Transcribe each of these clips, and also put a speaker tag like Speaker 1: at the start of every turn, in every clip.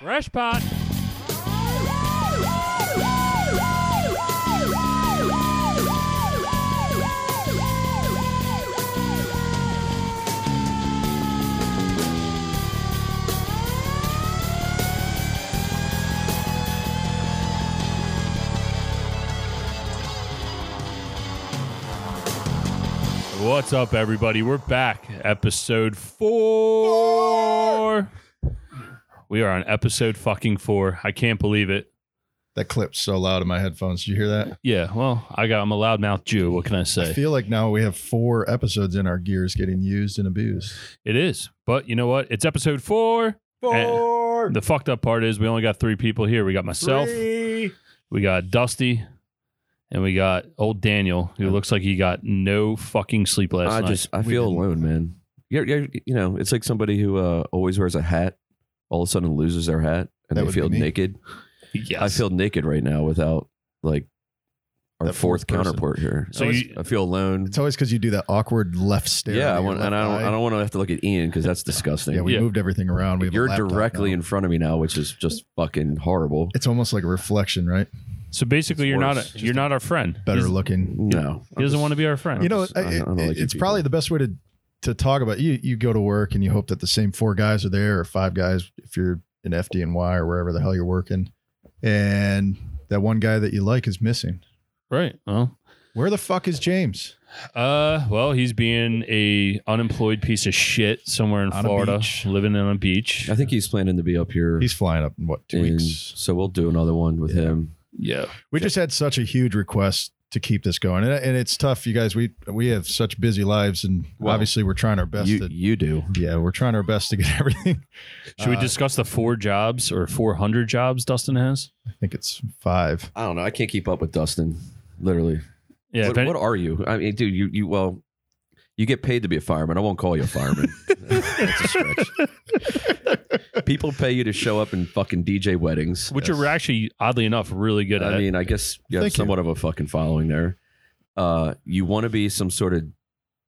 Speaker 1: Rush pot. What's up, everybody? We're back. Episode four. We are on episode fucking four. I can't believe it.
Speaker 2: That clip's so loud in my headphones. Did you hear that?
Speaker 1: Yeah, well, I got I'm a loudmouth Jew. What can I
Speaker 2: I
Speaker 1: say?
Speaker 2: feel like now we have four episodes in our gears getting used and abused.
Speaker 1: it is, but you know what? It's episode four. Four. the fucked up part is we only got three people here. We got myself, we got Dusty, and we got old Daniel, who looks like he got no fucking sleep last
Speaker 3: I
Speaker 1: night.
Speaker 3: just I
Speaker 2: We
Speaker 3: feel
Speaker 2: didn't.
Speaker 3: alone, man. You're, you're, you know, it's like somebody who uh, always wears a hat, all of a sudden loses their hat
Speaker 2: That
Speaker 3: and they
Speaker 2: would be
Speaker 3: feel
Speaker 2: me.
Speaker 3: naked.
Speaker 1: yes.
Speaker 3: I feel naked right now without like our
Speaker 2: That
Speaker 3: fourth
Speaker 2: fourth person.
Speaker 3: counterpart here.
Speaker 1: So
Speaker 3: I, always-
Speaker 1: you-
Speaker 3: I feel alone.
Speaker 2: It's always because you do that awkward left stare.
Speaker 3: Yeah, I
Speaker 2: to your
Speaker 3: want, and I
Speaker 2: left
Speaker 3: don't
Speaker 2: eye.
Speaker 3: I don't want to have to look at Ian because that's disgusting.
Speaker 2: Yeah, we
Speaker 1: Yeah.
Speaker 2: moved everything around. We have a
Speaker 3: You're
Speaker 2: laptop
Speaker 3: directly
Speaker 2: now.
Speaker 3: in front of me now, which is just fucking horrible.
Speaker 2: It's almost like a reflection, right?
Speaker 1: so basically,
Speaker 3: It's
Speaker 1: you're not a,
Speaker 3: worse.
Speaker 1: you're not our friend.
Speaker 2: Better
Speaker 1: He's-
Speaker 2: looking.
Speaker 3: No,
Speaker 1: He doesn't want to be our friend.
Speaker 2: You know,
Speaker 3: just- I don't- I don't
Speaker 2: it-
Speaker 3: like you
Speaker 2: it's
Speaker 3: people.
Speaker 2: probably the best way to to talk about you. You go to work and you hope that the same four guys are there or five guys if you're in FDNY or wherever the hell you're working, and that one guy that you like is missing.
Speaker 1: right? Well,
Speaker 2: Where the fuck is James?
Speaker 1: Uh, well, he's being a unemployed piece of shit somewhere in
Speaker 2: On a
Speaker 1: Florida,
Speaker 2: beach.
Speaker 1: living on a beach.
Speaker 3: I think he's planning to be up here.
Speaker 2: He's flying up in what two
Speaker 3: in-
Speaker 2: weeks?
Speaker 3: so we'll do another one with
Speaker 2: Yeah.
Speaker 3: him.
Speaker 1: Yeah,
Speaker 2: We just had such a huge request to keep this going, and, and it's tough, you guys. We we have such busy lives, and
Speaker 3: Well,
Speaker 2: obviously we're trying our best.
Speaker 3: You
Speaker 2: to,
Speaker 3: you do.
Speaker 2: yeah, we're trying our best to get everything.
Speaker 1: Should we
Speaker 2: Uh,
Speaker 1: discuss the four jobs or 400 jobs Dustin has?
Speaker 2: I think it's five.
Speaker 3: I don't know. I can't keep up with Dustin. Literally.
Speaker 1: Yeah,
Speaker 3: what,
Speaker 1: if any-
Speaker 3: what are you? I mean, dude, you you well, you get paid to be a fireman. I won't call you a fireman. That's a stretch. People pay you to show up and fucking DJ weddings.
Speaker 1: which are actually oddly enough really good at.
Speaker 3: I mean, I guess you have
Speaker 2: Thank you.
Speaker 3: somewhat of a fucking following there. Uh, you want to be some sort of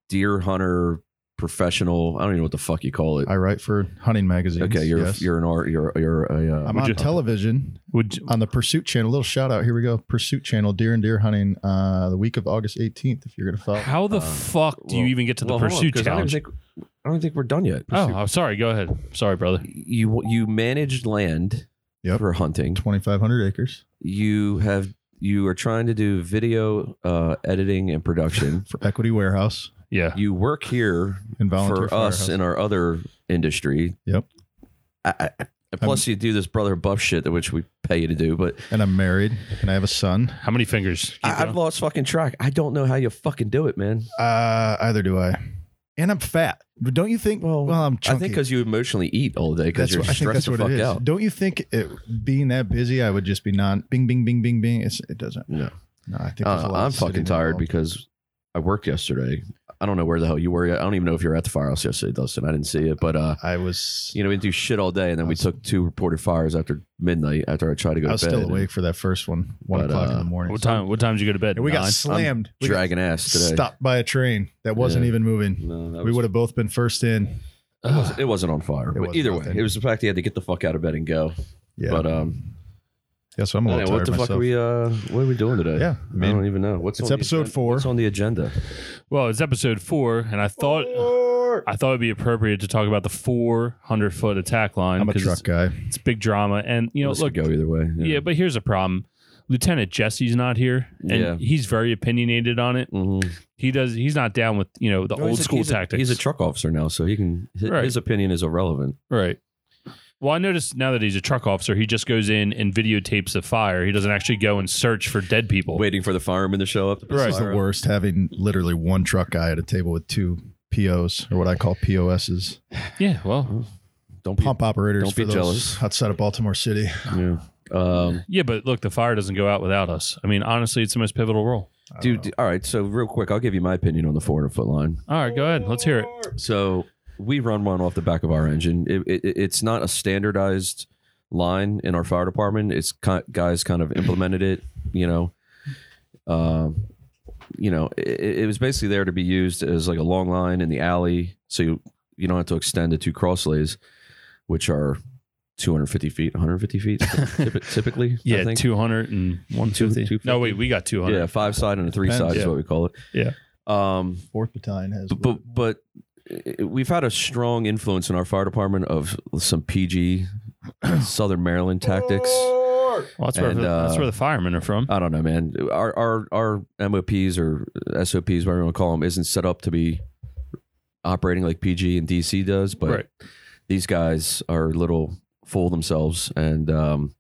Speaker 3: deer hunter professional. I don't even know what the fuck you call it.
Speaker 2: I write for hunting magazines.
Speaker 3: okay, you're
Speaker 2: yes.
Speaker 3: you're an art. You're you're a. Uh,
Speaker 2: I'm
Speaker 1: Would
Speaker 2: on
Speaker 1: you-
Speaker 2: television
Speaker 1: Would
Speaker 2: on the Pursuit Channel. Little shout out. Here we go. Pursuit Channel, deer and deer hunting, uh, the week of August 18th. If you're gonna follow,
Speaker 1: how the
Speaker 3: uh,
Speaker 1: fuck do you
Speaker 3: well-
Speaker 1: even get to the
Speaker 3: well, hold on,
Speaker 1: pursuit
Speaker 3: 'cause I don't,
Speaker 1: challenge?
Speaker 3: even think, I don't think we're done yet.
Speaker 1: oh, I'm sorry. Go ahead. Sorry, brother.
Speaker 3: You you manage land
Speaker 2: Yep.
Speaker 3: for hunting.
Speaker 2: 2,500 acres
Speaker 3: you have you are trying to do video uh, editing and production.
Speaker 2: for Equity Warehouse
Speaker 1: Yeah,
Speaker 3: you work here
Speaker 2: and volunteer
Speaker 3: for us
Speaker 2: firehouse.
Speaker 3: in our other industry.
Speaker 2: Yep.
Speaker 3: I, I, and plus, you do this brother buff shit that which we pay you to do. But
Speaker 2: and I'm married, and I have a son.
Speaker 1: how many fingers? Keep
Speaker 3: I, I've
Speaker 1: going.
Speaker 3: lost fucking track. I don't know how you fucking do it, man.
Speaker 2: Uh, either do I. And I'm fat. Don't you think? Well,
Speaker 3: Well,
Speaker 2: I'm
Speaker 3: I
Speaker 2: chunky.
Speaker 3: think because you emotionally eat all day because
Speaker 2: that's
Speaker 3: you're
Speaker 2: what, I think
Speaker 3: stressed
Speaker 2: that's
Speaker 3: the
Speaker 2: what it
Speaker 3: fuck
Speaker 2: is.
Speaker 3: out.
Speaker 2: Don't you think it, being that busy, I would just be non bing, bing, bing, bing, bing. It's, it doesn't.
Speaker 3: No.
Speaker 2: No, I think
Speaker 3: I
Speaker 2: there's a
Speaker 3: don't
Speaker 2: lot
Speaker 3: know.
Speaker 2: of
Speaker 3: Uh, I'm fucking
Speaker 2: sitting
Speaker 3: tired
Speaker 2: involved.
Speaker 3: because I worked yesterday. I don't know where the hell you were. I don't even know if you were at the firehouse yesterday, Dustin. I didn't see it, but uh,
Speaker 2: I was.
Speaker 3: you know, we didn't do shit all day, and then we
Speaker 2: Awesome.
Speaker 3: took two reported fires after midnight. After I tried to go
Speaker 2: I
Speaker 3: to
Speaker 2: was
Speaker 3: bed,
Speaker 2: still awake for that first one, one
Speaker 3: But,
Speaker 2: o'clock in
Speaker 3: uh,
Speaker 2: the morning.
Speaker 1: What time? What time did you go to bed?
Speaker 2: And we got
Speaker 1: Nine?
Speaker 2: slammed.
Speaker 3: and
Speaker 2: We got
Speaker 3: dragging ass today.
Speaker 2: stopped by a train that wasn't
Speaker 3: Yeah.
Speaker 2: even moving.
Speaker 3: No, that
Speaker 2: we
Speaker 3: was-
Speaker 2: would have both been first in.
Speaker 3: It wasn't, it wasn't on fire. But
Speaker 2: wasn't
Speaker 3: either way,
Speaker 2: nothing.
Speaker 3: it was the fact he had to get the fuck out of bed and go.
Speaker 2: Yeah.
Speaker 3: But um,
Speaker 2: yeah, so I'm a
Speaker 3: I
Speaker 2: little
Speaker 3: don't know,
Speaker 2: tired
Speaker 3: what the
Speaker 2: myself.
Speaker 3: fuck are we? Uh, what are we doing today?
Speaker 2: yeah,
Speaker 3: I,
Speaker 2: I mean,
Speaker 3: don't even know. What's
Speaker 2: it's
Speaker 3: on the
Speaker 2: episode
Speaker 3: agenda-
Speaker 2: four.
Speaker 3: What's on the agenda?
Speaker 1: Well, it's episode four, and I thought I thought it'd be appropriate to talk about the 400 foot attack line
Speaker 2: I'm a
Speaker 1: 'cause
Speaker 2: truck guy.
Speaker 1: it's, it's big drama, and you know,
Speaker 3: This
Speaker 1: look,
Speaker 3: could go either way.
Speaker 1: yeah. but here's a problem. Lieutenant Jesse's not here, and
Speaker 3: Yeah.
Speaker 1: he's very opinionated on it.
Speaker 3: Mhm.
Speaker 1: He does. He's not down with you know the
Speaker 3: No,
Speaker 1: old
Speaker 3: he's a-
Speaker 1: school
Speaker 3: he's a-
Speaker 1: tactics.
Speaker 3: he's a truck officer now, so he can. His,
Speaker 1: Right.
Speaker 3: his opinion is irrelevant.
Speaker 1: right. Well, I noticed now that he's a truck officer, he just goes in and videotapes the fire. He doesn't actually go and search for dead people.
Speaker 3: Waiting for the fireman to show up. to put
Speaker 1: Right.
Speaker 2: This is
Speaker 3: fire
Speaker 2: the
Speaker 3: out.
Speaker 2: worst having literally one truck guy at a table with two POs or what I call POSs,
Speaker 1: Yeah. Well.
Speaker 3: Don't be.
Speaker 2: pump operators
Speaker 3: Don't
Speaker 2: for
Speaker 3: be
Speaker 2: those
Speaker 3: jealous.
Speaker 2: outside of Baltimore City.
Speaker 3: Yeah. Um,
Speaker 1: Yeah, but look, the fire doesn't go out without us. I mean, honestly, it's the most pivotal role.
Speaker 2: I don't
Speaker 3: dude,
Speaker 2: know.
Speaker 3: d- all right. So real quick, I'll give you my opinion on the 400 foot line.
Speaker 1: All right, go ahead. Let's hear it.
Speaker 3: So we run one off the back of our engine. It, it, it's not a standardized line in our fire department. It's ki guys kind of implemented it. You know, um, you know, it, it was basically there to be used as like a long line in the alley, so you you don't have to extend the two crossways, which are 250 feet, 150 feet typi- typically. I
Speaker 1: Yeah,
Speaker 3: think.
Speaker 1: 200 and 150.
Speaker 3: Two- 250.
Speaker 1: No, wait, we got 200.
Speaker 3: Yeah, five side and a three side is
Speaker 1: Yeah.
Speaker 3: what we call it.
Speaker 1: Yeah.
Speaker 3: Um,
Speaker 2: Fourth battalion has.
Speaker 3: but but, but i- we've had a strong influence in our fire department of some PG Southern Maryland tactics.
Speaker 1: Well, that's where,
Speaker 3: And,
Speaker 1: the, that's
Speaker 3: uh,
Speaker 1: where the firemen are from.
Speaker 3: I don't know, man. Our our our MOPs or SOPs, whatever you want to call them, isn't set up to be operating like PG and DC does, but
Speaker 1: right.
Speaker 3: these guys are a little full of themselves and um,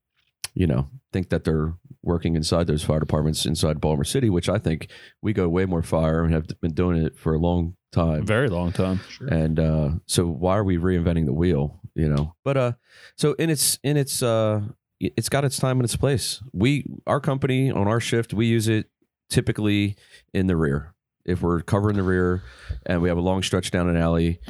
Speaker 3: you know think that they're working inside those fire departments inside Baltimore City, which I think we go way more fire and have been doing it for a long time.
Speaker 1: Very long time.
Speaker 2: Sure.
Speaker 3: And uh, so why are we reinventing the wheel? You know, but uh, so in its in its uh, it's got its time and its place. We our company on our shift we use it typically in the rear if we're covering the rear and we have a long stretch down an alley.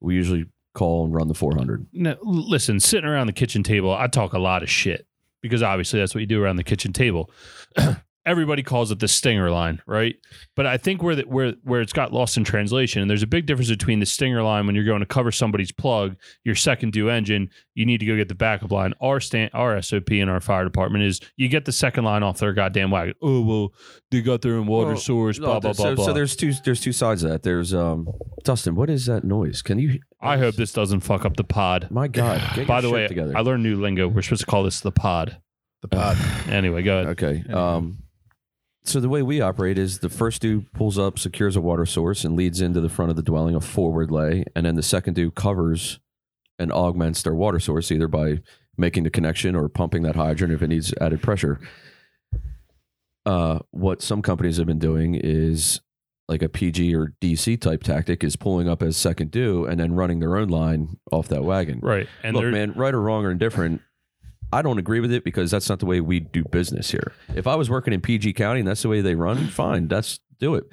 Speaker 3: We usually call and run the 400.
Speaker 1: No, l- listen, sitting around the kitchen table, I talk a lot of shit because obviously that's what you do around the kitchen table. Everybody calls it the stinger line, right? But I think where the, where where it's got lost in translation, and there's a big difference between the stinger line when you're going to cover somebody's plug, your second due engine, you need to go get the backup line. Our stand, our SOP in our fire department is you get the second line off their goddamn wagon. Oh well, they got their own water
Speaker 3: Well,
Speaker 1: source, blah blah blah
Speaker 3: so,
Speaker 1: blah.
Speaker 3: so there's two there's two sides of that. There's um Dustin, what is that noise? Can you
Speaker 1: I hope this doesn't fuck up the pod.
Speaker 3: My god, get
Speaker 1: By
Speaker 3: your
Speaker 1: the
Speaker 3: shit
Speaker 1: way,
Speaker 3: together.
Speaker 1: I learned new lingo. We're supposed to call this the pod.
Speaker 2: the pod.
Speaker 1: Anyway, go ahead.
Speaker 3: Okay.
Speaker 2: Anyway.
Speaker 3: Um, so the way we operate is the first dude pulls up, secures a water source, and leads into the front of the dwelling a forward lay, and then the second dude covers and augments their water source either by making the connection or pumping that hydrant if it needs added pressure. Uh, what some companies have been doing is like a PG or DC type tactic is pulling up as second due and then running their own line off that wagon.
Speaker 1: Right. And
Speaker 3: Look,
Speaker 1: they're
Speaker 3: man, right or wrong or indifferent, I don't agree with it because that's not the way we do business here. If I was working in PG County and that's the way they run, fine, that's do it.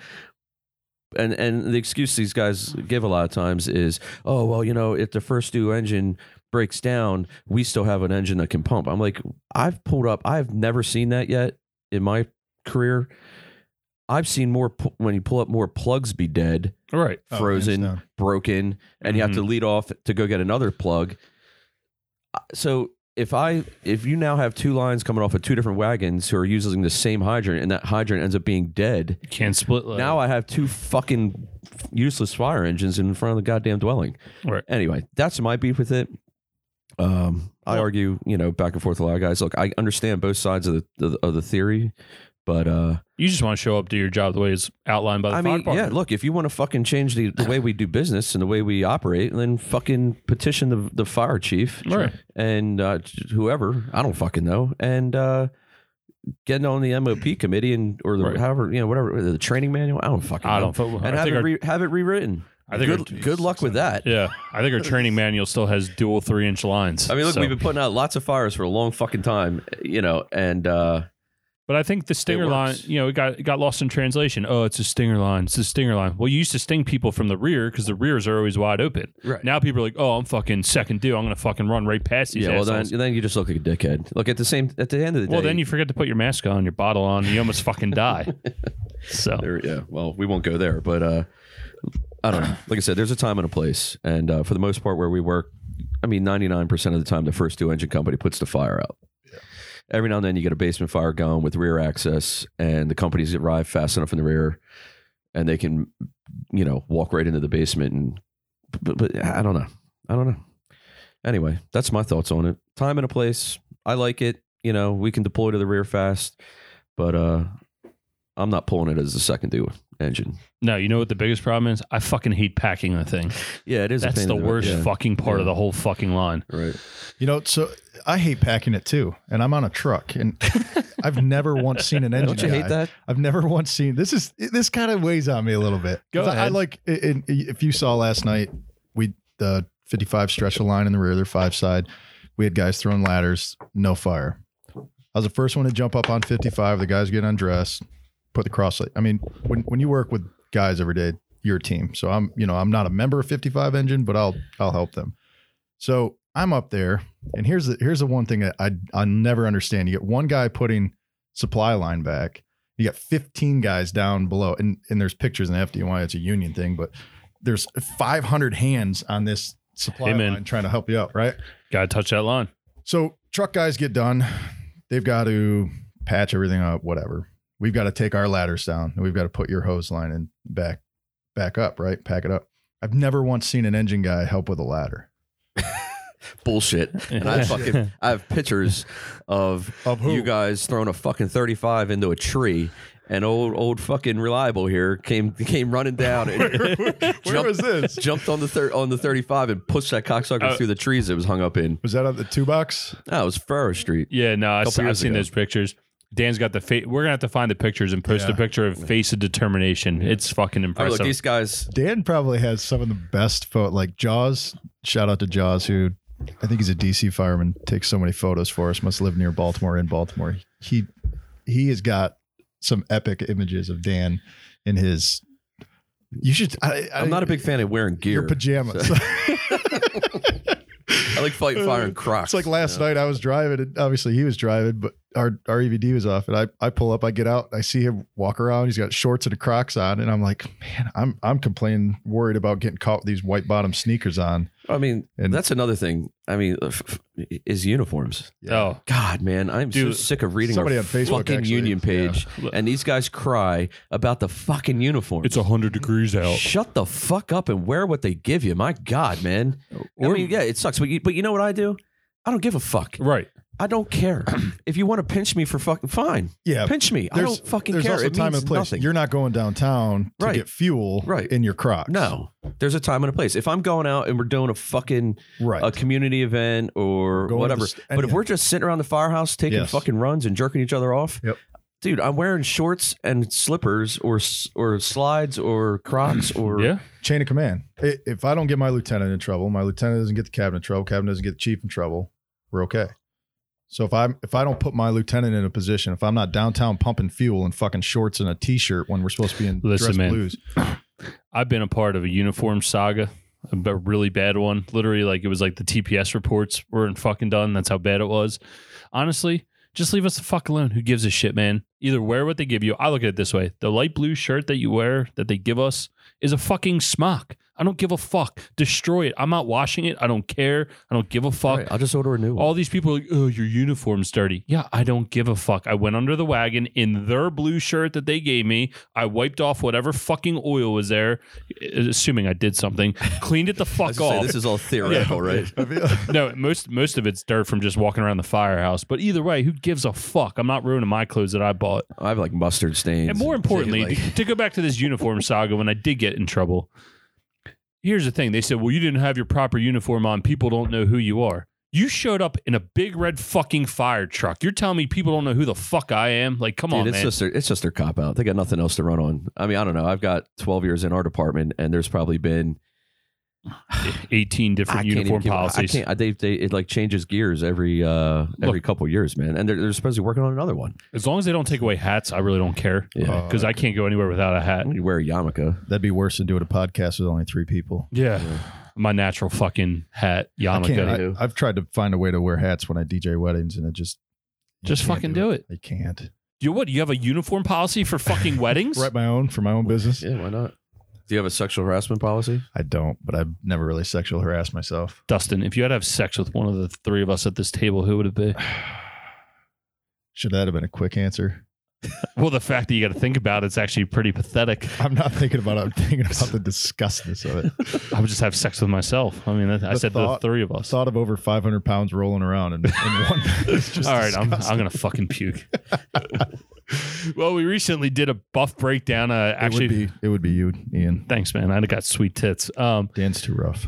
Speaker 3: And and the excuse these guys give a lot of times is, oh well, you know, if the first due engine breaks down, we still have an engine that can pump. I'm like, I've pulled up, I've never seen that yet in my career. I've seen more pu- when you pull up more plugs be dead,
Speaker 1: right.
Speaker 2: Oh,
Speaker 3: frozen,
Speaker 2: hands down.
Speaker 3: broken and you have to lead off to go get another plug. Uh, So if I if you now have two lines coming off of two different wagons who are using the same hydrant and that hydrant ends up being dead,
Speaker 1: Can't split load.
Speaker 3: now I have two fucking useless fire engines in front of the goddamn dwelling.
Speaker 1: Right.
Speaker 3: Anyway, that's my beef with it. Um, I argue, you know, back and forth with a lot of guys. Look, I understand both sides of the of the- of the theory, but uh,
Speaker 1: you just want to show up do your job the way it's outlined by the
Speaker 3: I
Speaker 1: fire
Speaker 3: mean, yeah.
Speaker 1: department.
Speaker 3: Look, if you want to fucking change the, the way we do business and the way we operate, then fucking petition the the fire chief
Speaker 1: Right.
Speaker 3: and uh, whoever I don't fucking know, and uh, getting on the MOP committee and or the,
Speaker 1: Right.
Speaker 3: however you know whatever the training manual. I don't fucking.
Speaker 1: I
Speaker 3: know.
Speaker 1: don't. Feel,
Speaker 3: And
Speaker 1: I
Speaker 3: have
Speaker 1: think
Speaker 3: it
Speaker 1: our,
Speaker 3: re- have it rewritten.
Speaker 1: I think
Speaker 3: good, good luck with that.
Speaker 1: yeah, I think our training manual still has dual three inch lines.
Speaker 3: I mean, look,
Speaker 1: So-
Speaker 3: we've been putting out lots of fires for a long fucking time, you know, and uh,
Speaker 1: but I think the stinger line,
Speaker 3: works.
Speaker 1: you know, it got it got lost in translation. Oh, it's a stinger line. It's a stinger line. Well, you used to sting people from the rear because the rears are always wide open.
Speaker 3: Right.
Speaker 1: now, people are like, oh, I'm fucking second due. I'm gonna fucking run right past these.
Speaker 3: yeah. Well, then,
Speaker 1: assholes.
Speaker 3: then you just look like a dickhead. Look at the same at the end of the day.
Speaker 1: well, then you forget to put your mask on, your bottle on, and you almost fucking die. So
Speaker 3: There, yeah. Well, we won't go there, but uh, I don't know. Like I said, there's a time and a place, and uh, for the most part, where we work, I mean, 99 percent of the time, the first two engine company puts the fire out. Every now and then, you get a basement fire going with rear access, and the companies arrive fast enough in the rear, and they can, you know, walk right into the basement. And but, but I don't know. I don't know. Anyway, that's my thoughts on it. Time and a place. I like it. You know, we can deploy to the rear fast, but uh, I'm not pulling it as a second do engine.
Speaker 1: no, you know what the biggest problem is? I fucking hate packing the thing.
Speaker 3: Yeah, it is.
Speaker 1: That's the worst fucking part of the whole fucking line.
Speaker 3: Right.
Speaker 2: You know, so I hate packing it too, and I'm on a truck, and I've never once seen an engine.
Speaker 3: Don't you hate
Speaker 2: guy.
Speaker 3: that?
Speaker 2: I've never once seen this. Is this kind of weighs on me a little bit?
Speaker 1: Go
Speaker 2: 'Cause I, I
Speaker 1: ahead.
Speaker 2: like i- in- if you saw last night, we the 55 stretch a line in the rear, their five side. We had guys throwing ladders, no fire. I was the first one to jump up on 55. The guys get undressed, put the crosslight. I mean, when when you work with guys every day, your team. So I'm you know I'm not a member of 55 Engine, but I'll I'll help them. So I'm up there, and here's the here's the one thing that I I never understand. You get one guy putting supply line back. You got 15 guys down below, and and there's pictures in the FDNY. It's a union thing, but there's 500 hands on this supply
Speaker 1: Amen.
Speaker 2: line trying to help you out, right?
Speaker 1: Got to touch that line.
Speaker 2: So truck guys get done. They've got to patch everything up, whatever. We've got to take our ladders down and we've got to put your hose line in back back up, right? Pack it up. I've never once seen an engine guy help with a ladder.
Speaker 3: Bullshit. And I fucking I have pictures of
Speaker 2: Of
Speaker 3: you guys throwing a fucking 35 into a tree and old old fucking reliable here came came running down and
Speaker 2: Where was this?
Speaker 3: jumped on the thir- on the 35 and pushed that cocksucker
Speaker 1: Uh,
Speaker 3: through the trees it was hung up in.
Speaker 2: Was that at the two box?
Speaker 3: That was Farrow Street.
Speaker 1: Yeah, no, I
Speaker 3: Couple
Speaker 1: see, I've
Speaker 3: years
Speaker 1: seen
Speaker 3: ago.
Speaker 1: those pictures. Dan's got the face. We're gonna have to find the pictures and post
Speaker 2: Yeah.
Speaker 1: a picture of face of determination. It's fucking
Speaker 3: Oh, look,
Speaker 1: impressive.
Speaker 3: these guys
Speaker 2: Dan probably has some of the best photo, like Jaws. Shout out to Jaws, who I think he's a DC fireman, takes so many photos for us. Must live near Baltimore in Baltimore. He he has got some epic images of Dan in his. You should. I, I,
Speaker 3: I'm not a big fan of wearing gear.
Speaker 2: your pajamas.
Speaker 3: I like fight fire and
Speaker 2: It's
Speaker 3: Crocs.
Speaker 2: like last night I was driving and obviously he was driving, but our, our EVD was off and I, I pull up, I get out, I see him walk around. He's got shorts and a Crocs on. And I'm like, man, I'm, I'm complaining, worried about getting caught with these white bottom sneakers on.
Speaker 3: I mean,
Speaker 2: And-
Speaker 3: that's another thing. I mean, uh, f- f- is uniforms.
Speaker 1: oh,
Speaker 3: God, man, I'm so
Speaker 1: Dude,
Speaker 3: sick of reading
Speaker 2: somebody
Speaker 3: our
Speaker 2: on Facebook,
Speaker 3: fucking
Speaker 2: actually,
Speaker 3: union page,
Speaker 1: yeah.
Speaker 3: and these guys cry about the fucking uniform.
Speaker 1: it's hundred degrees out.
Speaker 3: Shut the fuck up and wear what they give you. My God, man. I mean, yeah, it sucks, but you, but you know what I do? I don't give a fuck.
Speaker 1: Right.
Speaker 3: I don't care. if you want to pinch me for fucking fine,
Speaker 2: Yeah.
Speaker 3: pinch me. I
Speaker 2: There's-
Speaker 3: don't fucking
Speaker 2: There's
Speaker 3: care.
Speaker 2: also
Speaker 3: it
Speaker 2: time
Speaker 3: means
Speaker 2: and place.
Speaker 3: nothing.
Speaker 2: You're not going downtown to
Speaker 3: Right.
Speaker 2: get fuel
Speaker 3: Right.
Speaker 2: in your Crocs.
Speaker 3: no, there's a time and a place. If I'm going out and we're doing a fucking
Speaker 2: Right.
Speaker 3: a community event or
Speaker 2: Going to
Speaker 3: whatever,
Speaker 2: the-
Speaker 3: but if we're just sitting around the firehouse taking
Speaker 2: Yes.
Speaker 3: fucking runs and jerking each other off,
Speaker 2: Yep.
Speaker 3: dude, I'm wearing shorts and slippers or s- or slides or Crocs or
Speaker 1: Yeah.
Speaker 2: Chain of command. I- If I don't get my lieutenant in trouble, my lieutenant doesn't get the captain in trouble, captain doesn't get the chief in trouble, we're okay. So if I'm if I don't put my lieutenant in a position, if I'm not downtown pumping fuel in fucking shorts and a t-shirt when we're supposed to be in
Speaker 1: Listen,
Speaker 2: dress
Speaker 1: man.
Speaker 2: blues,
Speaker 1: I've been a part of a uniform saga, a b- really bad one. Literally, like it was like the TPS reports weren't fucking done. That's how bad it was. Honestly, just leave us the fuck alone. Who gives a shit, man? Either wear what they give you. I look at it this way: the light blue shirt that you wear that they give us is a fucking smock. I don't give a fuck. Destroy it. I'm not washing it. I don't care. I don't give a fuck.
Speaker 3: Right, I'll just order a new one.
Speaker 1: All these people are like, oh, your uniform's dirty. Yeah, I don't give a fuck. I went under the wagon in their blue shirt that they gave me. I wiped off whatever fucking oil was there, uh, assuming I did something, cleaned it the
Speaker 3: I was
Speaker 1: fuck
Speaker 3: gonna say,
Speaker 1: off.
Speaker 3: this is all theoretical, right?
Speaker 2: I feel-
Speaker 1: no, most most of it's dirt from just walking around the firehouse. But either way, who gives a fuck? I'm not ruining my clothes that I bought.
Speaker 3: I have like mustard stains.
Speaker 1: And more importantly,
Speaker 3: Like-
Speaker 1: to, to go back to this uniform saga, when I did get in trouble, here's the thing: they said, "Well, you didn't have your proper uniform on. People don't know who you are." You showed up in a big red fucking fire truck. You're telling me people don't know who the fuck I am? Like, come
Speaker 3: Dude,
Speaker 1: on,
Speaker 3: it's
Speaker 1: man.
Speaker 3: just their, it's just their cop out. They got nothing else to run on. I mean, I don't know. I've got 12 years in our department, and there's probably been
Speaker 1: 18 different
Speaker 3: I can't even
Speaker 1: uniform
Speaker 3: give-
Speaker 1: policies.
Speaker 3: I can't. I, they, they it like changes gears every uh every couple years, man. And they're, they're supposed to be working on another one.
Speaker 1: As long as they don't take away hats, I really don't care
Speaker 3: Yeah.
Speaker 1: because I can't go anywhere without a hat.
Speaker 3: I'm gonna wear a yarmulke.
Speaker 2: That'd be worse than doing a podcast with only three people.
Speaker 1: Yeah, my natural fucking hat
Speaker 2: I can't.
Speaker 1: yarmulke.
Speaker 2: I, I've tried to find a way to wear hats when I DJ weddings, and it just you
Speaker 1: Just
Speaker 2: can't
Speaker 1: fucking do it.
Speaker 2: I can't
Speaker 1: You what? You have a uniform policy for fucking weddings?
Speaker 2: write my own for my own business.
Speaker 3: Yeah, why not? Do you have a sexual harassment policy?
Speaker 2: I don't, but I've never really sexual harassed myself.
Speaker 1: Dustin, if you had to have sex with one of the three of us at this table, who would it be?
Speaker 2: Should that have been a quick answer?
Speaker 1: Well, the fact that you got to think about it's actually pretty pathetic.
Speaker 2: I'm not thinking about it. I'm thinking about the disgustness of it.
Speaker 1: I would just have sex with myself. I mean, that, I
Speaker 2: The
Speaker 1: said
Speaker 2: thought-
Speaker 1: the three of
Speaker 2: I
Speaker 1: us.
Speaker 2: thought of over 500 pounds rolling around in, in one. It's just
Speaker 1: All right, I'm,
Speaker 2: disgusting.
Speaker 1: I'm gonna fucking puke. well, we recently did a buff breakdown. Uh,
Speaker 2: It
Speaker 1: actually,
Speaker 2: would be it would be you, Ian.
Speaker 1: thanks, man. I got sweet tits. Um,
Speaker 2: Dan's too rough.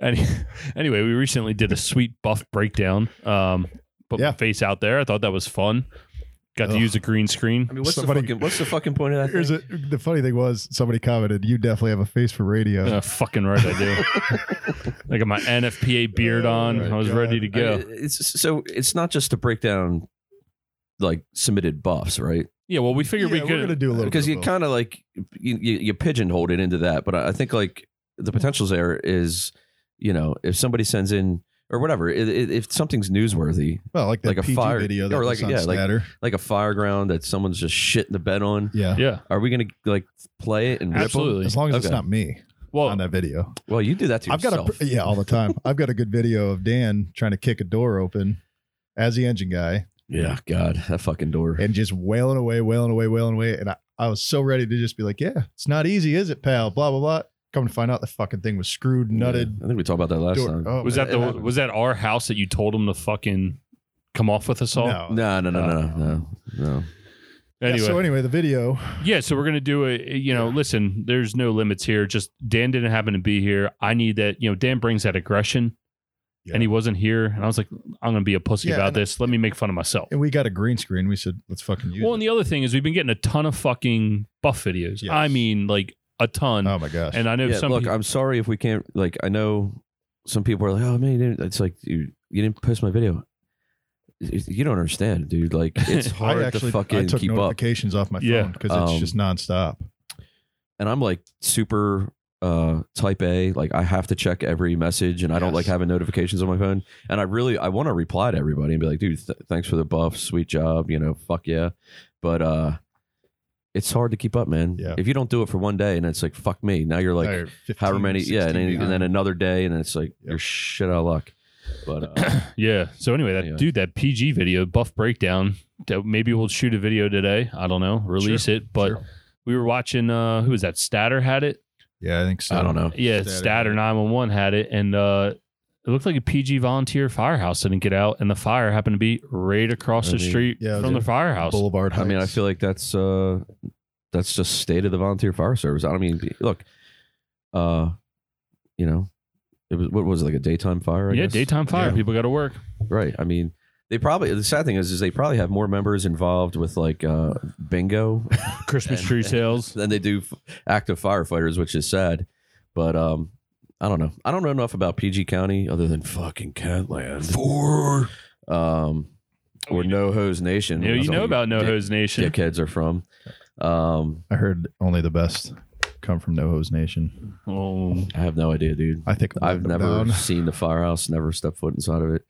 Speaker 1: any, anyway, we recently did a sweet buff breakdown. Um, put
Speaker 2: Yeah.
Speaker 1: my face out there. I thought that was fun. Got to
Speaker 2: Ugh.
Speaker 1: use a green screen.
Speaker 3: I mean, what's
Speaker 2: Somebody-
Speaker 3: the fucking what's the fucking point of that?
Speaker 2: Here's
Speaker 3: thing?
Speaker 2: a, the funny thing was somebody commented, "You definitely have a face for radio."
Speaker 1: Uh, fucking right, I do. I got my NFPA beard
Speaker 2: Oh
Speaker 1: on.
Speaker 2: my
Speaker 1: I was
Speaker 2: God.
Speaker 1: ready to
Speaker 3: I mean,
Speaker 1: go.
Speaker 3: it's so it's not just to break down like submitted buffs, right?
Speaker 1: yeah, well, we
Speaker 2: Yeah,
Speaker 1: figured
Speaker 2: we're
Speaker 1: we could.
Speaker 2: gonna do a little
Speaker 3: because
Speaker 2: bit
Speaker 3: you
Speaker 2: of
Speaker 3: kind of like you, you you pigeonholed it into that but i I think like the potential's there is you know if somebody sends in or whatever i- i- if something's newsworthy
Speaker 2: both. well, like that
Speaker 3: like a
Speaker 2: PG
Speaker 3: fire-
Speaker 2: video that
Speaker 3: or
Speaker 2: was
Speaker 3: like-
Speaker 2: on
Speaker 3: yeah, like-
Speaker 2: Snatter.
Speaker 3: like a fireground that someone's just shitting the bed on
Speaker 2: yeah,
Speaker 1: yeah,
Speaker 3: are we gonna like play it and rip 'em?
Speaker 1: absolutely.
Speaker 2: As long as it's
Speaker 3: Okay.
Speaker 2: not me,
Speaker 1: Well,
Speaker 2: on that video.
Speaker 3: Well, you do that to
Speaker 2: I've
Speaker 3: yourself.
Speaker 2: got a yeah all the time. I've got a good video of Dan trying to kick a door open as the engine guy
Speaker 3: yeah, God, that fucking door.
Speaker 2: and just wailing away, wailing away, wailing away. And I, I was so ready to just be like, yeah, it's not easy, is it, pal? Blah blah blah. Come to find out, the fucking thing was screwed, nutted.
Speaker 3: Yeah, I think we talked about that last
Speaker 2: door-
Speaker 3: time.
Speaker 2: oh,
Speaker 1: was
Speaker 2: man,
Speaker 1: that the
Speaker 2: it happened.
Speaker 1: was that our house that you told him to fucking come off with us all?
Speaker 2: no?
Speaker 3: No, no, no, no, no, no.
Speaker 1: Anyway,
Speaker 2: Yeah, so anyway, the video.
Speaker 1: Yeah, so we're gonna do a you know, listen, there's no limits here. Just Dan didn't happen to be here. I need that, you know, Dan brings that aggression
Speaker 2: Yeah.
Speaker 1: and he wasn't here. And I was like, I'm gonna be a pussy
Speaker 2: Yeah,
Speaker 1: about
Speaker 2: and-
Speaker 1: this. Let me make fun of myself.
Speaker 2: And we got a green screen. We said, let's fucking use
Speaker 1: Well,
Speaker 2: it.
Speaker 1: and the other thing is we've been getting a ton of fucking buff videos.
Speaker 2: Yes.
Speaker 1: I mean, like a ton.
Speaker 2: oh my gosh.
Speaker 1: and I know
Speaker 3: Yeah,
Speaker 1: some
Speaker 3: look,
Speaker 1: people,
Speaker 3: I'm sorry if we can't. Like, I know some people are like, "Oh man, you didn't." It's like you, you didn't post my video. It- You don't understand, dude. Like, it's hard
Speaker 2: I actually
Speaker 3: to fucking
Speaker 2: I took
Speaker 3: keep up.
Speaker 2: notifications off my
Speaker 1: Yeah.
Speaker 2: phone because it's
Speaker 3: Um,
Speaker 2: just nonstop.
Speaker 3: and I'm like super uh type A. Like I have to check every message and I don't
Speaker 2: Yes.
Speaker 3: like having notifications on my phone. And I really I want to reply to everybody and be like, dude, th- thanks for the buff, sweet job, you know, fuck yeah. But uh it's hard to keep up, man.
Speaker 2: Yeah.
Speaker 3: If you don't do it for one day and it's like fuck me. Now you're like
Speaker 2: Or 15,
Speaker 3: however many yeah, and
Speaker 2: 16
Speaker 3: then, and then
Speaker 2: behind.
Speaker 3: another day and it's like
Speaker 2: Yeah.
Speaker 3: you're shit out of luck. But uh,
Speaker 1: yeah. So anyway, that
Speaker 3: Anyway.
Speaker 1: dude, that PG video, buff breakdown. that- Maybe we'll shoot a video today. I don't know, release it. But
Speaker 2: Sure.
Speaker 1: we were watching uh who was that? Statter had it.
Speaker 2: yeah, I think so.
Speaker 3: I don't know.
Speaker 1: Yeah,
Speaker 2: Static.
Speaker 1: Statter 911 had it, and uh, it looked like a PG volunteer firehouse didn't get out, and the fire happened to be right across
Speaker 3: I
Speaker 1: the
Speaker 3: mean,
Speaker 1: street
Speaker 2: yeah,
Speaker 1: from
Speaker 2: yeah.
Speaker 1: the firehouse.
Speaker 2: Boulevard.
Speaker 3: I mean, I
Speaker 2: Heights.
Speaker 3: feel like that's uh that's just state of the volunteer fire service. I don't mean look, uh, you know, it was what was it like a daytime fire? I
Speaker 1: yeah,
Speaker 3: guess?
Speaker 1: daytime fire.
Speaker 2: Yeah.
Speaker 1: People got to work.
Speaker 3: Right. I mean, they probably the sad thing is is they probably have more members involved with like uh bingo
Speaker 1: Christmas
Speaker 3: And-
Speaker 1: tree sales.
Speaker 3: than they do f- active firefighters, which is sad. But um, I don't know. I don't know enough about PG County other than fucking Catland. Four. Um, or No Hose
Speaker 1: Oh,
Speaker 3: Nation.
Speaker 1: You know,
Speaker 3: That's
Speaker 1: you know
Speaker 3: all
Speaker 1: about No
Speaker 3: dick-
Speaker 1: Hose Nation.
Speaker 3: Dickheads are from. Um,
Speaker 2: I heard only the best come from No Hose Nation.
Speaker 1: Oh,
Speaker 3: I have no idea, dude.
Speaker 2: I think
Speaker 3: I've never
Speaker 2: Down.
Speaker 3: seen the firehouse, never stepped foot inside of it.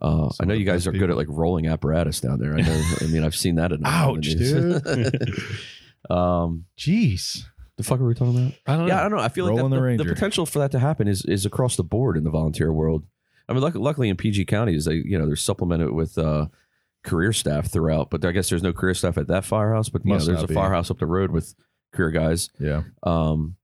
Speaker 3: Uh, I
Speaker 2: Some
Speaker 3: know
Speaker 2: of the
Speaker 3: you guys
Speaker 2: best
Speaker 3: are good
Speaker 2: people.
Speaker 3: at like rolling apparatus down there. I know. I mean, I've seen that. Enough
Speaker 2: Ouch,
Speaker 3: dude. um,
Speaker 2: Jeez.
Speaker 3: the fuck are we talking about?
Speaker 1: I don't know.
Speaker 3: Yeah, I don't know. I feel
Speaker 2: Rolling
Speaker 3: like that-
Speaker 2: the
Speaker 3: the, the
Speaker 2: Ranger.
Speaker 3: potential for that to happen is is across the board in the volunteer world. I mean, luck, luckily in PG counties, they you know they're supplemented with uh, career staff throughout. But I guess there's no career staff at that firehouse. But you know,
Speaker 2: Must
Speaker 3: there's
Speaker 2: not
Speaker 3: a
Speaker 2: be.
Speaker 3: firehouse up the road with career guys.
Speaker 2: Yeah.
Speaker 3: Um,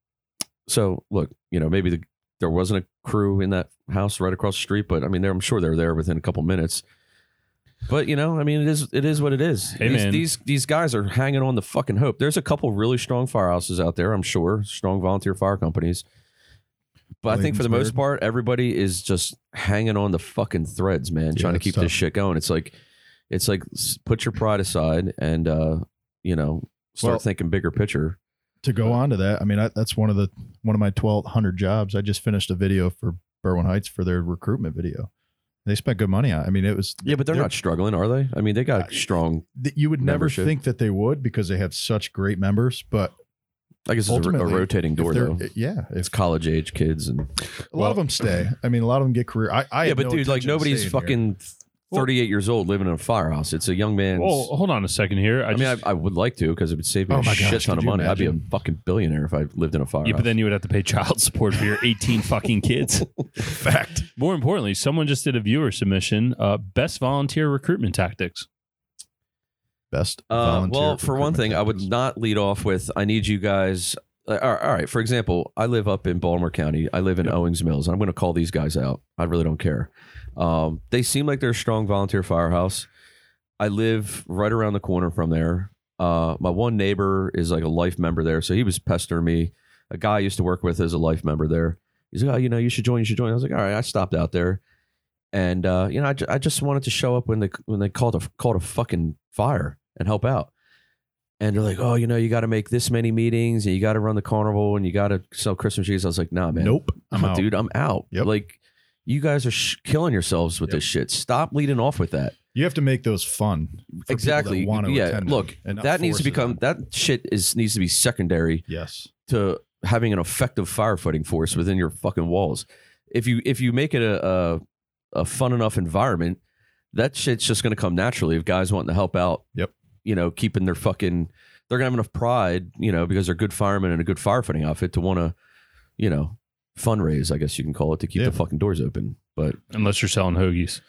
Speaker 3: so look, you know, maybe the, there wasn't a crew in that house right across the street, but I mean, they're, I'm sure they were there within a couple minutes. But you know, I mean, it is it is what it is.
Speaker 1: Hey,
Speaker 3: these,
Speaker 1: man.
Speaker 3: these these guys are hanging on the fucking hope. There's a couple really strong firehouses out there, I'm sure, strong volunteer fire companies. But I think for the most
Speaker 2: Bladensburg.
Speaker 3: part, everybody is just hanging on the fucking threads, man, trying to
Speaker 2: it's
Speaker 3: keep
Speaker 2: tough.
Speaker 3: this shit going. It's like, it's like s- put your pride aside and uh, you know start
Speaker 2: Well-
Speaker 3: thinking bigger picture.
Speaker 2: To go on to that, I mean, I, that's one of the one of my twelve hundred jobs. I just finished a video for Berwyn Heights for their recruitment video. They spent good money on. it. I mean, it was
Speaker 3: Yeah, but they're,
Speaker 2: They're-
Speaker 3: not struggling, are they? I mean, they
Speaker 2: Uh,
Speaker 3: got strong.
Speaker 2: that you would never
Speaker 3: Membership.
Speaker 2: think that they would because they have such great members. But
Speaker 3: I guess it's a, ro- a
Speaker 2: Ultimately,
Speaker 3: rotating door,
Speaker 2: if they're
Speaker 3: though.
Speaker 2: yeah, if
Speaker 3: It's college age kids, and
Speaker 2: A lot of them stay. I mean, a lot of them get career. I, I
Speaker 3: yeah,
Speaker 2: had
Speaker 3: but
Speaker 2: no
Speaker 3: dude, like
Speaker 2: intention of
Speaker 3: nobody's
Speaker 2: staying here.
Speaker 3: fucking thirty eight years old living in a firehouse. It's a young man's.
Speaker 1: Oh, hold on a second here. I,
Speaker 3: I, mean,
Speaker 1: just,
Speaker 3: I, I would like to because it would save me
Speaker 2: Oh
Speaker 3: a
Speaker 2: my
Speaker 3: shit
Speaker 2: gosh,
Speaker 3: ton
Speaker 2: could
Speaker 3: of
Speaker 2: you
Speaker 3: money. I'd be
Speaker 2: imagine?
Speaker 3: a fucking billionaire if I lived in a firehouse.
Speaker 1: yeah, but then you would have to pay child support for your 18 fucking kids.
Speaker 2: fact.
Speaker 1: More importantly, someone just did a viewer submission. Uh, best volunteer recruitment tactics.
Speaker 2: Best.
Speaker 3: Uh,
Speaker 2: volunteer
Speaker 3: well, for one
Speaker 2: recruitment
Speaker 3: thing, I would
Speaker 2: tactics.
Speaker 3: not lead off with I need you guys. uh, All right, all right, for example, I live up in Baltimore County. I live in Owings Mills. I'm going to call these guys out. I really don't care. Um, they seem like they're a strong volunteer firehouse. I live right around the corner from there. Uh, my one neighbor is like a life member there, so he was pestering me. A guy I used to work with is a life member there. He's like, oh, you know, you should join. You should join. I was like, all right. I stopped out there, and uh, you know, I, ju- I just wanted to show up when they when they called a called a fucking fire and help out. And they're like, oh, you know, you got to make this many meetings, and you got to run the carnival, and you got to sell Christmas trees. I was like, nah, man,
Speaker 2: Nope. I'm
Speaker 3: Nah,
Speaker 2: out.
Speaker 3: dude, I'm out.
Speaker 2: Yep.
Speaker 3: Like, you guys are sh- killing yourselves with
Speaker 2: Yep.
Speaker 3: this shit. Stop leading off with that.
Speaker 2: You have to make those fun. for people that
Speaker 3: exactly.
Speaker 2: want to
Speaker 3: yeah.
Speaker 2: attend them
Speaker 3: Look,
Speaker 2: and not
Speaker 3: that needs to
Speaker 2: force it on
Speaker 3: become that shit is needs to be secondary
Speaker 2: them. Yes.
Speaker 3: to having an effective firefighting force within your fucking walls. If you if you make it a a, a fun enough environment, that shit's just going to come naturally. If guys wanting to help out,
Speaker 2: Yep.
Speaker 3: you know, keeping their fucking, they're gonna have enough pride, you know, because they're good firemen and a good firefighting outfit to want to you know, fundraise, I guess you can call it, to keep
Speaker 2: Yeah.
Speaker 3: the fucking doors open. But
Speaker 1: unless you're selling hoagies.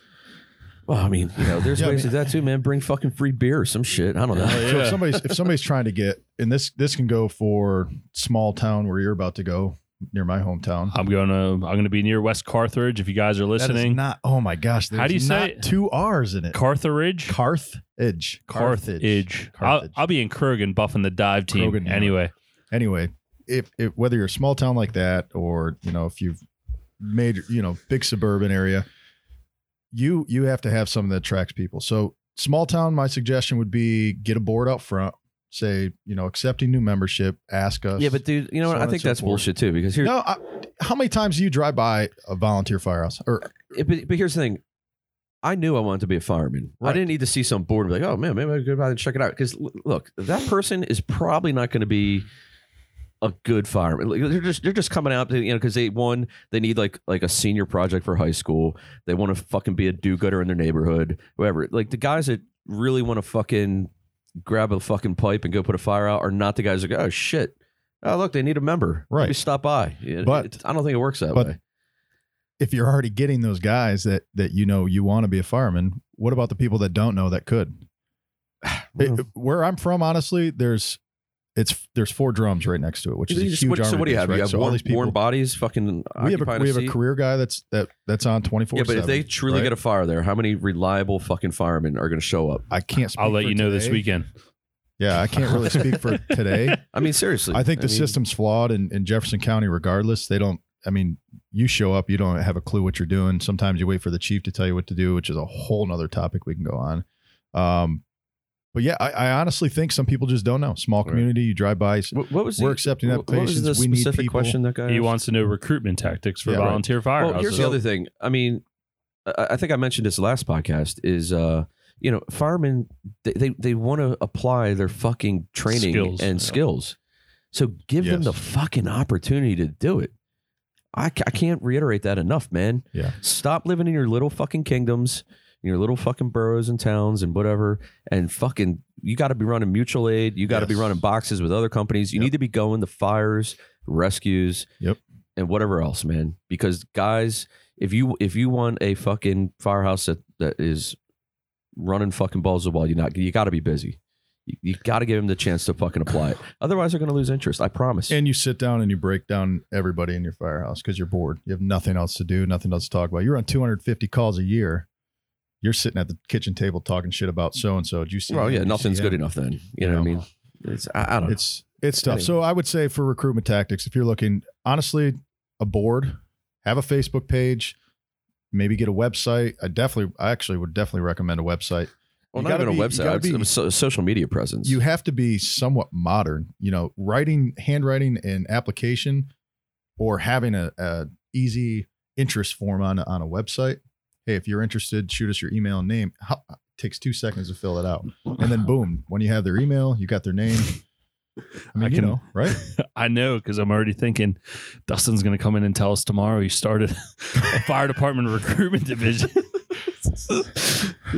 Speaker 3: well, I mean, you know, there's
Speaker 2: Yeah, I
Speaker 3: ways
Speaker 2: mean-
Speaker 3: to that too, man. Bring fucking free beer or some shit. I don't know.
Speaker 1: Yeah.
Speaker 2: So if somebody's if somebody's trying to get and this this can go for small town where you're about to go near my hometown.
Speaker 1: I'm gonna I'm gonna be near West Carthage. If you guys are
Speaker 2: That is
Speaker 1: listening,
Speaker 2: not oh my gosh, there's
Speaker 1: How do you
Speaker 2: not
Speaker 1: say it?
Speaker 2: two R's in it.
Speaker 1: Carthage.
Speaker 2: Carthage.
Speaker 1: Carthage. I'll,
Speaker 2: Carthage.
Speaker 1: I'll be in Kurgan buffing the dive team.
Speaker 2: Krogan, yeah.
Speaker 1: anyway,
Speaker 2: anyway, if, if whether you're a small town like that or you know if you've made you know big suburban area, you you have to have something that attracts people. So small town, my suggestion would be get a board out front, say you know accepting new membership, ask us.
Speaker 3: Yeah, but dude, you know what?
Speaker 2: So
Speaker 3: I
Speaker 2: on
Speaker 3: think
Speaker 2: and so
Speaker 3: that's
Speaker 2: forth.
Speaker 3: bullshit too. Because here,
Speaker 2: no, I, how many times do you drive by a volunteer firehouse or
Speaker 3: Eh, but, but here's the thing. I knew I wanted to be a fireman. I
Speaker 2: Right.
Speaker 3: didn't need to see some board and be like, oh man, maybe I could go out and check it out. Because look, that person is probably not going to be a good fireman. Like, They're just they're just coming out, to, you know, because they one they need like like a senior project for high school. They want to fucking be a do gooder in their neighborhood, whatever. Like the guys that really want to fucking grab a fucking pipe and go put a fire out are not the guys that go, oh shit, oh look, they need a member.
Speaker 2: Right.
Speaker 3: Maybe stop by. Yeah,
Speaker 2: But-
Speaker 3: it- I don't think it works that
Speaker 2: but-
Speaker 3: way.
Speaker 2: if you're already getting those guys that that you know you want to be a fireman, what about the people that don't know that could?
Speaker 3: Hmm.
Speaker 2: It- where I'm from, honestly, there's it's there's four drums right next to it, which is a
Speaker 3: You just-
Speaker 2: huge
Speaker 3: what- so
Speaker 2: army
Speaker 3: what do you
Speaker 2: base,
Speaker 3: have?
Speaker 2: right?
Speaker 3: You have
Speaker 2: so all
Speaker 3: warm,
Speaker 2: these people.
Speaker 3: warm bodies, fucking.
Speaker 2: we have a
Speaker 3: occupying
Speaker 2: we have a
Speaker 3: seat?
Speaker 2: career guy that's that that's on twenty four.
Speaker 3: Yeah, but if they truly get a fire there, how many reliable fucking firemen are going to show up?
Speaker 2: I can't. Speak
Speaker 1: I'll let
Speaker 2: for
Speaker 1: you know this
Speaker 2: today.
Speaker 1: weekend.
Speaker 2: Yeah, I can't really speak for today.
Speaker 3: I mean, seriously.
Speaker 2: I think the
Speaker 3: mean,
Speaker 2: system's flawed in, in Jefferson County. Regardless, they don't. I mean, you show up, you don't have a clue what you're doing. Sometimes you wait for the chief to tell you what to do, which is a whole nother topic we can go on. Um, but yeah, I, I honestly think some people just don't know. Small
Speaker 3: Right.
Speaker 2: community, you drive by, s-
Speaker 3: What, what was
Speaker 2: we're
Speaker 3: the,
Speaker 2: accepting
Speaker 3: what- what was
Speaker 2: applications.
Speaker 3: the
Speaker 2: we need
Speaker 3: specific
Speaker 2: people.
Speaker 3: question that guy?
Speaker 1: He
Speaker 3: asked?
Speaker 1: wants to know recruitment tactics for
Speaker 2: Yeah, right.
Speaker 1: volunteer
Speaker 3: Well,
Speaker 1: firehouses.
Speaker 3: here's the other thing. I mean, I, I think I mentioned this last podcast. Is uh, you know, firemen they they, they want to apply their fucking training
Speaker 1: Skills,
Speaker 3: and
Speaker 1: yeah.
Speaker 3: skills. So give them
Speaker 2: Yes.
Speaker 3: the fucking opportunity to do it. I, ca- I can't reiterate that enough, man.
Speaker 2: Yeah.
Speaker 3: Stop living in your little fucking kingdoms, in your little fucking boroughs and towns and whatever. And fucking, you got to be running mutual aid. You got to be
Speaker 2: Yes.
Speaker 3: running boxes with other companies. You
Speaker 2: Yep.
Speaker 3: need to be going the fires, rescues,
Speaker 2: Yep.
Speaker 3: and whatever else, man. Because guys, if you if you want a fucking firehouse that that is running fucking balls of the wall, you not you got to be busy. You, you got to give them the chance to fucking apply it. Otherwise, they're going to lose interest. I promise.
Speaker 2: And you sit down and you break down everybody in your firehouse because you're bored. You have nothing else to do, nothing else to talk about. You're on 250 calls a year. You're sitting at the kitchen table talking shit about so and so. Do you see?
Speaker 3: well,
Speaker 2: him?
Speaker 3: yeah,
Speaker 2: Did you see
Speaker 3: nothing's
Speaker 2: him?
Speaker 3: good enough then. You know what I mean? It's I, I don't know.
Speaker 2: It's it's tough. So I would say for recruitment tactics, if you're looking honestly, a board, have a Facebook page, maybe get a website. I definitely, I actually would definitely recommend a website.
Speaker 3: Well,
Speaker 2: You
Speaker 3: not
Speaker 2: gotta
Speaker 3: even a
Speaker 2: be- you
Speaker 3: website.
Speaker 2: gotta
Speaker 3: It's
Speaker 2: be-
Speaker 3: a so, social media presence.
Speaker 2: You have to be somewhat modern. You know, writing, handwriting, and application, or having a, a easy interest form on on a website. Hey, if you're interested, shoot us your email and name. How, takes two seconds to fill it out, and then boom, when you have their email, you got their name. I mean,
Speaker 1: I
Speaker 2: you
Speaker 1: can-
Speaker 2: know, right?
Speaker 1: I know because I'm already thinking Dustin's going to come in and tell us tomorrow he started a fire department recruitment division.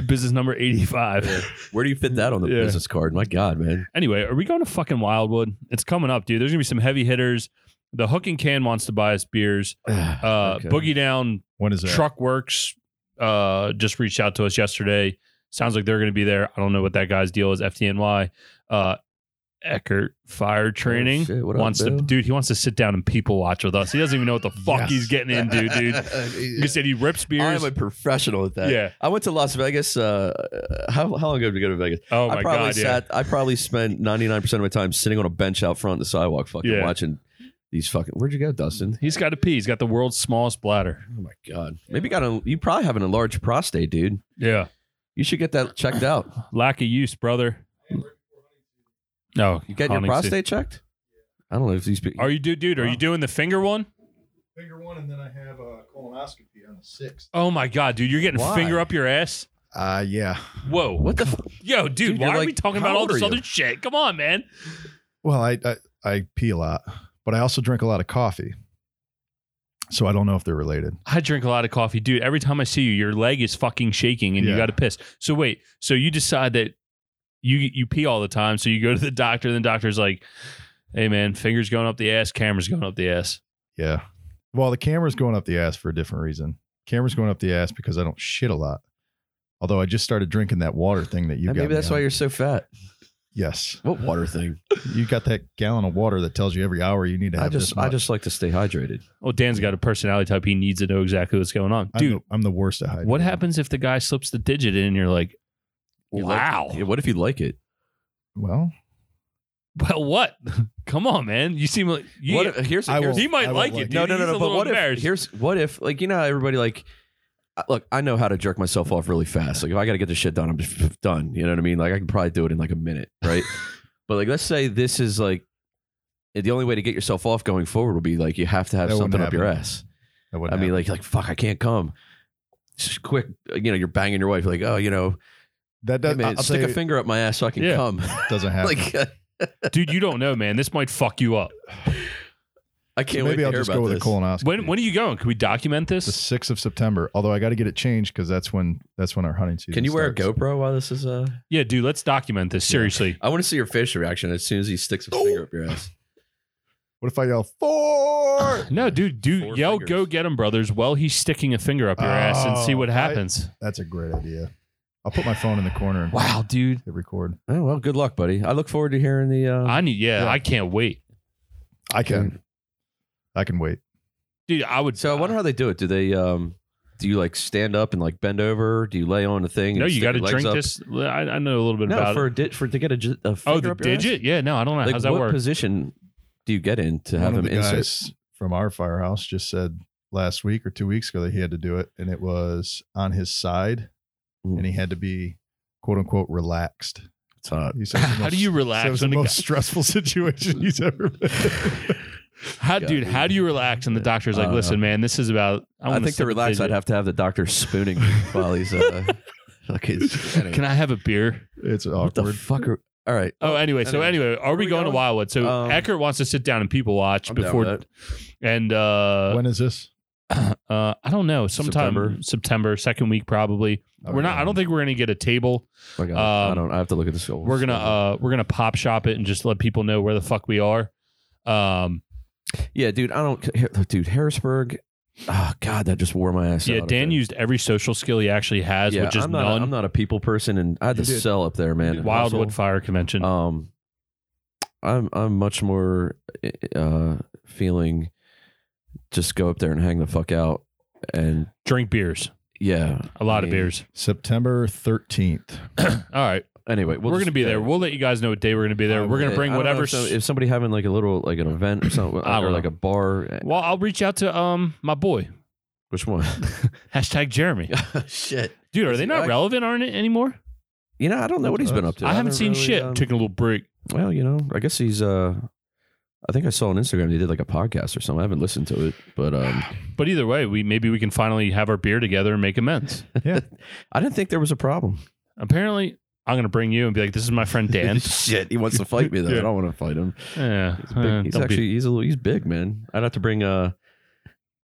Speaker 1: Business number 85.
Speaker 3: Where do you fit that on the
Speaker 1: Yeah.
Speaker 3: business card? My God, man.
Speaker 1: Anyway, are we going to fucking Wildwood? It's coming up, dude. There's going to be some heavy hitters. The Hook and Can wants to buy us beers. Uh,
Speaker 3: Okay.
Speaker 1: Boogie Down
Speaker 2: When is that?
Speaker 1: Truck Works uh, just reached out to us yesterday. Sounds like they're going to be there. I don't know what that guy's deal is. FTNY. Uh, Eckert Fire Training
Speaker 3: Oh, shit. What up,
Speaker 1: wants to,
Speaker 3: Bill?
Speaker 1: dude. He wants to sit down and people watch with us. He doesn't even know what the fuck
Speaker 2: Yes.
Speaker 1: he's getting into, dude. He said he rips beers.
Speaker 3: professional at
Speaker 1: yeah.
Speaker 3: I went to Las Vegas. Uh, uh, how, how long ago did we go to Vegas?
Speaker 1: Oh my
Speaker 3: I probably
Speaker 1: god.
Speaker 3: sat. I probably spent ninety nine percent of my time sitting on a bench out front on the sidewalk, fucking
Speaker 1: Yeah.
Speaker 3: watching these fucking. Where'd you go, Dustin?
Speaker 1: yeah. He's got a pee. He's got the world's smallest bladder.
Speaker 3: Oh my God. Maybe you got a. You probably have an enlarged prostate, dude.
Speaker 1: Yeah.
Speaker 3: You should get that checked out.
Speaker 1: Lack of use, brother. No.
Speaker 3: You getting your
Speaker 1: hunting season.
Speaker 3: prostate checked? I don't know if these. people
Speaker 1: Are you do dude? Are you doing the finger one?
Speaker 2: finger one, and then I have a colonoscopy on the sixth.
Speaker 1: Oh my god, dude! You're getting
Speaker 3: Why?
Speaker 1: finger up your ass.
Speaker 2: Uh yeah.
Speaker 1: Whoa.
Speaker 3: What the? F-
Speaker 1: Yo, dude,
Speaker 3: Dude,
Speaker 1: why
Speaker 3: you're
Speaker 1: are
Speaker 3: like-
Speaker 1: we talking
Speaker 3: how
Speaker 1: about all
Speaker 3: old
Speaker 1: this
Speaker 3: are you?
Speaker 1: other shit? Come on, man.
Speaker 2: Well, I, I I pee a lot, but I also drink a lot of coffee, so I don't know if they're related.
Speaker 1: I drink a lot of coffee, dude. Every time I see you, your leg is fucking shaking and you
Speaker 2: Yeah.
Speaker 1: got to piss. So wait, so you decide that you you pee all the time, so you go to the doctor, and the doctor's like, "Hey, man, fingers going up the ass, cameras going up the ass."
Speaker 2: Yeah. Well, the camera's going up the ass for a different reason. Camera's going up the ass because I don't shit a lot. Although I just started drinking that water thing that you got.
Speaker 3: maybe
Speaker 2: me
Speaker 3: that's
Speaker 2: on.
Speaker 3: why you're so fat.
Speaker 2: Yes,
Speaker 3: What water thing?
Speaker 2: you got that gallon of water that tells you every hour you need to have
Speaker 3: I just
Speaker 2: this
Speaker 3: I
Speaker 2: much.
Speaker 3: just like to stay hydrated.
Speaker 1: Well, Dan's got a personality type. He needs to know exactly what's going on.
Speaker 2: I'm
Speaker 1: Dude,
Speaker 2: the, I'm the worst at hiding.
Speaker 1: what happens if the guy slips the digit in and you're like,
Speaker 3: You
Speaker 1: wow.
Speaker 3: Like, Yeah, what if you like it?
Speaker 2: Well,
Speaker 1: well, what? Come on, man. You seem like you,
Speaker 3: What if, uh, here's
Speaker 2: I
Speaker 3: here's
Speaker 2: won't-
Speaker 1: he might
Speaker 2: I
Speaker 1: like
Speaker 2: won't
Speaker 1: it.
Speaker 2: like
Speaker 1: Dude.
Speaker 3: no, no,
Speaker 1: He's
Speaker 3: no,
Speaker 1: a
Speaker 3: no. But
Speaker 1: little
Speaker 3: what if
Speaker 1: embarrassed.
Speaker 3: here's what if like you know how everybody like I- look I know how to jerk myself off really fast. Like if I got to get this shit done, I'm just done. You know what I mean? Like I can probably do it in like a minute, right? but like let's say this is like eh, the only way to get yourself off going forward will be like you have to have
Speaker 2: That wouldn't
Speaker 3: something up your
Speaker 2: happen.
Speaker 3: ass.
Speaker 2: that
Speaker 3: I mean, like like fuck, I can't come. It's Just quick, uh, you know, you're banging your wife like oh, you know,
Speaker 2: that
Speaker 3: hey,
Speaker 2: does,
Speaker 3: man,
Speaker 2: I'll
Speaker 3: stick
Speaker 2: tell
Speaker 3: a
Speaker 2: you,
Speaker 3: finger up my ass so I can
Speaker 1: Yeah.
Speaker 3: come.
Speaker 2: doesn't happen.
Speaker 3: like
Speaker 1: Dude, you don't know, man. This might fuck you up.
Speaker 3: I can't wait
Speaker 2: maybe
Speaker 3: to
Speaker 2: I'll
Speaker 3: hear
Speaker 2: just
Speaker 3: about
Speaker 2: go with
Speaker 3: this.
Speaker 2: a colonoscopy.
Speaker 1: When when are you going? Can we document
Speaker 2: the
Speaker 1: this?
Speaker 2: sixth of September. Although I got to get it changed because that's when that's when our hunting season.
Speaker 3: Can you wear a
Speaker 2: starts.
Speaker 3: GoPro while this is uh
Speaker 1: Yeah, dude, let's document this. Seriously.
Speaker 3: I want to see your facial reaction as soon as he sticks his finger up your ass.
Speaker 2: What if I yell four?
Speaker 1: No, dude, do
Speaker 3: Four
Speaker 1: yell
Speaker 3: fingers.
Speaker 1: go get him, brothers, while he's sticking a finger up your ass and see
Speaker 2: Oh,
Speaker 1: what
Speaker 2: I-
Speaker 1: happens.
Speaker 2: that's a great idea. I'll put my phone in the corner and
Speaker 1: wow, dude.
Speaker 2: hit record.
Speaker 3: Oh well, good luck, buddy. I look forward to hearing the. Uh,
Speaker 1: I need yeah,
Speaker 2: Yeah.
Speaker 1: I can't wait.
Speaker 2: I can, I can wait.
Speaker 1: Dude, I would
Speaker 3: so I wonder how they do it. Do they? um Do you like stand up and like bend over? Do you lay on a thing?
Speaker 1: No,
Speaker 3: and
Speaker 1: you
Speaker 3: stick
Speaker 1: got to
Speaker 3: your legs
Speaker 1: drink
Speaker 3: up?
Speaker 1: this. I, I know a little bit
Speaker 3: No,
Speaker 1: about
Speaker 3: for
Speaker 1: it.
Speaker 3: a di- for to get a, gi- a finger
Speaker 1: Oh, the
Speaker 3: up your ass?
Speaker 1: digit? Yeah, no, I don't know.
Speaker 3: Like,
Speaker 1: How's that
Speaker 3: what
Speaker 1: work?
Speaker 3: position do you get in to have
Speaker 2: One
Speaker 3: him
Speaker 2: of the
Speaker 3: insert?
Speaker 2: guys from our firehouse just said last week or two weeks ago that he had to do it, and it was on his side,
Speaker 3: Mm.
Speaker 2: and he had to be quote unquote relaxed.
Speaker 3: It's hot.
Speaker 2: He said it was the
Speaker 1: how
Speaker 2: most-
Speaker 1: do you
Speaker 2: said it was
Speaker 1: relax?
Speaker 2: the
Speaker 1: when a
Speaker 2: most
Speaker 1: guy-
Speaker 2: stressful situation he's ever been.
Speaker 1: How, dude, how do you relax? And the doctor's
Speaker 3: I
Speaker 1: like,
Speaker 3: don't
Speaker 1: listen, man, this is about. I,
Speaker 3: Uh, I
Speaker 1: wanna
Speaker 3: think
Speaker 1: slip a
Speaker 3: to relax, I'd
Speaker 1: digit.
Speaker 3: have to have the doctor spooning me while he's. Uh, like he's
Speaker 1: Can I have a beer?
Speaker 2: it's
Speaker 3: what the
Speaker 2: awkward.
Speaker 3: fuck? Are, all right.
Speaker 1: Oh, anyway, so
Speaker 3: anyway.
Speaker 1: anyway, are we,
Speaker 3: we
Speaker 1: going, to
Speaker 3: going?
Speaker 1: Wildwood? So
Speaker 3: Um,
Speaker 1: Eckert wants to sit down and people watch
Speaker 3: I'm down
Speaker 1: before,
Speaker 3: with that.
Speaker 1: and uh,
Speaker 2: when is this?
Speaker 1: uh, I don't know, sometime September,
Speaker 3: September.
Speaker 1: second week probably. we're not. I don't think we're going to get a table.
Speaker 3: Oh, my God. I
Speaker 1: Um,
Speaker 3: don't. I have to look at this. whole
Speaker 1: We're gonna
Speaker 3: schedule.
Speaker 1: uh, we're gonna pop shop it and just let people know where the fuck we are. Um,
Speaker 3: Yeah, dude, I don't. here- Dude, Harrisburg. Oh God, that just wore my ass.
Speaker 1: yeah,
Speaker 3: out up
Speaker 1: Dan
Speaker 3: there.
Speaker 1: used every social skill he actually has,
Speaker 3: Yeah,
Speaker 1: which is
Speaker 3: I'm not. A,
Speaker 1: none.
Speaker 3: I'm not a people person, and I had
Speaker 2: You
Speaker 3: to
Speaker 2: did.
Speaker 3: sell up there, man.
Speaker 2: did.
Speaker 3: And
Speaker 1: Wildwood
Speaker 3: also,
Speaker 1: Fire Convention.
Speaker 3: Um, I'm I'm much more uh feeling just go up there and hang the fuck out, and
Speaker 1: Drink beers,
Speaker 3: yeah,
Speaker 1: a lot
Speaker 3: I
Speaker 1: of
Speaker 3: mean,
Speaker 1: beers.
Speaker 2: September 13th.
Speaker 1: All right,
Speaker 3: Anyway,
Speaker 1: we're
Speaker 3: we'll
Speaker 1: gonna
Speaker 3: just-
Speaker 1: be there.
Speaker 3: yeah.
Speaker 1: We'll let you guys know what day we're gonna be there. we're gonna
Speaker 3: I
Speaker 1: bring
Speaker 3: don't know
Speaker 1: whatever.
Speaker 3: If, some- if somebody having like a little like an event or something,
Speaker 1: I don't
Speaker 3: or like
Speaker 1: know.
Speaker 3: a bar, eh,
Speaker 1: well, I'll reach out to um my boy.
Speaker 3: which one?
Speaker 1: Hashtag Jeremy.
Speaker 3: Shit,
Speaker 1: Dude, are
Speaker 3: Is
Speaker 1: they
Speaker 3: he
Speaker 1: not
Speaker 3: like-
Speaker 1: relevant on it anymore?
Speaker 3: you know I don't know what he's been up to.
Speaker 1: I haven't
Speaker 3: don't
Speaker 1: seen
Speaker 3: really,
Speaker 1: shit.
Speaker 3: um,
Speaker 1: Taking a little break.
Speaker 3: Well, you know, I guess he's uh I think I saw on Instagram they did like a podcast or something. I haven't listened to it, but um
Speaker 1: But either way, we maybe we can finally have our beer together and make amends.
Speaker 3: I didn't think there was a problem.
Speaker 1: Apparently, I'm gonna bring you and be like, "This is my friend Dan."
Speaker 3: shit, he wants to fight me though.
Speaker 1: Yeah.
Speaker 3: I don't want to fight him.
Speaker 1: yeah,
Speaker 3: He's, big.
Speaker 1: uh,
Speaker 3: he's
Speaker 1: don't be-
Speaker 3: actually he's a little he's big, man. I'd have to bring uh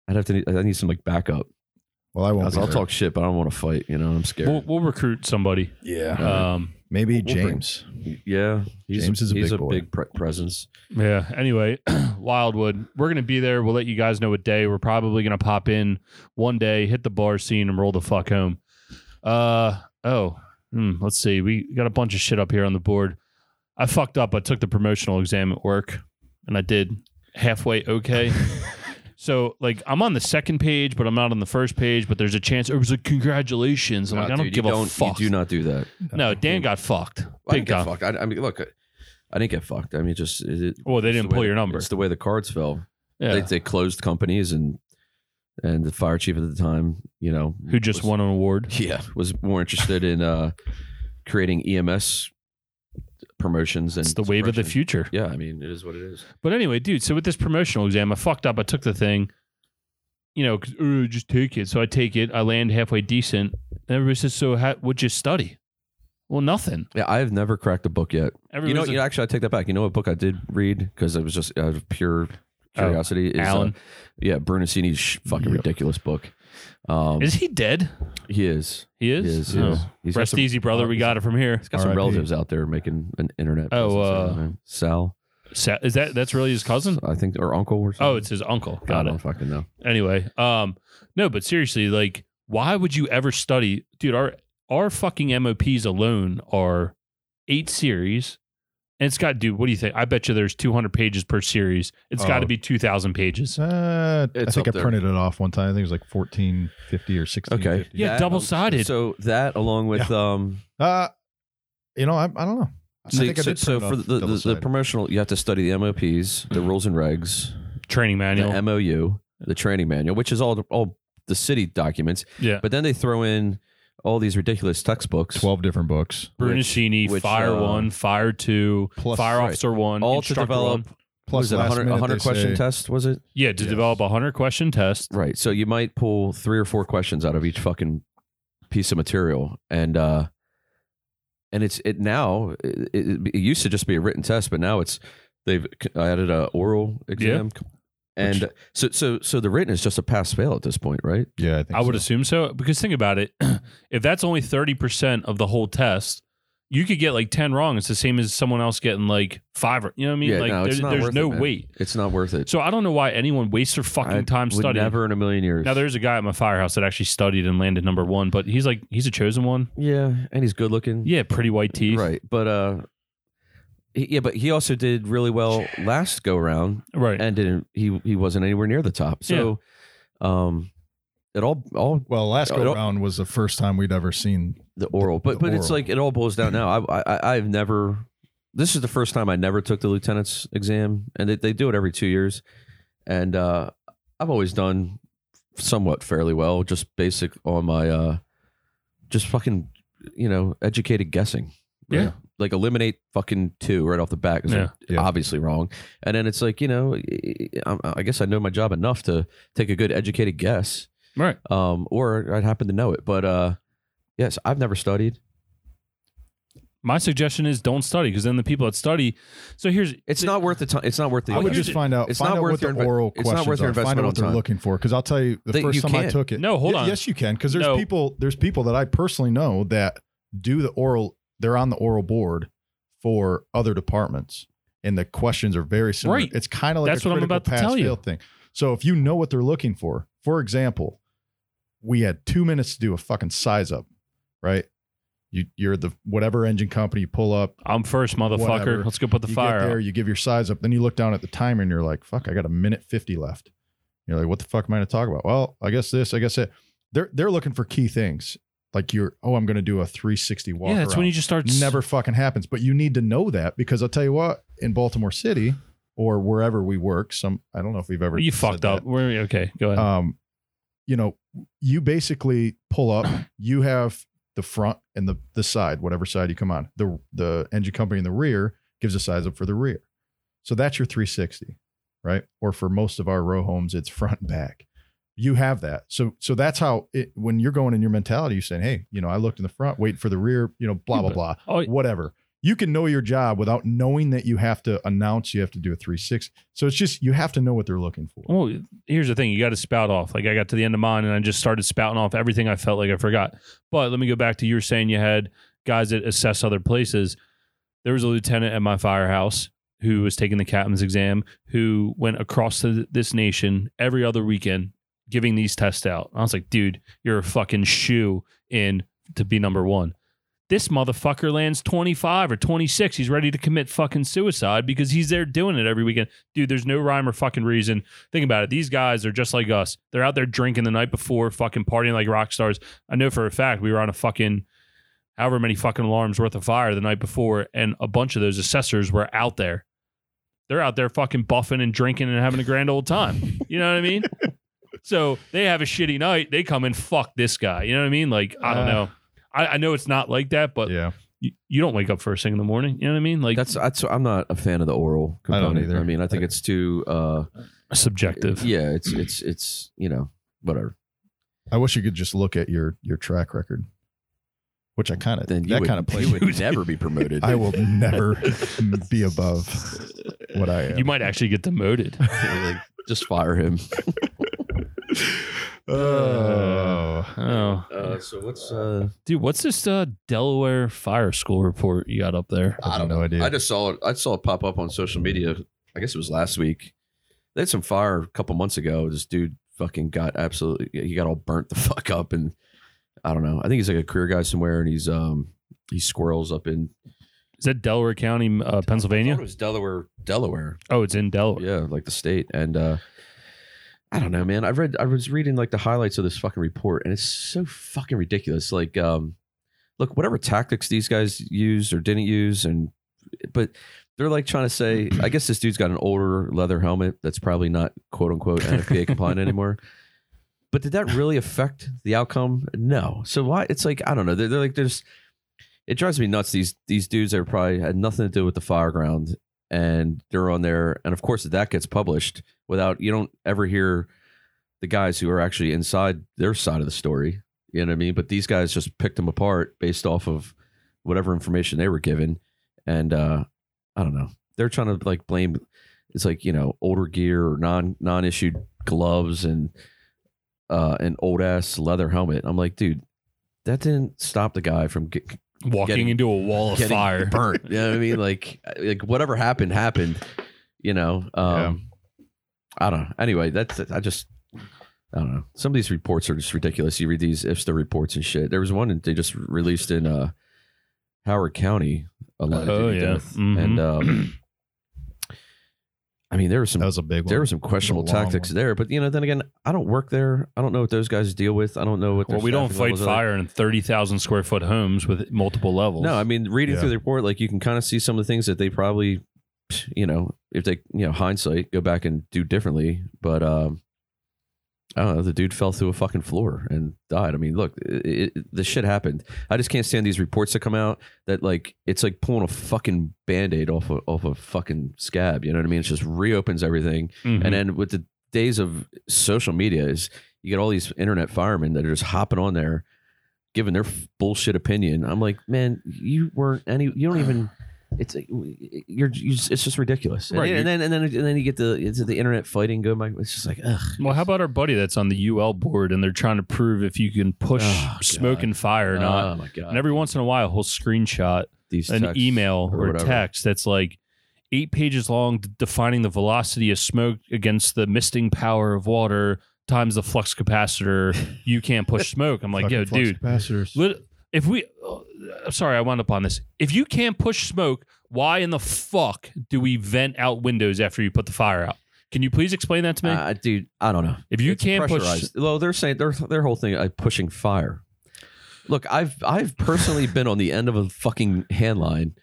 Speaker 3: I'd have to need, I need some like backup.
Speaker 2: Well, I won't.
Speaker 3: I'll,
Speaker 2: be
Speaker 3: I'll
Speaker 2: there.
Speaker 3: talk shit, but I don't want to fight, you know, I'm scared.
Speaker 1: we'll, we'll recruit somebody.
Speaker 2: Yeah.
Speaker 3: Uh-huh.
Speaker 1: Um,
Speaker 2: Maybe
Speaker 3: We'll bring-
Speaker 2: James.
Speaker 3: yeah. He's
Speaker 2: James is a
Speaker 3: he's
Speaker 2: big boy.
Speaker 3: pre- presence.
Speaker 1: yeah. Anyway, Wildwood, we're gonna be there. We'll let you guys know what day. We're probably gonna pop in one day, hit the bar scene, and roll the fuck home. Uh oh. Hmm, let's see. We got a bunch of shit up here on the board. I fucked up. I took the promotional exam at work, and I did halfway okay. So like I'm on the second page, but I'm not on the first page. But there's a chance. It was like congratulations. I'm
Speaker 3: Nah,
Speaker 1: like I don't
Speaker 3: dude,
Speaker 1: give
Speaker 3: you
Speaker 1: a
Speaker 3: don't,
Speaker 1: fuck.
Speaker 3: You do not do that.
Speaker 1: no, Dan got fucked.
Speaker 3: I
Speaker 1: Big
Speaker 3: didn't get
Speaker 1: time.
Speaker 3: fucked. I, I mean, look, I, I didn't get fucked. I mean, just it, it-
Speaker 1: Well, they
Speaker 3: it's the
Speaker 1: didn't
Speaker 3: way
Speaker 1: pull
Speaker 3: the-
Speaker 1: your number.
Speaker 3: It's the way the cards fell.
Speaker 1: Yeah.
Speaker 3: they, they closed companies and and the fire chief at the time you know
Speaker 1: Who just
Speaker 3: was,
Speaker 1: won an award?
Speaker 3: yeah was more interested in uh creating ems promotions and
Speaker 1: It's the wave of the
Speaker 3: suppression.
Speaker 1: future.
Speaker 3: yeah i mean it is what it is
Speaker 1: But anyway, dude, so with this promotional exam, I fucked up. I took the thing, you know, 'cause, "Uh, just take it. So I take it. I land halfway decent. And everybody says, So how, what'd you study? Well, nothing.
Speaker 3: yeah i have never cracked a book yet
Speaker 1: Everybody's
Speaker 3: you know,
Speaker 1: like,
Speaker 3: you know actually i take that back you know what book i did read because it was just out of pure curiosity is uh,
Speaker 1: Oh, Alan.
Speaker 3: yeah brunellesini's sh- fucking
Speaker 2: Yep.
Speaker 3: ridiculous book um
Speaker 1: is he dead?
Speaker 3: he is
Speaker 1: He is?
Speaker 3: he is, he
Speaker 1: Oh.
Speaker 3: is. He's got
Speaker 1: Rest
Speaker 3: some-
Speaker 1: easy, brother. We got it from here.
Speaker 3: he's got some
Speaker 2: R.I.P..
Speaker 3: relatives out there making an internet
Speaker 1: Oh,
Speaker 3: presence,
Speaker 1: uh,
Speaker 3: man. sal
Speaker 1: Sa- is that that's really his cousin?
Speaker 3: I think, or uncle or something.
Speaker 1: Oh, it's his uncle.
Speaker 3: I
Speaker 1: Got
Speaker 3: don't
Speaker 1: it.
Speaker 3: fucking know.
Speaker 1: Anyway, um, no, but seriously, like, why would you ever study, dude? Our our fucking MOPs alone are eight series, and it's got, dude. What do you think? I bet you there's 200 pages per series. It's got to
Speaker 2: Oh.
Speaker 1: be 2,000 pages.
Speaker 2: Uh, I
Speaker 3: It's
Speaker 2: think I
Speaker 3: up there.
Speaker 2: printed it off one time. I think it was like fourteen fifty or sixteen.
Speaker 3: Okay.
Speaker 1: Yeah,
Speaker 3: That-
Speaker 1: double-sided.
Speaker 3: So that along with um
Speaker 2: Uh, you know, I, I don't know.
Speaker 3: so,
Speaker 2: I think I
Speaker 3: so,
Speaker 2: did
Speaker 3: so
Speaker 2: print it
Speaker 3: for
Speaker 2: off
Speaker 3: the, the, the
Speaker 2: double-sided. Mm-hmm.
Speaker 3: promotional you have to study the MOPs, the rules and regs,
Speaker 1: Training manual.
Speaker 3: the MOU, the training manual, which is all all the city documents,
Speaker 1: yeah.
Speaker 3: but then they throw in all these ridiculous textbooks.
Speaker 2: twelve different books,
Speaker 1: Brunelleschi,
Speaker 3: which,
Speaker 1: Fire
Speaker 3: uh,
Speaker 1: One, Fire Two,
Speaker 2: plus
Speaker 1: Fire
Speaker 3: right.
Speaker 1: Officer One,
Speaker 3: all to
Speaker 1: Instructor
Speaker 3: develop
Speaker 1: One.
Speaker 2: plus
Speaker 3: was it a
Speaker 2: last
Speaker 3: 100,
Speaker 2: minute
Speaker 3: 100
Speaker 2: they
Speaker 3: question
Speaker 2: say-
Speaker 3: test was it?
Speaker 1: Yeah, to
Speaker 2: Yes.
Speaker 1: develop a hundred question test.
Speaker 3: Right. So you might pull three or four questions out of each fucking piece of material, and uh, and it's it now. It, it, it used to just be a written test, but now it's they've c- added a oral exam, and
Speaker 1: Which-
Speaker 3: so so so the written is just a pass fail at this point, right?
Speaker 2: Yeah, I think
Speaker 1: I would
Speaker 2: so.
Speaker 1: assume so because think about it. if that's only 30% of the whole test, you could get like 10 wrong. It's the same as someone else getting like five. You know what I mean?
Speaker 3: Yeah,
Speaker 1: like
Speaker 3: no, it's
Speaker 1: there-
Speaker 3: not
Speaker 1: there's
Speaker 3: worth
Speaker 1: no
Speaker 3: it, man.
Speaker 1: weight.
Speaker 3: It's not worth it.
Speaker 1: So I don't know why anyone wastes their fucking
Speaker 3: I
Speaker 1: time
Speaker 3: would
Speaker 1: studying.
Speaker 3: Never in a million years.
Speaker 1: now there's a guy at my firehouse that actually studied and landed number one, but he's like he's a chosen one.
Speaker 3: yeah, and he's good looking.
Speaker 1: Yeah, pretty white teeth.
Speaker 3: right. But uh, he- yeah, but he also did really well last go round.
Speaker 1: Right.
Speaker 3: and didn't he he wasn't anywhere near the top. So um it all all
Speaker 2: Well, last
Speaker 3: Oh,
Speaker 2: go
Speaker 3: it'll-
Speaker 2: round was the first time we'd ever seen.
Speaker 3: the oral. But
Speaker 2: The
Speaker 3: but it's
Speaker 2: oral.
Speaker 3: like it all boils down now. I I I've never this is the first time I never took the lieutenant's exam and they, they do it every 2 years. And uh I've always done somewhat fairly well just basic on my uh just fucking you know educated guessing.
Speaker 1: Yeah.
Speaker 3: Like eliminate fucking two right off the bat 'cause
Speaker 1: Yeah.
Speaker 3: they're
Speaker 2: Yeah.
Speaker 3: obviously wrong. And then it's like, you know, I, I guess I know my job enough to take a good educated guess,
Speaker 1: Right.
Speaker 3: um, or I'd happen to know it. But uh, yes, I've never studied.
Speaker 1: My suggestion is don't study because then the people that study. So here's
Speaker 3: It's not worth the time. It's not worth the.
Speaker 2: I would
Speaker 1: here's
Speaker 2: just
Speaker 1: the-
Speaker 2: find out.
Speaker 3: it's
Speaker 2: find
Speaker 3: not
Speaker 2: out
Speaker 3: worth
Speaker 2: what the
Speaker 3: your inve-
Speaker 2: oral
Speaker 3: it's not
Speaker 2: questions
Speaker 3: worth your
Speaker 2: are. Find out
Speaker 3: investment
Speaker 2: what
Speaker 3: on
Speaker 2: they're
Speaker 3: time.
Speaker 2: looking for. Because I'll tell you, the
Speaker 3: That
Speaker 2: first
Speaker 3: you
Speaker 2: time I
Speaker 3: can't.
Speaker 2: took it.
Speaker 1: No, hold
Speaker 2: Y-
Speaker 1: on.
Speaker 2: Yes, you can. Because there's
Speaker 1: No.
Speaker 2: people. There's people that I personally know that do the oral. They're on the oral board for other departments, and the questions are very similar.
Speaker 1: Right.
Speaker 2: It's kind of like
Speaker 1: That's
Speaker 2: a
Speaker 1: what I'm
Speaker 2: critical
Speaker 1: about to
Speaker 2: pass
Speaker 1: tell you.
Speaker 2: fail thing. So if you know what they're looking for, for example, we had two minutes to do a fucking size up, right? You, you're the whatever engine company. You pull up.
Speaker 1: I'm first, motherfucker.
Speaker 2: Whatever.
Speaker 1: Let's go put the
Speaker 2: you
Speaker 1: fire
Speaker 2: get there,
Speaker 1: out.
Speaker 2: you give your size up, then you look down at the timer and you're like, fuck, I got a minute 50 left. You're like, what the fuck am I gonna talk about? Well, I guess this, I guess that. They're they're looking for key things. Like you're, oh, I'm gonna do a 360 walk.
Speaker 1: Yeah, that's when you just start. s-
Speaker 2: never fucking happens. But you need to know that because I'll tell you what, in Baltimore City or wherever we work, some I don't know if we've ever
Speaker 1: You
Speaker 2: said
Speaker 1: fucked
Speaker 2: that
Speaker 1: up. We're okay. Go ahead.
Speaker 2: um, you know, you basically pull up. You have the front and the the side, whatever side you come on. The the engine company in the rear gives a size up for the rear, so that's your 360, right? Or for most of our row homes, it's front and back. You have that, so so that's how it, when you're going in your mentality, you're saying, hey, you know, I looked in the front, waiting for the rear, you know, blah blah blah,
Speaker 1: oh,
Speaker 2: whatever. You can know your job without knowing that you have to announce you have to do a 360. So it's just you have to know what they're looking for.
Speaker 1: Well, here's the thing: you got to spout off. Like I got to the end of mine, and I just started spouting off everything I felt like I forgot. But let me go back to you were saying you had guys that assess other places. There was a lieutenant at my firehouse who was taking the captain's exam, who went across to th- this nation every other weekend giving these tests out. I was like, dude, you're a fucking shoe in to be number one. This motherfucker lands 25 or 26. He's ready to commit fucking suicide because he's there doing it every weekend. Dude, there's no rhyme or fucking reason think about it. These guys are just like us. They're out there drinking the night before, fucking partying like rock stars. I know for a fact we were on a fucking however many fucking alarms worth of fire the night before, and a bunch of those assessors were out there. They're out there fucking buffing and drinking and having a grand old time. You know what I mean? so they have a shitty night. They come and fuck this guy. You know what I mean? Like, I don't
Speaker 2: Uh.
Speaker 1: know. I, I know it's not like that, but
Speaker 2: yeah.
Speaker 1: you, you don't wake up first thing in the morning. You know what I mean? Like,
Speaker 3: That's that's. I'm not a fan of the oral
Speaker 2: I don't
Speaker 3: component.
Speaker 2: either.
Speaker 3: I mean, I think it's too. Uh,
Speaker 1: subjective.
Speaker 3: yeah, it's it's it's you know whatever.
Speaker 2: I wish you could just look at your your track record, which I kind of
Speaker 3: Then
Speaker 2: that
Speaker 3: you would,
Speaker 2: kind of
Speaker 3: you
Speaker 2: plays.
Speaker 3: would never be promoted.
Speaker 2: I will never be above what I am.
Speaker 1: You might actually get demoted.
Speaker 3: Like, just fire him.
Speaker 2: Oh, Oh,
Speaker 1: Oh,
Speaker 3: Uh, so what's uh,
Speaker 1: dude, what's this uh, Delaware Fire School report you got up there?
Speaker 2: I have no idea.
Speaker 3: I just saw it. I saw it pop up on social media. I guess it was last week. They had some fire a couple months ago. This dude fucking got absolutely. He got all burnt the fuck up, and I don't know. I think he's like a career guy somewhere, and he's um he squirrels up in
Speaker 1: Is that Delaware County, uh,
Speaker 3: I thought
Speaker 1: Pennsylvania?
Speaker 3: It was Delaware, Delaware.
Speaker 1: Oh, it's in Delaware.
Speaker 3: Yeah, like the state. And uh I don't know, man. I read I was reading like the highlights of this fucking report and it's so fucking ridiculous. Like um look, whatever tactics these guys used or didn't use and but they're like trying to say, I guess this dude's got an older leather helmet that's probably not quote unquote NFPA compliant anymore. But did that really affect the outcome? No. So why? It's like I don't know. They're, they're like there's. It drives me nuts. These these dudes that probably had nothing to do with the fire ground, and they're on there. And of course, that gets published without you don't ever hear the guys who are actually inside their side of the story. You know what I mean? But these guys just picked them apart based off of whatever information they were given, and uh, I don't know. They're trying to like blame. It's like you know older gear or non non issued gloves and uh, an old ass leather helmet. I'm like, dude, that didn't stop the guy from get,
Speaker 1: Walking
Speaker 3: Getting-
Speaker 1: into a wall of
Speaker 3: getting
Speaker 1: fire.
Speaker 3: burnt. You know what I mean? Like, like whatever happened happened. You know. Um, I don't know. Anyway, that's I just I don't know. Some of these reports are just ridiculous. You read these IFSTA reports and shit. There was one they just released in uh, Howard County. A lot
Speaker 1: Oh,
Speaker 3: of duty
Speaker 1: yeah.
Speaker 3: death.
Speaker 1: Mhm.
Speaker 3: and um, I mean there were some
Speaker 2: Mm-hmm. that was a big one.
Speaker 3: there were some questionable
Speaker 2: long
Speaker 3: tactics
Speaker 2: one.
Speaker 3: there, but you know, then again, I don't work there. I don't know what those guys deal with. I don't know what. their
Speaker 1: Well, we don't
Speaker 3: staffing
Speaker 1: fight
Speaker 3: levels are.
Speaker 1: fire in 30,000 square foot homes with multiple levels.
Speaker 3: No, I mean, reading
Speaker 2: Yeah.
Speaker 3: through the report, like you can kind of see some of the things that they probably, you know, if they, you know, hindsight, go back and do differently. But um, I don't know. The dude fell through a fucking floor and died. I mean, look, it, it, this shit happened. I just can't stand these reports that come out that like it's like pulling a fucking band-aid off a, off a fucking scab. You know what I mean? It just reopens everything.
Speaker 1: Mhm.
Speaker 3: And then with the days of social media is you get all these internet firemen that are just hopping on there giving their f- bullshit opinion. I'm like, man, you weren't any you don't even it's like, you're you just, it's just ridiculous. And,
Speaker 1: Right,
Speaker 3: and then and then and then you get the it's the internet fighting going back. It's just like ugh.
Speaker 1: Well, how about our buddy that's on the UL board and they're trying to prove if you can push
Speaker 3: Oh,
Speaker 1: smoke
Speaker 3: God.
Speaker 1: and fire or not?
Speaker 3: Oh my god.
Speaker 1: and every once in a while, he'll screenshot
Speaker 3: these
Speaker 1: an
Speaker 3: texts
Speaker 1: email
Speaker 3: or
Speaker 1: or,
Speaker 3: whatever.
Speaker 1: text that's like eight pages long, d- defining the velocity of smoke against the misting power of water times the flux capacitor. You can't push smoke. I'm like,
Speaker 2: Fucking
Speaker 1: yo,
Speaker 2: flux
Speaker 1: dude,
Speaker 2: capacitors.
Speaker 1: lit- if we, oh, I'm sorry, I wound up on this. If you can't push smoke, why in the fuck do we vent out windows after you put the fire out? Can you please explain that to me?
Speaker 3: Uh, dude, I don't know.
Speaker 1: if you
Speaker 3: It's
Speaker 1: can't push,
Speaker 3: pressurized. Well, they're saying their their whole thing uh, pushing fire. Look, I've I've personally been on the end of a fucking hand line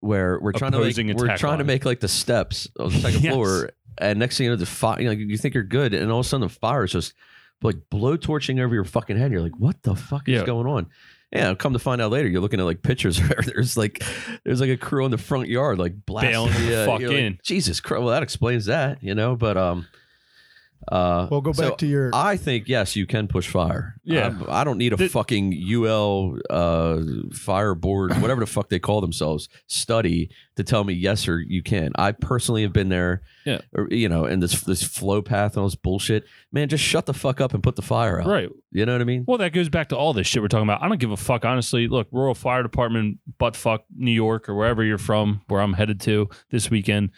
Speaker 3: where we're trying
Speaker 1: Opposing
Speaker 3: to like, we're
Speaker 1: attack
Speaker 3: trying to
Speaker 1: line.
Speaker 3: make like the steps on the second
Speaker 1: Yes.
Speaker 3: floor, and next thing you know, the fire. You, know, you think you're good, and all of a sudden the fire is just like blowtorching over your fucking head. You're like, what the fuck is
Speaker 1: Yeah.
Speaker 3: going on? Yeah, come to find out later, you're looking at like pictures where there's like there's like a crew in the front yard like blasting.
Speaker 1: Bailing the
Speaker 3: yeah,
Speaker 1: fuck
Speaker 3: you're like,
Speaker 1: in.
Speaker 3: Jesus Christ! Well, that explains that, you know. But um, uh,
Speaker 2: well, go back
Speaker 3: so
Speaker 2: to your.
Speaker 3: I think yes, you can push fire.
Speaker 1: Yeah.
Speaker 3: I'm- I don't need a
Speaker 1: The-
Speaker 3: fucking UL uh, fire board, whatever the fuck they call themselves, study to tell me yes or you can. I personally have been there.
Speaker 1: Yeah.
Speaker 3: or, you know, and this this flow path and all this bullshit. Man, just shut the fuck up and put the fire out.
Speaker 1: right?
Speaker 3: You know what I mean?
Speaker 1: Well, that goes back to all this shit we're talking about. I don't give a fuck, honestly. Look, rural fire department, butt fuck New York or wherever you're from, where I'm headed to this weekend.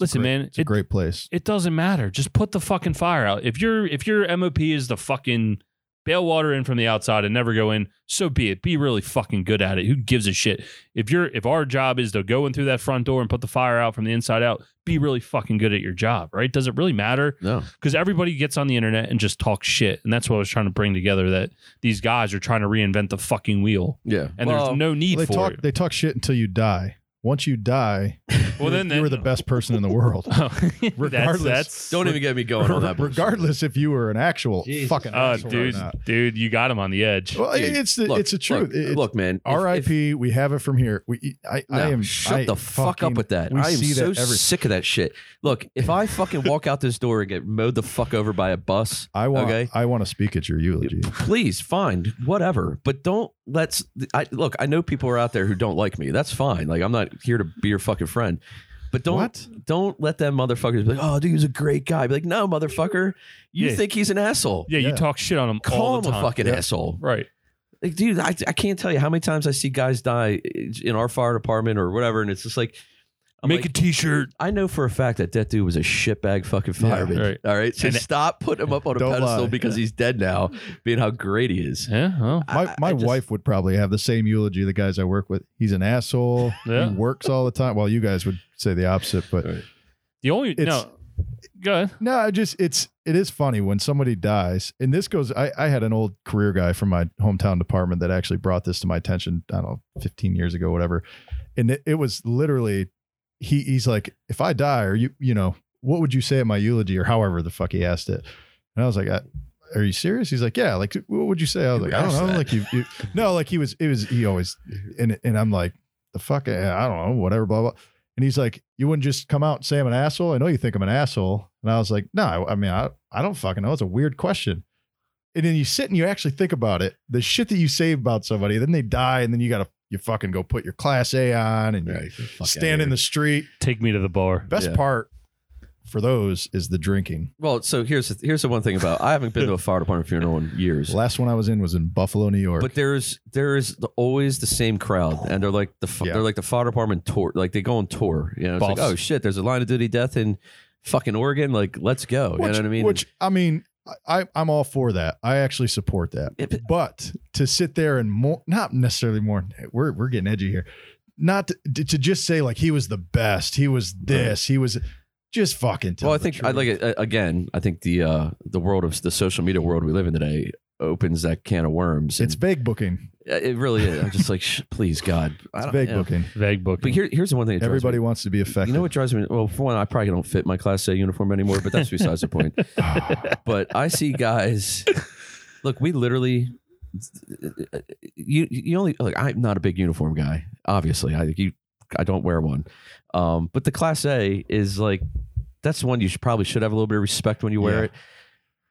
Speaker 1: Listen,
Speaker 2: great-
Speaker 1: man,
Speaker 2: it's a
Speaker 1: it,
Speaker 2: great place.
Speaker 1: it doesn't matter. Just put the fucking fire out. If your if your MOP is the fucking bail water in from the outside and never go in, so be it. Be really fucking good at it. Who gives a shit? If your if our job is to go in through that front door and put the fire out from the inside out, be really fucking good at your job, right? Does it really matter
Speaker 3: No.
Speaker 1: because everybody gets on the internet and just talks shit, and that's what I was trying to bring together. That these guys are trying to reinvent the fucking wheel,
Speaker 3: Yeah.
Speaker 1: and
Speaker 3: Well,
Speaker 1: there's no need
Speaker 2: They
Speaker 1: for
Speaker 2: talk.
Speaker 1: it.
Speaker 2: They talk shit until you die. Once you die,
Speaker 1: Well, then
Speaker 2: you were the best person in the world.
Speaker 1: regardless.
Speaker 2: Regardless.
Speaker 1: Oh, That's,
Speaker 3: Don't even get me going on that. bullshit.
Speaker 2: Regardless if you were an actual
Speaker 3: Jesus.
Speaker 2: fucking
Speaker 1: uh,
Speaker 2: asshole or
Speaker 1: dude,
Speaker 2: not.
Speaker 1: dude, you got him on the edge.
Speaker 2: Well,
Speaker 3: Dude,
Speaker 2: it's the
Speaker 3: look,
Speaker 2: it's the truth.
Speaker 3: Look,
Speaker 2: It- it's-
Speaker 3: look, man. if- if-
Speaker 2: R.I.P. we have it from here. We e, I, I
Speaker 3: No,
Speaker 2: am
Speaker 3: shut
Speaker 2: I
Speaker 3: the fuck up
Speaker 2: fucking-
Speaker 3: with that.
Speaker 2: we
Speaker 3: I am
Speaker 2: see
Speaker 3: so
Speaker 2: that every-
Speaker 3: sick of that shit. Look, if I fucking walk out this door and get mowed the fuck over by a bus,
Speaker 2: I want
Speaker 3: Okay.
Speaker 2: I want to speak at your eulogy.
Speaker 3: please, fine, whatever. But don't let's. I look. I know people are out there who don't like me. That's fine. Like I'm not here to be your fucking friend. But don't
Speaker 2: What?
Speaker 3: don't let them motherfuckers be like, oh, dude, he's a great guy. Be like, no, motherfucker, you
Speaker 1: Yeah.
Speaker 3: think he's an asshole?
Speaker 1: Yeah,
Speaker 2: Yeah.
Speaker 1: you talk shit on him.
Speaker 3: Call
Speaker 1: all
Speaker 3: him
Speaker 1: the
Speaker 3: a
Speaker 1: time.
Speaker 3: fucking
Speaker 1: Yeah.
Speaker 3: asshole.
Speaker 1: Right.
Speaker 3: Like, dude, I, I can't tell you how many times I see guys die in our fire department or whatever, and it's just like, I'm
Speaker 1: Make
Speaker 3: like,
Speaker 1: a T-shirt.
Speaker 3: I know for a fact that that dude was a shitbag fucking fireman.
Speaker 1: right.
Speaker 3: All right, so
Speaker 1: And-
Speaker 3: stop putting him up on a
Speaker 2: Don't
Speaker 3: pedestal
Speaker 2: lie.
Speaker 3: because he's dead now, being how great he is.
Speaker 1: Yeah. Well,
Speaker 3: I-
Speaker 2: My, my
Speaker 3: I just-
Speaker 2: wife would probably have the same eulogy the guys I work with. He's an asshole.
Speaker 1: Yeah.
Speaker 2: He works all the time. Well, you guys would say the opposite, but
Speaker 1: the only
Speaker 2: It's-
Speaker 1: no. Go ahead.
Speaker 2: No, I just it's it is funny when somebody dies, and this goes. I, I had an old career guy from my hometown department that actually brought this to my attention. I don't know, fifteen years ago, whatever. And it, it was literally he he's like, if I die, or you you know, what would you say at my eulogy, or however the fuck he asked it. And I was like, I, are you serious? He's like, yeah. Like, what would you say? I was
Speaker 3: You
Speaker 2: like, I don't
Speaker 3: asked
Speaker 2: know.
Speaker 3: that.
Speaker 2: Like you, you, no, like he was. It was he always, and and I'm like, the fuck, eh, I don't know, whatever, blah blah. And he's like, "You wouldn't just come out and say I'm an asshole." I know you think I'm an asshole. And I was like, "No, I, I mean, I, I don't fucking know. It's a weird question." And then you sit and you actually think about it. The shit that you say about somebody, then they die, and then you gotta you fucking go put your class A on and you stand in the street.
Speaker 1: Take me to the bar.
Speaker 2: Best
Speaker 3: Yeah.
Speaker 2: part for those is the drinking.
Speaker 3: Well, so here's the, here's the one thing about I haven't been to a fire department funeral in years.
Speaker 2: The last one I was in was in Buffalo, New York.
Speaker 3: But there's there's the, always the same crowd, and they're like the f
Speaker 2: Yeah.
Speaker 3: they're like the fire department tour, like they go on tour. You know, it's like
Speaker 1: Buffs.
Speaker 3: oh shit, there's a line of duty death in fucking Oregon. Like let's go. you know what I mean?
Speaker 2: Which I mean, I I'm all for that. I actually support that.
Speaker 3: Yeah, but-
Speaker 2: but to sit there and more, not necessarily more. We're we're getting edgy here. Not to, to just say like he was the best. He was this. He was just fucking. Tell
Speaker 3: well, I
Speaker 2: the
Speaker 3: think
Speaker 2: truth.
Speaker 3: I like uh, again. I think the uh, the world of the social media world we live in today opens that can of worms.
Speaker 2: It's
Speaker 3: and-
Speaker 2: vague booking.
Speaker 3: Uh, it really is. I'm just like, sh- please God, I
Speaker 2: It's
Speaker 3: don't-
Speaker 2: vague
Speaker 3: yeah.
Speaker 2: booking.
Speaker 1: Vague book.
Speaker 3: But here, here's the one thing. that drives
Speaker 2: Everybody
Speaker 3: me-
Speaker 2: wants to be affected.
Speaker 3: You know what drives me? Well, for one, I probably don't fit my class A uniform anymore, but that's besides the point. but I see guys. Look, we literally. You you only look. I'm not a big uniform guy. Obviously, I you I don't wear one. Um, but the class A is like that's the one you should probably should have a little bit of respect when you wear
Speaker 2: Yeah.
Speaker 3: it.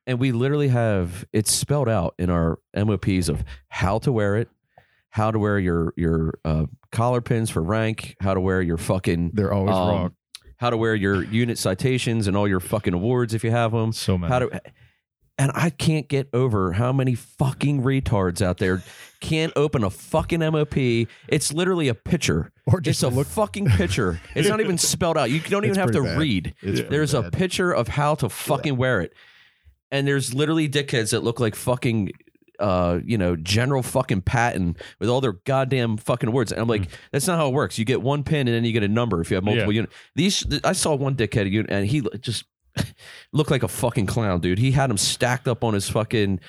Speaker 3: And we literally have it's spelled out in our MOPs of how to wear it, how to wear your your uh, collar pins for rank, how to wear your fucking
Speaker 2: They're always
Speaker 3: um,
Speaker 2: wrong.
Speaker 3: How to wear your unit citations and all your fucking awards if you have them.
Speaker 2: So many.
Speaker 3: How to and I can't get over how many fucking retards out there can't open a fucking MOP. It's literally a picture.
Speaker 2: or just
Speaker 3: it's a
Speaker 2: to look.
Speaker 3: fucking picture. It's not even spelled out. You don't even
Speaker 2: It's
Speaker 3: have to
Speaker 2: pretty bad.
Speaker 3: read.
Speaker 2: It's pretty
Speaker 3: There's a
Speaker 2: bad.
Speaker 3: picture of how to fucking wear it. And there's literally dickheads that look like fucking uh, you know, General fucking Patton with all their goddamn fucking words. And I'm like, that's not how it works. You get one pin and then you get a number if you have multiple
Speaker 1: Yeah.
Speaker 3: units. These th- I saw one dickhead unit and he just looked like a fucking clown, dude. He had them stacked up on his fucking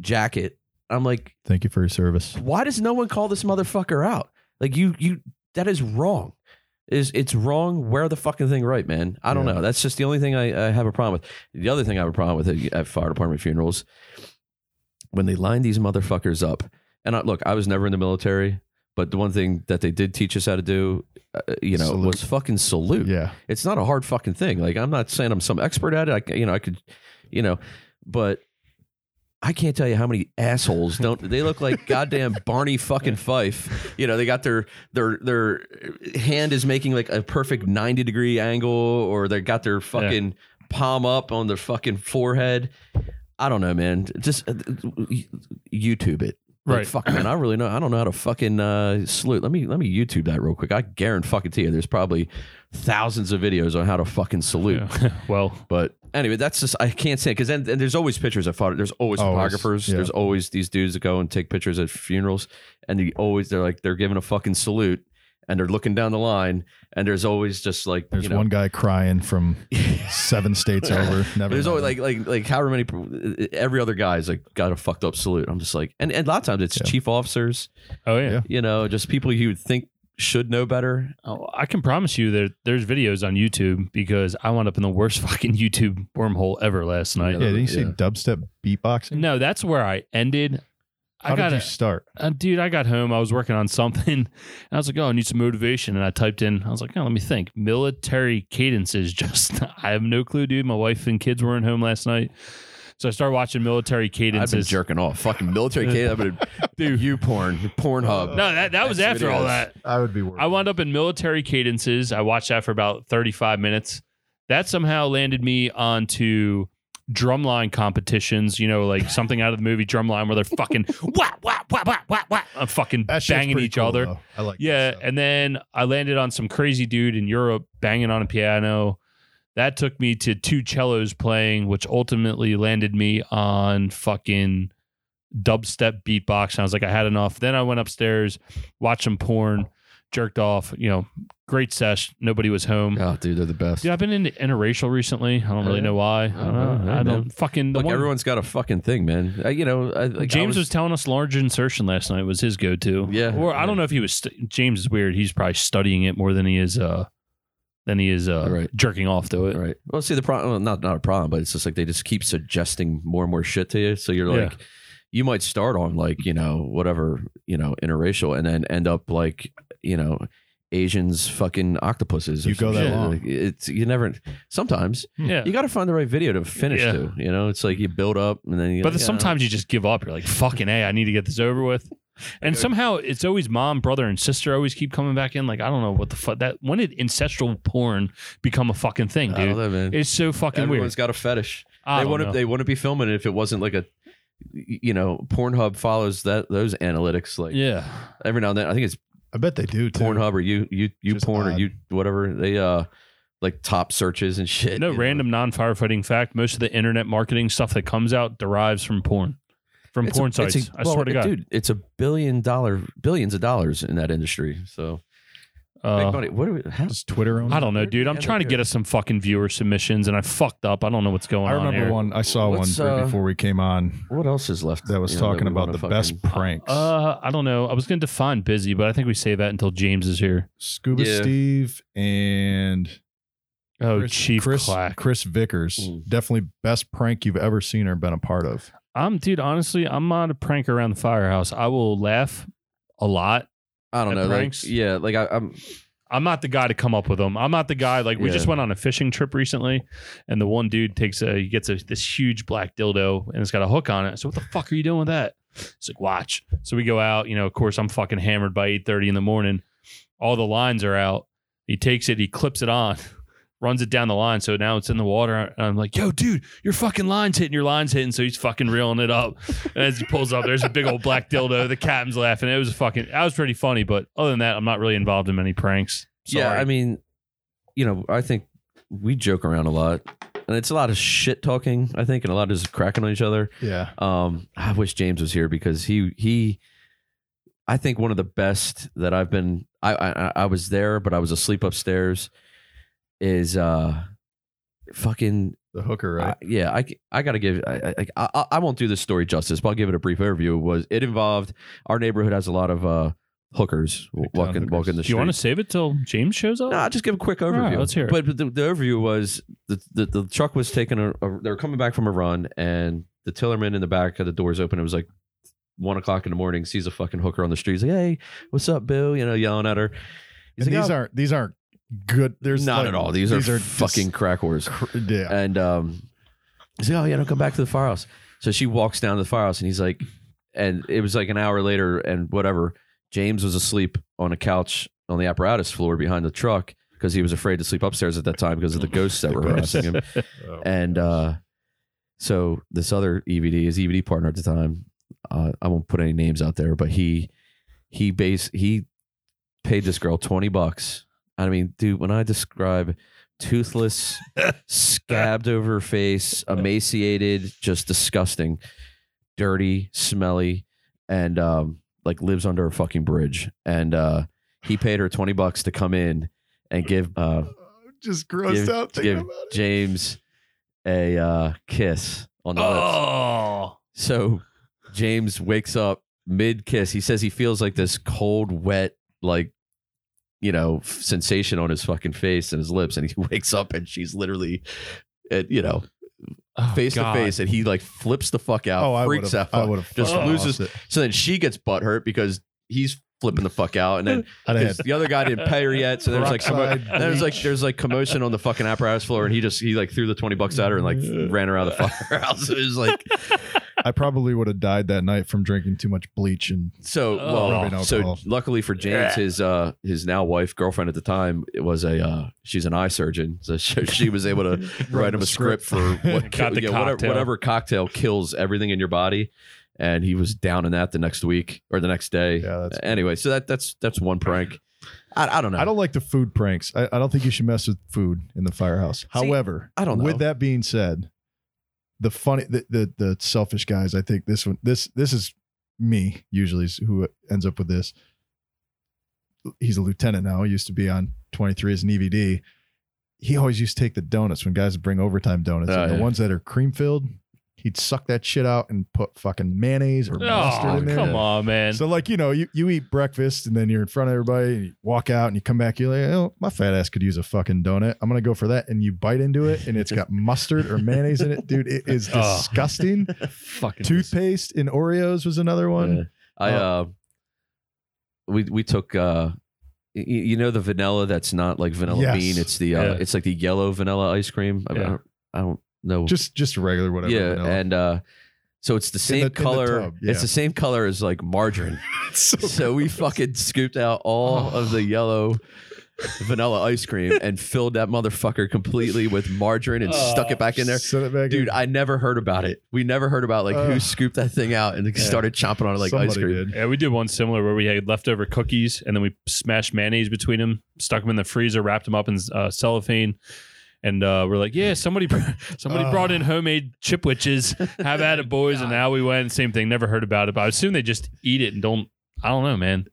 Speaker 3: jacket. I'm like,
Speaker 2: Thank you for your service.
Speaker 3: why does no one call this motherfucker out? Like you you that is wrong. Is it's wrong. Wear the fucking thing right, man. I don't
Speaker 2: Yeah.
Speaker 3: know. That's just the only thing I, I have a problem with. The other thing I have a problem with at, at fire department funerals when they line these motherfuckers up. And I, look, I was never in the military, but the one thing that they did teach us how to do, uh, you know,
Speaker 2: Salute.
Speaker 3: was fucking salute
Speaker 2: Yeah.
Speaker 3: it's not a hard fucking thing. Like I'm not saying I'm some expert at it. I c- you know I could, you know, but I can't tell you how many assholes don't. They look like goddamn Barney fucking Fife. You know they got their their their hand is making like a perfect ninety degree angle, or they got their fucking palm up on their fucking forehead. I don't know, man. Just uh, YouTube it. Like,
Speaker 1: Right.
Speaker 3: fuck, man. I really know. I don't know how to fucking uh, salute. Let me let me YouTube that real quick. I guarantee fucking to you, there's probably thousands of videos on how to fucking salute.
Speaker 1: Yeah. well,
Speaker 3: But anyway, that's just I can't say because then and there's always pictures at photo. There's always,
Speaker 2: Always,
Speaker 3: photographers.
Speaker 2: yeah.
Speaker 3: There's always these dudes that go and take pictures at funerals, and they always they're like they're giving a fucking salute, and they're looking down the line, and there's always just like
Speaker 2: There's
Speaker 3: you know,
Speaker 2: one guy crying from seven states over. Never.
Speaker 3: there's always
Speaker 2: mind.
Speaker 3: like like like however many uh, every other guy's like got a fucked up salute. I'm just like, and, and a lot of times it's
Speaker 2: Yeah.
Speaker 3: chief officers,
Speaker 1: oh yeah.
Speaker 2: Yeah.
Speaker 3: you know, just people you would think should know better.
Speaker 1: Oh, I can promise you that there's videos on YouTube because I wound up in the worst fucking YouTube wormhole ever last night.
Speaker 2: Yeah. Did you see
Speaker 3: Yeah.
Speaker 2: dubstep beatboxing?
Speaker 1: No, that's where I ended.
Speaker 2: How
Speaker 1: I got
Speaker 2: did you
Speaker 1: a,
Speaker 2: start?
Speaker 1: uh, dude. I got home. I was working on something, and I was like, "Oh, I need some motivation." And I typed in. I was like, "Oh, let me think." Military cadences. Just I have no clue, dude. My wife and kids weren't home last night, So I started watching military
Speaker 3: I've been
Speaker 1: cadences.
Speaker 3: jerking off. Fucking military kid. I've been dude. You porn, Pornhub.
Speaker 1: No, that, that was
Speaker 3: That's
Speaker 1: after all
Speaker 3: videos.
Speaker 1: that.
Speaker 2: I would be worried.
Speaker 1: I wound up in military cadences. I watched that for about 35 minutes. That somehow landed me onto drumline competitions, you know, like something out of the movie Drumline where they're fucking wah, wah, wah, wah, wah, wah, uh, fucking
Speaker 2: That shit's
Speaker 1: banging
Speaker 2: pretty
Speaker 1: each
Speaker 2: cool,
Speaker 1: other.
Speaker 2: though. I like. that
Speaker 1: Yeah,
Speaker 2: stuff.
Speaker 1: and then I landed on some crazy dude in Europe banging on a piano. That took me to two cellos playing, which ultimately landed me on fucking dubstep beatbox. And I was like, I had enough. Then I went upstairs, watched some porn, jerked off. You know, great sesh. Nobody was home.
Speaker 3: Oh, dude, they're the best.
Speaker 1: Dude, I've been into interracial recently. I don't
Speaker 3: Oh,
Speaker 1: really
Speaker 3: yeah?
Speaker 1: know why. I don't,
Speaker 3: Oh,
Speaker 1: know.
Speaker 3: yeah,
Speaker 1: I
Speaker 3: man.
Speaker 1: don't fucking. The
Speaker 3: Look,
Speaker 1: one,
Speaker 3: everyone's got a fucking thing, man. I, you know, I, like, I
Speaker 1: James was, telling us large insertion last night was his go-to.
Speaker 3: Yeah.
Speaker 1: or I don't know if he was. St- James is weird. He's probably studying it more than he is. uh Than he is uh
Speaker 3: Right.
Speaker 1: jerking off to it.
Speaker 3: Right. Well, see, the problem, well, not not a problem, but it's just like they just keep suggesting more and more shit to you. So you're
Speaker 1: Yeah.
Speaker 3: like, you might start on like you know whatever you know interracial, and then end up like you know Asians fucking octopuses. or
Speaker 2: You go
Speaker 3: some
Speaker 2: that
Speaker 3: shit.
Speaker 2: long.
Speaker 3: Like, it's you never. Sometimes
Speaker 1: Yeah,
Speaker 3: you got to find the right video to finish
Speaker 1: Yeah.
Speaker 3: to. You know, it's like you build up and then you.
Speaker 1: but
Speaker 3: uh,
Speaker 1: sometimes you just give up. You're like, fucking a, I need to get this over with. And somehow it's always mom, brother, and sister always keep coming back in. Like I don't know what the fuck that. When did ancestral porn become a fucking thing,
Speaker 3: I don't
Speaker 1: dude?
Speaker 3: know, man.
Speaker 1: It's so fucking
Speaker 3: Everyone's
Speaker 1: weird.
Speaker 3: got a fetish.
Speaker 1: I
Speaker 3: they
Speaker 1: don't
Speaker 3: wouldn't
Speaker 1: know.
Speaker 3: they wouldn't be filming it if it wasn't like a you know Pornhub follows that those analytics like
Speaker 1: yeah,
Speaker 3: every now and then I think it's
Speaker 2: I bet they do. Too.
Speaker 3: Pornhub or you you you
Speaker 2: Just
Speaker 3: porn or
Speaker 2: odd.
Speaker 3: you whatever they uh like top searches and shit
Speaker 1: no
Speaker 3: you know?
Speaker 1: random non-firefighting fact. Most of the internet marketing stuff that comes out derives from porn, from
Speaker 3: It's a-
Speaker 1: porn
Speaker 3: it's
Speaker 1: sites.
Speaker 3: a-
Speaker 1: I
Speaker 3: well,
Speaker 1: swear to God.
Speaker 3: dude it's a billion dollar billions of dollars in that industry so
Speaker 1: Uh,
Speaker 3: big money what do we how,
Speaker 2: Does Twitter own?
Speaker 1: I don't know,
Speaker 3: Where'd
Speaker 1: dude.
Speaker 3: we
Speaker 1: I'm
Speaker 3: end
Speaker 1: trying
Speaker 3: up
Speaker 1: to get
Speaker 3: here?
Speaker 1: us some fucking viewer submissions, and I fucked up. I don't know what's going
Speaker 2: I
Speaker 1: on.
Speaker 2: remember
Speaker 1: here.
Speaker 2: one. I saw one
Speaker 3: What's,
Speaker 2: right
Speaker 3: uh,
Speaker 2: before we came on
Speaker 3: what else is left
Speaker 2: that was
Speaker 3: you know,
Speaker 2: talking
Speaker 3: we
Speaker 2: about
Speaker 3: wanna
Speaker 2: the
Speaker 3: fucking-
Speaker 2: best pranks.
Speaker 1: Uh, I don't know. I was going to define busy, but I think we save that until James is here.
Speaker 2: Scuba
Speaker 3: yeah.
Speaker 2: Steve and
Speaker 1: Oh,
Speaker 2: Chris,
Speaker 1: Chief
Speaker 2: Chris,
Speaker 1: Clack.
Speaker 2: Chris Vickers.
Speaker 3: Mm.
Speaker 2: Definitely best prank you've ever seen or been a part of.
Speaker 1: I'm, dude. Honestly, I'm not a prank around the firehouse. I will laugh a lot.
Speaker 3: I don't
Speaker 1: At
Speaker 3: know like,
Speaker 1: pranks?
Speaker 3: yeah like I, I'm
Speaker 1: I'm not the guy to come up with them. I'm not the guy. Like we
Speaker 3: Yeah.
Speaker 1: just went on a fishing trip recently, and the one dude takes a he gets a, this huge black dildo and it's got a hook on it. So what the fuck are you doing with that? It's like watch. So we go out. You know, of course I'm fucking hammered by 8:30 in the morning. All the lines are out. He takes it. He clips it on. Runs it down the line, so now it's in the water. And I'm like, "Yo, dude, your fucking line's hitting, your line's hitting." So he's fucking reeling it up, and as he pulls up, there's a big old black dildo. The captain's laughing. It was fucking. That was pretty funny, but other than that, I'm not really involved in many pranks.
Speaker 3: Yeah,
Speaker 1: Sorry.
Speaker 3: I mean, you know, I think we joke around a lot, and it's a lot of shit talking. I think, and a lot of just cracking on each other.
Speaker 2: Yeah.
Speaker 3: Um, I wish James was here because he he, I think one of the best that I've been. I I, I was there, but I was asleep upstairs. Is uh, fucking
Speaker 2: The hooker,
Speaker 3: I-
Speaker 2: right?
Speaker 3: yeah, I, I got to give. I, I- I, I I won't do this story justice, but I'll give it a brief overview. Was it involved our neighborhood has a lot of uh hookers
Speaker 2: Big time
Speaker 3: walking walking
Speaker 2: hookers.
Speaker 3: the
Speaker 1: Do you
Speaker 3: street.
Speaker 1: want to save it till James shows up?
Speaker 3: No, I'll just give a quick
Speaker 1: right,
Speaker 3: overview.
Speaker 1: let's hear it.
Speaker 3: But, but the, the overview was the, the, the truck was taking a, a- they were coming back from a run, and the tillerman in the back had the doors open. It was like one o'clock in the morning. Sees a fucking hooker on the street. He's like, "Hey, what's up, Bill?" You know, yelling at her. He's
Speaker 2: and
Speaker 3: like,
Speaker 2: these
Speaker 3: "Oh,
Speaker 2: aren't these aren't good. There's
Speaker 3: not
Speaker 2: like-
Speaker 3: at all. These, are,
Speaker 2: just
Speaker 3: fucking crack whores."
Speaker 2: cr- yeah.
Speaker 3: And um, he's like, "Oh yeah, don't come back to the firehouse." So she walks down to the firehouse, and he's like, and it was like an hour later, and whatever. James was asleep on a couch on the apparatus floor behind the truck because he was afraid to sleep upstairs at that time because of the ghosts that were harassing him. And uh, so this other EVD, his EVD partner at the time, uh, I won't put any names out there, but he he base he paid this girl twenty bucks. I mean, dude, when I describe toothless, scabbed over face, emaciated, just disgusting, dirty, smelly, and um, like lives under a fucking bridge. And uh, he paid her twenty bucks to come in and give uh,
Speaker 2: just grossed
Speaker 3: give-
Speaker 2: out thinking
Speaker 3: give
Speaker 2: about it.
Speaker 3: James a uh, kiss on the lips.
Speaker 1: oh,
Speaker 3: So James wakes up mid kiss. He says he feels like this cold, wet, like you know, f- sensation on his fucking face and his lips, and he wakes up and she's literally, at, you know,
Speaker 1: Oh,
Speaker 3: face
Speaker 1: God.
Speaker 3: to face, and he like flips the fuck out,
Speaker 2: oh, I would
Speaker 3: freaks
Speaker 2: have.
Speaker 3: out,
Speaker 2: I would have
Speaker 3: just
Speaker 1: fucking
Speaker 3: loses.
Speaker 2: it.
Speaker 3: So then she gets butthurt because he's flipping the fuck out. And then
Speaker 2: I'd have
Speaker 3: 'cause
Speaker 2: had
Speaker 3: the other guy didn't pay her yet, so there was like commo-
Speaker 2: Peroxide
Speaker 3: there was like there's like commotion on the fucking apparatus floor, and he just he like threw the twenty bucks at her and like ran her out of the firehouse. It was like
Speaker 2: I probably would have died that night from drinking too much bleach and
Speaker 3: so
Speaker 1: Oh.
Speaker 2: Rubbing
Speaker 3: well. So
Speaker 2: alcohol.
Speaker 3: luckily for James, his uh his now wife girlfriend at the time it was a uh, she's an eye surgeon, so she, she was able to write him a script for what
Speaker 1: Got the
Speaker 3: yeah, whatever,
Speaker 1: cocktail.
Speaker 3: whatever cocktail kills everything in your body. And he was down in that the next week or the next day.
Speaker 2: Yeah, that's-
Speaker 3: anyway, so that that's that's one prank. I, I don't know.
Speaker 2: I don't like the food pranks. I, I don't think you should mess with food in the firehouse. However,
Speaker 3: I don't know.
Speaker 2: With that being said, the funny, the, the the selfish guys. I think this one, this this is me usually is who ends up with this. He's a lieutenant now. He used to be on twenty three as an EVD. He always used to take the donuts when guys would bring overtime donuts.
Speaker 3: Oh,
Speaker 2: and the
Speaker 3: yeah.
Speaker 2: ones that are cream filled, he'd suck that shit out and put fucking mayonnaise or mustard in
Speaker 1: Oh,
Speaker 2: there.
Speaker 1: come on, man.
Speaker 2: So like you know you, you eat breakfast and then you're in front of everybody and you walk out and you come back you're like oh my fat ass could use a fucking donut I'm gonna go for that and you bite into it and it's got mustard or mayonnaise in it dude it is
Speaker 1: Oh.
Speaker 2: disgusting
Speaker 1: Fucking
Speaker 2: toothpaste in Oreos was another one
Speaker 3: Yeah. I uh, we we took uh, y- y- you know the vanilla that's not like vanilla
Speaker 2: Yes.
Speaker 3: bean. It's the uh,
Speaker 1: Yeah.
Speaker 3: it's like the yellow vanilla ice cream. I, mean, I,
Speaker 1: Yeah.
Speaker 3: don't, I don't know.
Speaker 2: just just regular whatever
Speaker 3: yeah,
Speaker 2: vanilla.
Speaker 3: and uh, so it's the same
Speaker 2: the- in the
Speaker 3: color.
Speaker 2: tub, yeah.
Speaker 3: It's the same color as like margarine.
Speaker 2: so,
Speaker 3: so we fucking scooped out all
Speaker 2: Oh.
Speaker 3: of the yellow. Vanilla ice cream and filled that motherfucker completely with margarine and stuck
Speaker 2: Oh,
Speaker 3: it back in there.
Speaker 2: Send it back
Speaker 3: Dude,
Speaker 2: in.
Speaker 3: I never heard about it. We never heard about like
Speaker 2: Ugh.
Speaker 3: who scooped that thing out and started chomping on it like ice
Speaker 2: Somebody
Speaker 3: cream.
Speaker 2: did.
Speaker 1: Yeah, we did one similar where we had leftover cookies and then we smashed mayonnaise between them, stuck them in the freezer, wrapped them up in uh, cellophane. And uh, we're like, yeah, somebody somebody
Speaker 2: Oh.
Speaker 1: brought in homemade chipwiches. Have at it, boys. and now we went. Same thing. Never heard about it. But I assume they just eat it and don't. I don't know, man.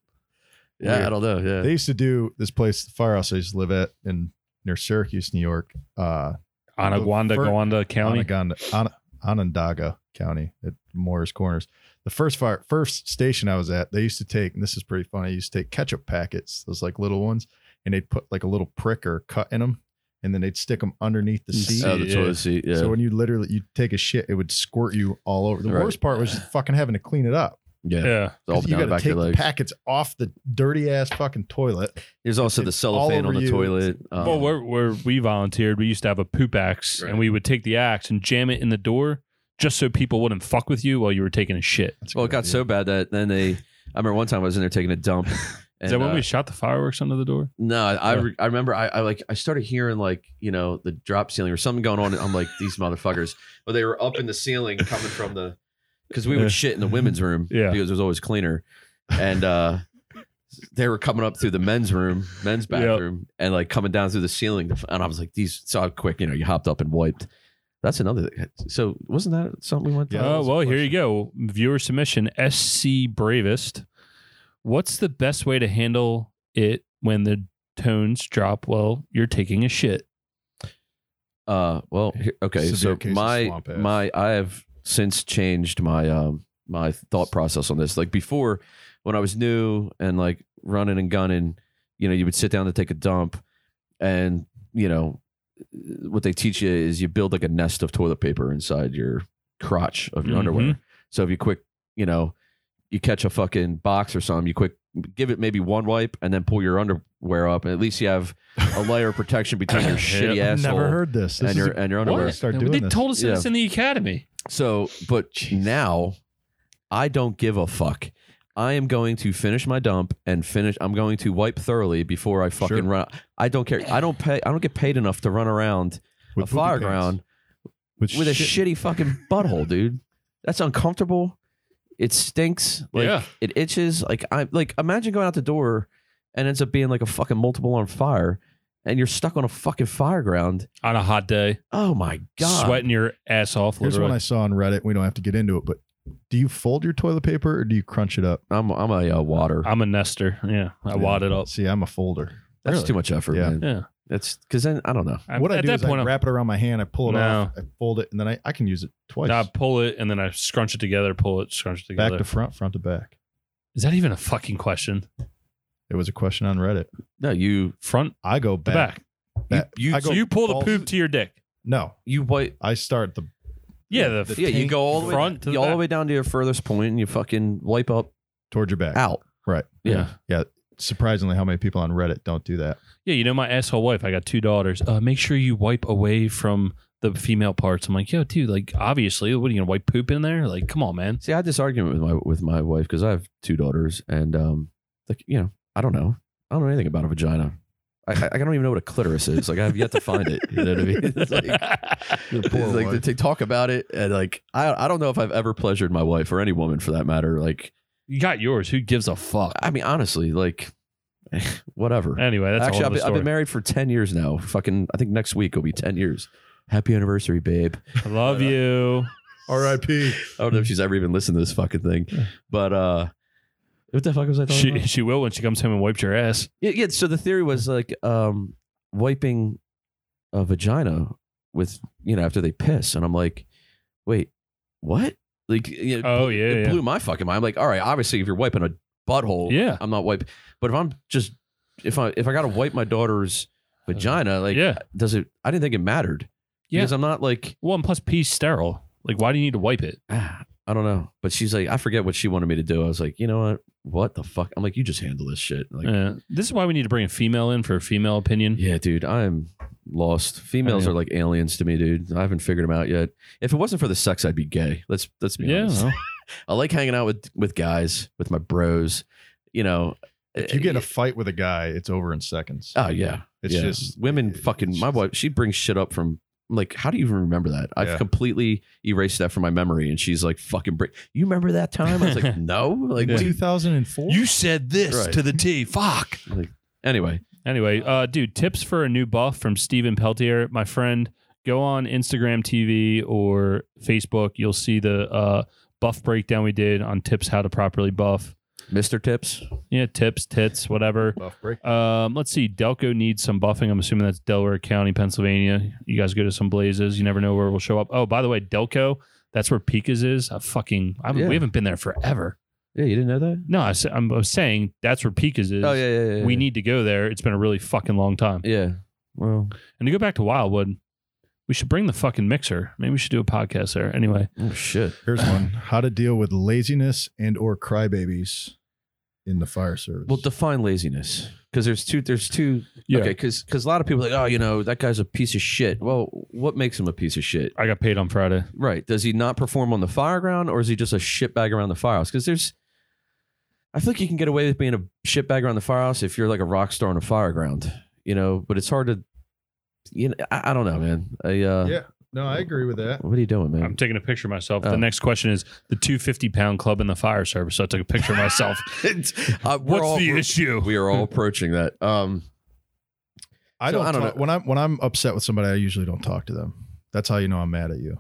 Speaker 3: Yeah,
Speaker 2: Weird.
Speaker 3: I don't know. Yeah.
Speaker 2: they used to do this place the firehouse I used to live at in near Syracuse New York uh
Speaker 1: Onagwanda,
Speaker 2: fir-
Speaker 1: Gowanda County.
Speaker 2: Onondaga, An- Onondaga County at Moore's Corners. The first fire, first station I was at, they used to take, and this is pretty funny. They used to take ketchup packets, those like little ones, and they'd put like a little prick or cut in them, and then they'd stick them underneath the seat.
Speaker 3: oh, the
Speaker 1: yeah.
Speaker 3: toilet seat. Yeah.
Speaker 2: So when you literally you take a shit, it would squirt you all over. The
Speaker 3: Right.
Speaker 2: worst part was fucking having to clean it up.
Speaker 3: yeah. It's
Speaker 1: yeah.
Speaker 3: all
Speaker 2: 'Cause You
Speaker 3: down the
Speaker 2: got
Speaker 3: back
Speaker 2: to take
Speaker 3: of your
Speaker 2: the
Speaker 3: legs.
Speaker 2: packets off the dirty ass fucking toilet.
Speaker 3: There's also the
Speaker 2: It's all
Speaker 3: cellophane on
Speaker 2: over
Speaker 3: the
Speaker 2: you.
Speaker 3: toilet. Um,
Speaker 1: well, where, where we volunteered, we used to have a poop axe
Speaker 3: Right.
Speaker 1: and we would take the axe and jam it in the door just so people wouldn't fuck with you while you were taking a shit.
Speaker 2: That's a
Speaker 3: well, it
Speaker 2: good
Speaker 3: got
Speaker 2: idea.
Speaker 3: so bad that then they. I remember one time I was in there taking a dump.
Speaker 1: Is
Speaker 3: and,
Speaker 1: that when
Speaker 3: uh,
Speaker 1: we shot the fireworks under the door?
Speaker 3: No, I,
Speaker 1: Yeah.
Speaker 3: re- I remember I, I like I started hearing like you know the drop ceiling or something going on. And I'm like these motherfuckers, but they were up in the ceiling coming from the because we
Speaker 1: Yeah.
Speaker 3: would shit in the women's room
Speaker 1: Yeah.
Speaker 3: because it was always cleaner, and uh they were coming up through the men's room, men's
Speaker 1: Yep.
Speaker 3: bathroom, and like coming down through the ceiling. And I was like these so I quick, you know, you hopped up and wiped. That's another. thing. So wasn't that something we went through?
Speaker 2: Yeah, that
Speaker 1: Oh
Speaker 2: was a
Speaker 1: well, here you
Speaker 2: question.
Speaker 1: go. Viewer submission SC Bravest. What's the best way to handle it when the tones drop while you're taking a shit?
Speaker 3: Uh, well, he- okay.
Speaker 2: Severe
Speaker 3: so
Speaker 2: case of
Speaker 3: my
Speaker 2: swamp ass.
Speaker 3: my I have since changed my um my thought process on this. Like before, when I was new and like running and gunning, you know, you would sit down to take a dump, and you know, what they teach you is you build like a nest of toilet paper inside your crotch of
Speaker 2: Mm-hmm.
Speaker 3: your
Speaker 1: Mhm.
Speaker 3: underwear. So if you quick, you know, you catch a fucking box or something, you quick give it maybe one wipe and then pull your underwear up, and at least you have a layer of protection between your shitty
Speaker 1: Yep.
Speaker 3: asshole
Speaker 2: Never heard this. This
Speaker 3: and
Speaker 2: is
Speaker 3: your
Speaker 2: a-
Speaker 3: and your
Speaker 1: What?
Speaker 3: underwear.
Speaker 2: We're gonna start
Speaker 1: They
Speaker 2: doing this.
Speaker 1: told us
Speaker 3: Yeah.
Speaker 1: this in the academy.
Speaker 3: So, but now I don't give a fuck. I am going to finish my dump and finish. I'm going to wipe thoroughly before I fucking
Speaker 2: Sure.
Speaker 3: run. I don't care. I don't pay. I don't get paid enough to run around
Speaker 2: With
Speaker 3: a
Speaker 2: poopy
Speaker 3: fire
Speaker 2: pants.
Speaker 3: ground with a
Speaker 2: shit-
Speaker 3: shitty fucking butthole, dude. That's uncomfortable. It stinks. Like
Speaker 1: Yeah.
Speaker 3: it itches. Like I like imagine going out the door and ends up being like a fucking multiple on fire, and you're stuck on a fucking fire ground.
Speaker 1: On a hot day,
Speaker 3: Oh my god!
Speaker 1: sweating your ass off.
Speaker 2: Here's one I
Speaker 1: Literally.
Speaker 2: saw on Reddit. We don't have to get into it, but do you fold your toilet paper or do you crunch it up?
Speaker 3: I'm I'm a uh, water.
Speaker 1: I'm a nester. Yeah, I wad it up.
Speaker 2: See, I'm a folder.
Speaker 3: That's
Speaker 1: Really?
Speaker 3: too much effort,
Speaker 2: Yeah.
Speaker 3: man.
Speaker 1: Yeah.
Speaker 3: That's because then I don't know.
Speaker 1: I-
Speaker 2: what I
Speaker 1: at
Speaker 2: do
Speaker 1: that
Speaker 2: is
Speaker 1: point,
Speaker 2: I
Speaker 1: I'm-
Speaker 2: wrap it around my hand, I pull it
Speaker 1: No.
Speaker 2: off, I fold it, and then I, I can use it twice.
Speaker 1: I pull it and then I scrunch it together, pull it, scrunch it
Speaker 2: back
Speaker 1: together.
Speaker 2: to front, front to back.
Speaker 1: Is that even a fucking question?
Speaker 2: It was a question on Reddit.
Speaker 3: No, you
Speaker 1: Front
Speaker 2: I go
Speaker 1: to
Speaker 2: back.
Speaker 1: back.
Speaker 2: Back-
Speaker 3: you-
Speaker 2: I
Speaker 1: So you pull the
Speaker 2: balls-
Speaker 1: poop to your dick.
Speaker 2: No,
Speaker 3: you wipe.
Speaker 2: I start the.
Speaker 1: Yeah, the,
Speaker 2: The
Speaker 3: Yeah, you
Speaker 2: tank
Speaker 3: go all the way
Speaker 1: front to the
Speaker 3: you all the
Speaker 1: back.
Speaker 3: way down to your furthest point, and you fucking wipe up
Speaker 2: toward your back,
Speaker 3: out.
Speaker 2: Right.
Speaker 3: Yeah.
Speaker 2: Surprisingly, how many people on Reddit don't do that?
Speaker 1: Yeah, you know my asshole wife. I got two daughters. Uh, make sure you wipe away from the female parts. I'm like, yo, dude. Like, obviously, what are you gonna wipe poop in there? Like, come on, man.
Speaker 3: See, I had this argument with my with my wife because I have two daughters, and um, like you know, I don't know, I don't know anything about a vagina. I, I I don't even know what a clitoris is. Like I've yet to find it. You know what I mean? It's like, it's like they,
Speaker 2: wife.
Speaker 3: they talk about it, and like I I don't know if I've ever pleasured my wife or any woman for that matter. Like
Speaker 1: you got yours. Who gives a fuck?
Speaker 3: I mean, honestly, like whatever.
Speaker 1: Anyway, that's
Speaker 3: Actually,
Speaker 1: all
Speaker 3: I've been, I've been married for ten years now. Fucking, I think next week will be ten years. Happy anniversary, babe.
Speaker 1: I love you.
Speaker 2: R.I.P.
Speaker 3: I don't know if she's ever even listened to this fucking thing, but uh, what the fuck was I talking
Speaker 1: She
Speaker 3: about?
Speaker 1: she will when she comes home and wipes your ass.
Speaker 3: Yeah, yeah. So the theory was like um, wiping a vagina with you know after they piss, and I'm like, wait, what? Like, you know,
Speaker 1: Oh
Speaker 3: it-
Speaker 1: yeah,
Speaker 3: it
Speaker 1: yeah.
Speaker 3: blew my fucking mind. I'm like, all right, obviously, if you're wiping a butthole,
Speaker 1: Yeah.
Speaker 3: I'm not wiping. But if I'm just if I if I gotta wipe my daughter's vagina, like,
Speaker 1: Uh, Yeah.
Speaker 3: does it? I didn't think it mattered.
Speaker 1: Yeah.
Speaker 3: because I'm not like
Speaker 1: Well, and plus P's sterile. Like, why do you need to wipe it?
Speaker 3: ah, I don't know. But she's like, I forget what she wanted me to do. I was like, you know what? What the fuck? I'm like, you just handle this shit. Like,
Speaker 1: Yeah. this is why we need to bring a female in for a female opinion.
Speaker 3: Yeah, dude, I'm lost. Females
Speaker 1: Mm-hmm. I
Speaker 3: are like aliens to me, dude. I haven't figured them out yet. If it wasn't for the sex, I'd be gay. Let's let's be
Speaker 1: Yeah,
Speaker 3: honest.
Speaker 1: well,
Speaker 3: I like hanging out with with guys, with my bros. You know,
Speaker 2: If you get a fight with a guy, it's over in seconds.
Speaker 3: oh yeah,
Speaker 2: It's
Speaker 3: yeah.
Speaker 2: just
Speaker 3: women.
Speaker 2: it's
Speaker 3: fucking my
Speaker 2: just-
Speaker 3: wife, she brings shit up from. I'm like, how do you even remember that? I've
Speaker 2: Yeah.
Speaker 3: completely erased that from my memory. And she's like, fucking, break. you remember that time? I was like, no. Like, what do you-
Speaker 2: 2004.
Speaker 1: said this
Speaker 3: Right.
Speaker 1: the T. Fuck.
Speaker 3: anyway,
Speaker 1: Anyway, uh, dude, tips for a new buff from Stephen Peltier, my friend. Go on Instagram TV or Facebook. You'll see the uh, buff breakdown we did on tips how to properly buff.
Speaker 3: Mr. Tips.
Speaker 1: Yeah, tips, tits, whatever.
Speaker 2: buff break.
Speaker 1: Um, let's see. Delco needs some buffing. I'm assuming that's Delaware County, Pennsylvania. You guys go to some blazes. You never know where we'll show up. Oh, by the way, Delco, that's where Pika's is. I fucking, I'm,
Speaker 3: Yeah.
Speaker 1: we haven't been there forever.
Speaker 3: Yeah, you didn't know that?
Speaker 1: No, I, am I was saying that's where Pika's is.
Speaker 3: Oh, yeah, yeah, yeah. yeah.
Speaker 1: We need to go there. It's been a really fucking long time.
Speaker 3: Yeah. Well,
Speaker 1: And to go back to Wildwood, we should bring the fucking mixer. Maybe we should do a podcast there. Anyway,
Speaker 3: oh, shit.
Speaker 2: Here's one: How to deal with laziness and or crybabies in the fire service.
Speaker 3: Well, define laziness because there's two. There's two.
Speaker 1: Yeah.
Speaker 3: Okay, because a lot of people are like, oh, you know, that guy's a piece of shit. Well, what makes him a piece of shit?
Speaker 1: I got paid on Friday.
Speaker 3: Right? Does he not perform on the fireground, or is he just a shitbag around the firehouse? Because there's, I feel like you can get away with being a shitbag around the firehouse if you're like a rock star on a fireground, you know. But it's hard to, you know, I, I don't know, man. I, uh,
Speaker 2: yeah, no, I agree with that.
Speaker 3: What are you doing, man?
Speaker 1: I'm taking a picture of myself.
Speaker 3: Oh.
Speaker 1: The next question is the 250 pound club in the fire service. So I took a picture of myself.
Speaker 3: Uh, we're
Speaker 1: What's
Speaker 3: all-
Speaker 1: the
Speaker 3: we're-
Speaker 1: issue?
Speaker 3: We are all approaching that. Um,
Speaker 2: I
Speaker 3: So,
Speaker 2: don't.
Speaker 3: I don't
Speaker 2: talk-
Speaker 3: know.
Speaker 2: When I'm when I'm upset with somebody, I usually don't talk to them. That's how you know I'm mad at you,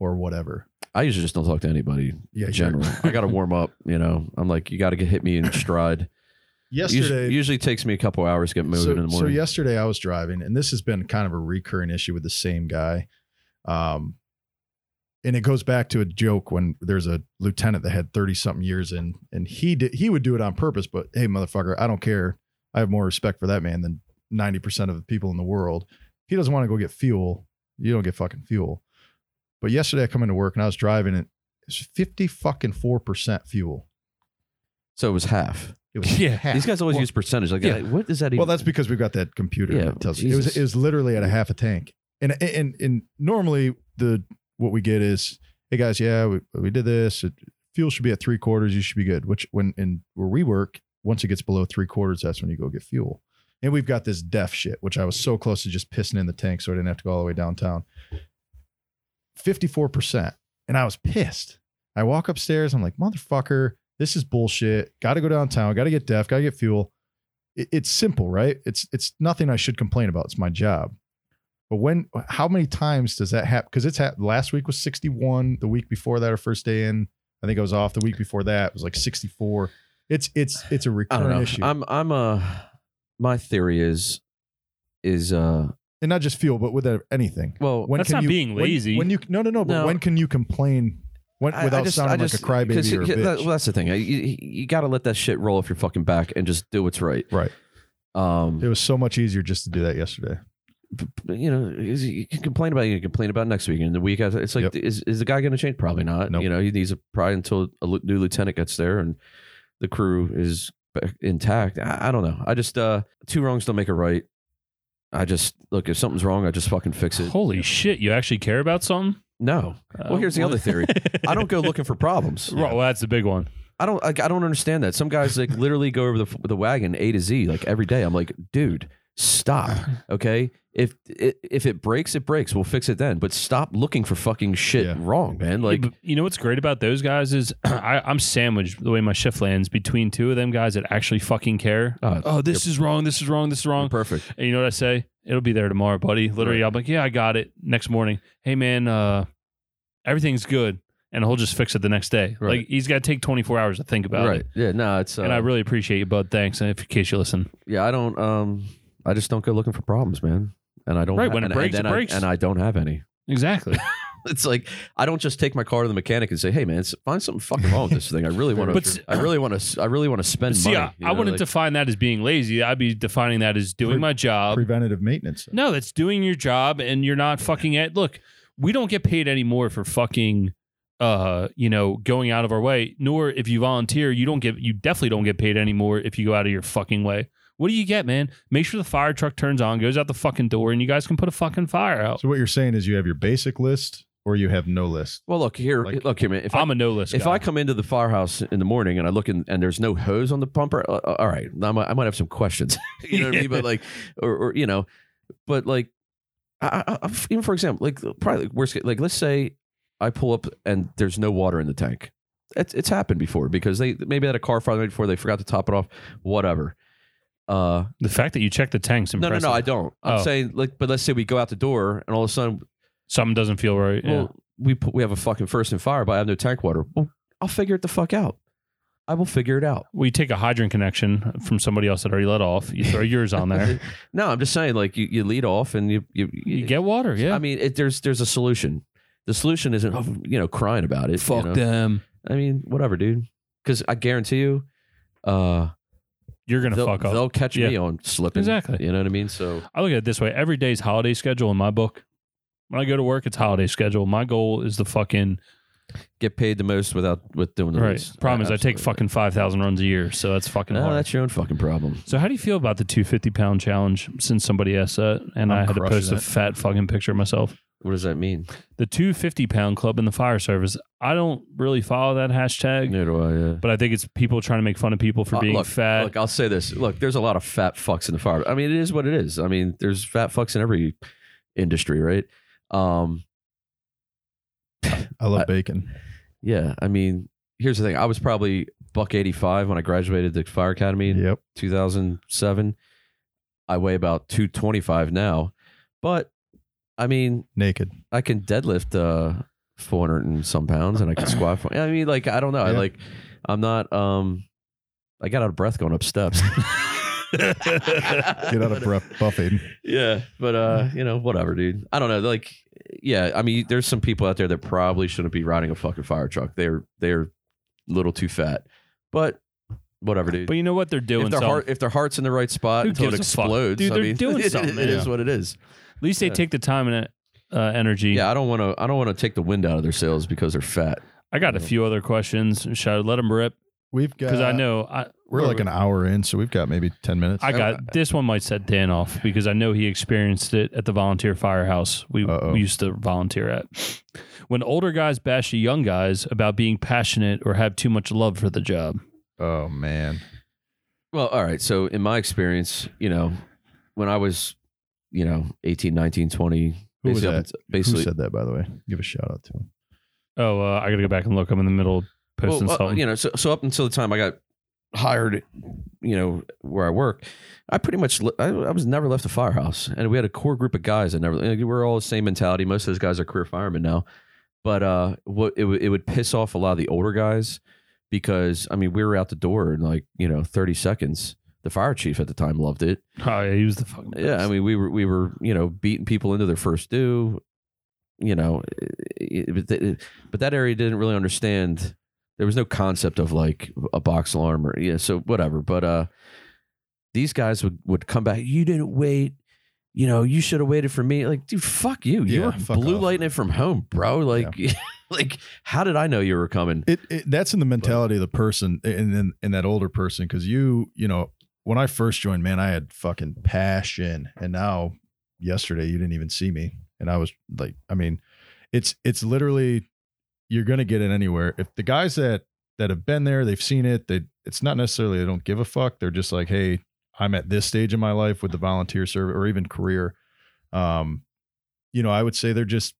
Speaker 2: or whatever.
Speaker 3: I usually just don't talk to anybody.
Speaker 2: Yeah, you're-
Speaker 3: in general. I got to warm up. You know, I'm like, you got to get hit me in stride. Usu-
Speaker 2: Yesterday,
Speaker 3: usually takes me a couple hours to get moving
Speaker 2: so,
Speaker 3: in the
Speaker 2: so
Speaker 3: morning.
Speaker 2: yesterday I was driving, and this has been kind of a recurring issue with the same guy. Um, and it goes back to a joke when there's a lieutenant that had 30 something years in, and he did he would do it on purpose, but hey, motherfucker, I don't care. I have more respect for that man than 90% of the people in the world. He doesn't want to go get fuel. You don't get fucking fuel. But yesterday I come into work and I was driving and it was 50 fucking 4% fuel.
Speaker 3: so it was half.
Speaker 2: It was
Speaker 1: Yeah.
Speaker 2: half.
Speaker 3: These guys always
Speaker 2: Well-
Speaker 3: use percentage. Like,
Speaker 1: Yeah.
Speaker 3: what is that? Even?
Speaker 2: Well, that's because we've got that computer.
Speaker 3: Yeah,
Speaker 2: that tells you. It
Speaker 3: Jesus.
Speaker 2: was it was literally at a half a tank, and and and normally the what we get is, hey guys, yeah, we, we did this. It, fuel should be at three quarters. You should be good. Which when in where we work, once it gets below three quarters, that's when you go get fuel. And we've got this def shit, which I was so close to just pissing in the tank, so I didn't have to go all the way downtown. Fifty four percent, and I was pissed. I walk upstairs. I'm like, motherfucker, this is bullshit. Got to go downtown. Got to get def. Got to get fuel it, it's simple, right? It's it's nothing I should complain about. It's my job. But when how many times does that happen? Because it's happened. Last week was 61. The week before that, our first day in, I think I was off. The week before that was like 64. It's it's it's a
Speaker 3: I
Speaker 2: recurrent
Speaker 3: don't know.
Speaker 2: issue,
Speaker 3: I'm, I'm uh My theory is, is uh,
Speaker 2: and not just fuel, but with uh, anything.
Speaker 3: well,
Speaker 2: When
Speaker 1: That's
Speaker 2: can
Speaker 1: not
Speaker 2: you,
Speaker 1: being
Speaker 2: when-
Speaker 1: lazy.
Speaker 2: When, you no no no, but
Speaker 3: No.
Speaker 2: when can you complain? When,
Speaker 3: I- I
Speaker 2: without
Speaker 3: just-
Speaker 2: sounding
Speaker 3: I just-
Speaker 2: like a
Speaker 3: 'cause
Speaker 2: crybaby or a
Speaker 3: you-
Speaker 2: bitch.
Speaker 3: that- well, that's the thing. I- You, got to let that shit roll off your fucking back and just do what's right.
Speaker 2: Right.
Speaker 3: Um,
Speaker 2: it was so much easier just to do that yesterday.
Speaker 3: p- p- you know, is- you can complain about it, you can complain about next week and the week after. It's like, is, is the guy going to change? Probably not.
Speaker 2: Nope.
Speaker 3: You know, he needs a probably until a lu- new lieutenant gets there and the crew is back intact. I, I don't know. I just uh, two wrongs don't make a right. I just look if something's wrong, I just fucking fix it.
Speaker 1: Holy shit! You actually care about something?
Speaker 3: No, Well, here's the other theory. I don't go looking for problems.
Speaker 1: Right, well, that's the big one.
Speaker 3: I don't like. I don't understand that. Some guys like literally go over the the wagon A to Z like every day. I'm like, dude, stop. Okay, if it, if it breaks, it breaks. We'll fix it then. But stop looking for fucking shit
Speaker 2: Yeah.
Speaker 3: wrong, man. Like,
Speaker 1: Yeah, but you know what's great about those guys is I, I'm sandwiched the way my shift lands between two of them guys that actually fucking care.
Speaker 3: Oh,
Speaker 1: oh, this is wrong. This is wrong. This is wrong.
Speaker 3: perfect.
Speaker 1: And you know what I say? It'll be there tomorrow, buddy. Literally, I'm like, yeah, I got it. Next morning, hey man, uh, everything's good, and he'll just fix it the next day.
Speaker 3: Right.
Speaker 1: Like he's got to take 24 hours to think about
Speaker 3: Right.
Speaker 1: it.
Speaker 3: Yeah. No. It's. Uh,
Speaker 1: and I really appreciate you, bud. Thanks, and if in case you listen,
Speaker 3: yeah. I don't. Um. I just don't go looking for problems, man. And I don't.
Speaker 1: Right,
Speaker 3: ha-
Speaker 1: when it
Speaker 3: and,
Speaker 1: breaks, it
Speaker 3: and then
Speaker 1: breaks.
Speaker 3: I, and I don't have any.
Speaker 1: exactly.
Speaker 3: It's like I don't just take my car to the mechanic and say, "Hey, man, s- find something fucking wrong with this thing." I really want
Speaker 1: But
Speaker 3: to.
Speaker 1: s-
Speaker 3: I really want to. I really want to spend
Speaker 1: See,
Speaker 3: money.
Speaker 1: I,
Speaker 3: you
Speaker 1: I
Speaker 3: know,
Speaker 1: wouldn't
Speaker 3: like-
Speaker 1: define that as being lazy. I'd be defining that as doing
Speaker 2: Pre-
Speaker 1: my job.
Speaker 2: Preventative maintenance.
Speaker 1: No, that's doing your job and you're not fucking at look, we don't get paid anymore for fucking uh, you know, going out of our way, nor if you volunteer, you don't get you definitely don't get paid anymore if you go out of your fucking way. What do you get, man? Make sure the fire truck turns on, goes out the fucking door, and you guys can put a fucking fire out.
Speaker 2: So what you're saying is you have your basic list or you have no list.
Speaker 3: Well, look here.
Speaker 2: Like-
Speaker 3: look here, man. If I,
Speaker 1: I'm a no list.
Speaker 3: if
Speaker 1: guy.
Speaker 3: I come into the firehouse in the morning and I look in, and there's no hose on the pumper, uh, uh, all right, I might, I might have some questions. you know what I mean? But like, or, or you know, but like, I, I, I- even for example, like probably worst case, like let's say I pull up and there's no water in the tank. It's it's happened before because they maybe they had a car fire the night before they forgot to top it off, whatever. Uh,
Speaker 1: the fact that you check the tanks
Speaker 3: no, no,
Speaker 1: impressive.
Speaker 3: no, I don't. I'm
Speaker 1: Oh.
Speaker 3: saying like, but let's say we go out the door and all of a sudden
Speaker 1: Something doesn't feel right. yeah.
Speaker 3: well, we put, we have a fucking first and fire, but I have no tank water. Well, I'll figure it the fuck out. I will figure it out.
Speaker 1: Well, you take a hydrant connection from somebody else that already let off. You throw yours on there.
Speaker 3: No, I'm just saying, like you, you lead off and you you,
Speaker 1: You get water. Yeah.
Speaker 3: I mean, it, there's there's a solution. The solution isn't oh, you know crying about it. you know?
Speaker 1: them.
Speaker 3: I mean, whatever, dude. Because I guarantee you, uh,
Speaker 1: You're gonna
Speaker 3: they'll,
Speaker 1: fuck up.
Speaker 3: they'll catch me
Speaker 1: Yeah.
Speaker 3: on slipping.
Speaker 1: Exactly.
Speaker 3: You know what I mean? So
Speaker 1: I look at it this way: every day's holiday schedule in my book. When I go to work, it's holiday schedule. My goal is the fucking
Speaker 3: get paid the most without with doing the
Speaker 1: right.
Speaker 3: least.
Speaker 1: Problem is, I take
Speaker 3: Absolutely.
Speaker 1: fucking five thousand runs a year, so that's fucking
Speaker 3: No,
Speaker 1: hard.
Speaker 3: that's your own fucking problem.
Speaker 1: so how do you feel about the two fifty pound challenge? Since somebody asked that, and
Speaker 2: I'm
Speaker 1: i had to
Speaker 2: crushing
Speaker 1: post a
Speaker 2: it.
Speaker 1: fat fucking picture of myself.
Speaker 3: What does that mean?
Speaker 1: The two fifty pound club in the fire service. I don't really follow that hashtag,
Speaker 3: Neither do I. Yeah.
Speaker 1: but I think it's people trying to make fun of people for
Speaker 3: Uh,
Speaker 1: being
Speaker 3: look,
Speaker 1: fat.
Speaker 3: Look, I'll say this. Look, there's a lot of fat fucks in the fire. I mean, it is what it is. I mean, there's fat fucks in every industry, right? Um,
Speaker 2: I love
Speaker 3: I-
Speaker 2: bacon.
Speaker 3: yeah. I mean, here's the thing. I was probably buck 85 when I graduated the fire academy in
Speaker 2: Yep.
Speaker 3: 2007. I weigh about 225 now, but I mean,
Speaker 2: Naked.
Speaker 3: I can deadlift uh 400 and some pounds and I can squat. For, I mean, like, I don't know. I
Speaker 2: Yeah.
Speaker 3: like, I'm not, um, I got out of breath going up steps.
Speaker 2: Get out of breath buffing.
Speaker 3: Yeah, but uh, you know, whatever, dude. I don't know. Like, yeah, I mean, there's some people out there that probably shouldn't be riding a fucking fire truck. They're they're a little too fat, but whatever, dude.
Speaker 1: but you know what they're doing?
Speaker 3: if their
Speaker 1: so-
Speaker 3: heart if their heart's in the right spot
Speaker 1: Who
Speaker 3: until it
Speaker 1: gives a fuck?
Speaker 3: explodes,
Speaker 1: Dude,
Speaker 3: I
Speaker 1: they're
Speaker 3: mean,
Speaker 1: doing
Speaker 3: it-
Speaker 1: something,
Speaker 3: it
Speaker 1: yeah.
Speaker 3: is what it is.
Speaker 1: at least they
Speaker 3: Yeah.
Speaker 1: take the time and uh, energy.
Speaker 3: Yeah, I don't want to. I don't want to take the wind out of their sails because they're fat.
Speaker 1: I got a few other questions. Should I let them rip?
Speaker 2: We've got
Speaker 1: Because I know I,
Speaker 2: we're like an hour in, so we've got maybe ten minutes.
Speaker 1: I got this one might set Dan off because I know he experienced it at the volunteer firehouse we,
Speaker 2: Uh-oh.
Speaker 1: we used to volunteer at. When older guys bash the young guys about being passionate or have too much love for the job.
Speaker 2: oh man.
Speaker 3: Well, all right. So in my experience, you know, when I was, you know, 18, 19, 20,
Speaker 2: Who was
Speaker 3: basically, up
Speaker 2: that?
Speaker 3: until- basically
Speaker 2: Who said that by the way? Give a shout out to him.
Speaker 1: Oh, uh, I got to go back and look. I'm in the middle of posting
Speaker 3: well, uh,
Speaker 1: something.
Speaker 3: you know, so, so up until the time I got hired, you know, where I work, I pretty much le- I, I was never left the firehouse, and we had a core group of guys that never. Like, we we're all the same mentality. Most of those guys are career firemen now, but uh, what it, would- it would piss off a lot of the older guys because I mean we were out the door in like you know thirty seconds. The fire chief at the time loved it.
Speaker 1: oh, yeah, he was the fucking.
Speaker 3: Yeah, I
Speaker 1: best.
Speaker 3: mean we were we were you know beating people into their first due. You know, it- it- it- but that area didn't really understand. There was no concept of like a box alarm or yeah, so whatever. But uh, these guys would would come back. You didn't wait. You know, you should have waited for me. Like, dude, fuck you.
Speaker 2: Yeah,
Speaker 3: you were
Speaker 2: fuck
Speaker 3: blue
Speaker 2: off.
Speaker 3: lighting it from home, bro. Like, like, how did I know you were coming?
Speaker 2: It, it that's in the mentality of the person and then and that older person because you you know when I first joined, man, I had fucking passion, and now yesterday you didn't even see me, and I was like, I mean, it's it's literally you're gonna get it anywhere if the guys that that have been there, they've seen it. They it's not necessarily they don't give a fuck. They're just like, hey, I'm at this stage in my life with the volunteer service or even career. Um, you know, I would say they're just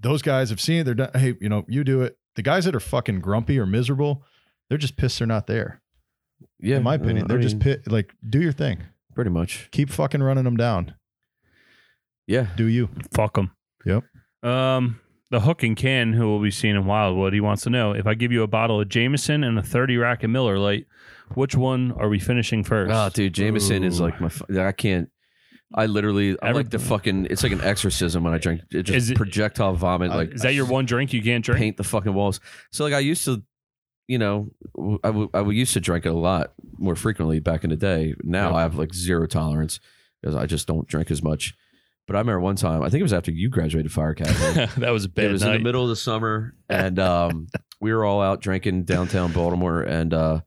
Speaker 2: those guys have seen it. They're done. Hey, you know, you do it. The guys that are fucking grumpy or miserable, they're just pissed they're not there.
Speaker 3: Yeah,
Speaker 2: in my
Speaker 3: uh,
Speaker 2: opinion,
Speaker 3: I
Speaker 2: they're just
Speaker 3: mean,
Speaker 2: pit, like do your thing.
Speaker 3: pretty much.
Speaker 2: Keep fucking running them down.
Speaker 3: Yeah,
Speaker 2: Do you?
Speaker 1: Fuck them.
Speaker 2: Yep.
Speaker 1: Um, the hook and can who will be seen in Wildwood, he wants to know if I give you a bottle of Jameson and a 30 rack of Miller Lite, which one are we finishing first?
Speaker 3: Oh, dude, Jameson is
Speaker 1: Ooh.
Speaker 3: like my. fu- I can't. I literally, I'm
Speaker 1: Every-
Speaker 3: like the fucking. It's like an exorcism when I drink. It just
Speaker 1: Is it-
Speaker 3: projectile vomit.
Speaker 1: Uh,
Speaker 3: like
Speaker 1: is that your one drink you can't drink?
Speaker 3: paint the fucking walls. So like I used to, you know, I w- I w- used to drink it a lot more frequently back in the day. Now
Speaker 2: Yep.
Speaker 3: I have like zero tolerance because I just don't drink as much. But I remember one time, I think it was after you graduated Fire Academy.
Speaker 1: that was a bad
Speaker 3: it was in
Speaker 1: night.
Speaker 3: the middle of the summer, and um, we were all out drinking downtown Baltimore. And uh,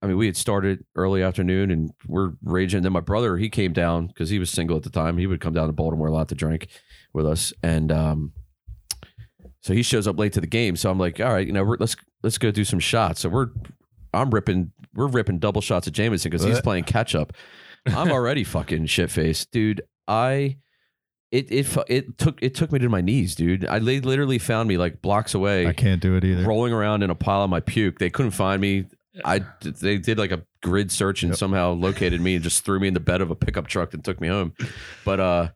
Speaker 3: I mean, we had started early afternoon, and we're raging. Then my brother, he came down because he was single at the time. He would come down to Baltimore a lot to drink with us, and um, so he shows up late to the game. So I'm like, all right, you know, we're, let's let's go do some shots. So we're I'm ripping we're ripping double shots at Jameson because he's
Speaker 2: Uh.
Speaker 3: playing catch up. I'm already fucking shit faced, dude. I it it fu- it took it took me to my knees, dude. I they literally found me like blocks
Speaker 2: I
Speaker 3: away,
Speaker 2: can't do it either.
Speaker 3: rolling around in a pile of my puke. They couldn't find me. I they did like a grid search and
Speaker 2: Yep.
Speaker 3: somehow located me and just threw me in the bed of a pickup truck and took me home. But uh,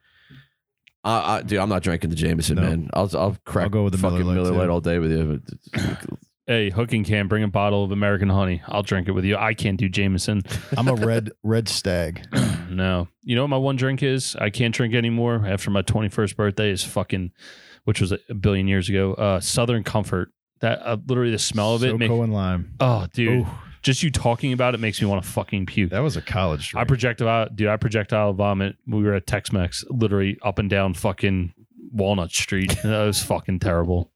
Speaker 3: I, I dude, I'm not drinking the Jameson,
Speaker 2: No.
Speaker 3: man. I'll I'll crack
Speaker 2: I'll go with the Miller
Speaker 3: fucking
Speaker 2: Lite,
Speaker 3: Miller
Speaker 2: too.
Speaker 3: Lite all day with you. but-
Speaker 1: hey, hook and can bring a bottle of American honey. I'll drink it with you. I can't do Jameson.
Speaker 2: I'm a red red stag.
Speaker 1: no. You know what my one drink is? I can't drink anymore after my 21st birthday is fucking, which was a billion years ago, uh, Southern Comfort. That uh, literally the smell of it
Speaker 2: Soco
Speaker 1: makes.
Speaker 2: and lime.
Speaker 1: Oh, dude.
Speaker 2: Ooh,
Speaker 1: Just you talking about it makes me want to fucking puke.
Speaker 2: that was a
Speaker 1: I
Speaker 2: college drink.
Speaker 1: projectile, dude. I projectile vomit. We were at Tex Mex, literally up and down fucking Walnut Street. that was fucking terrible.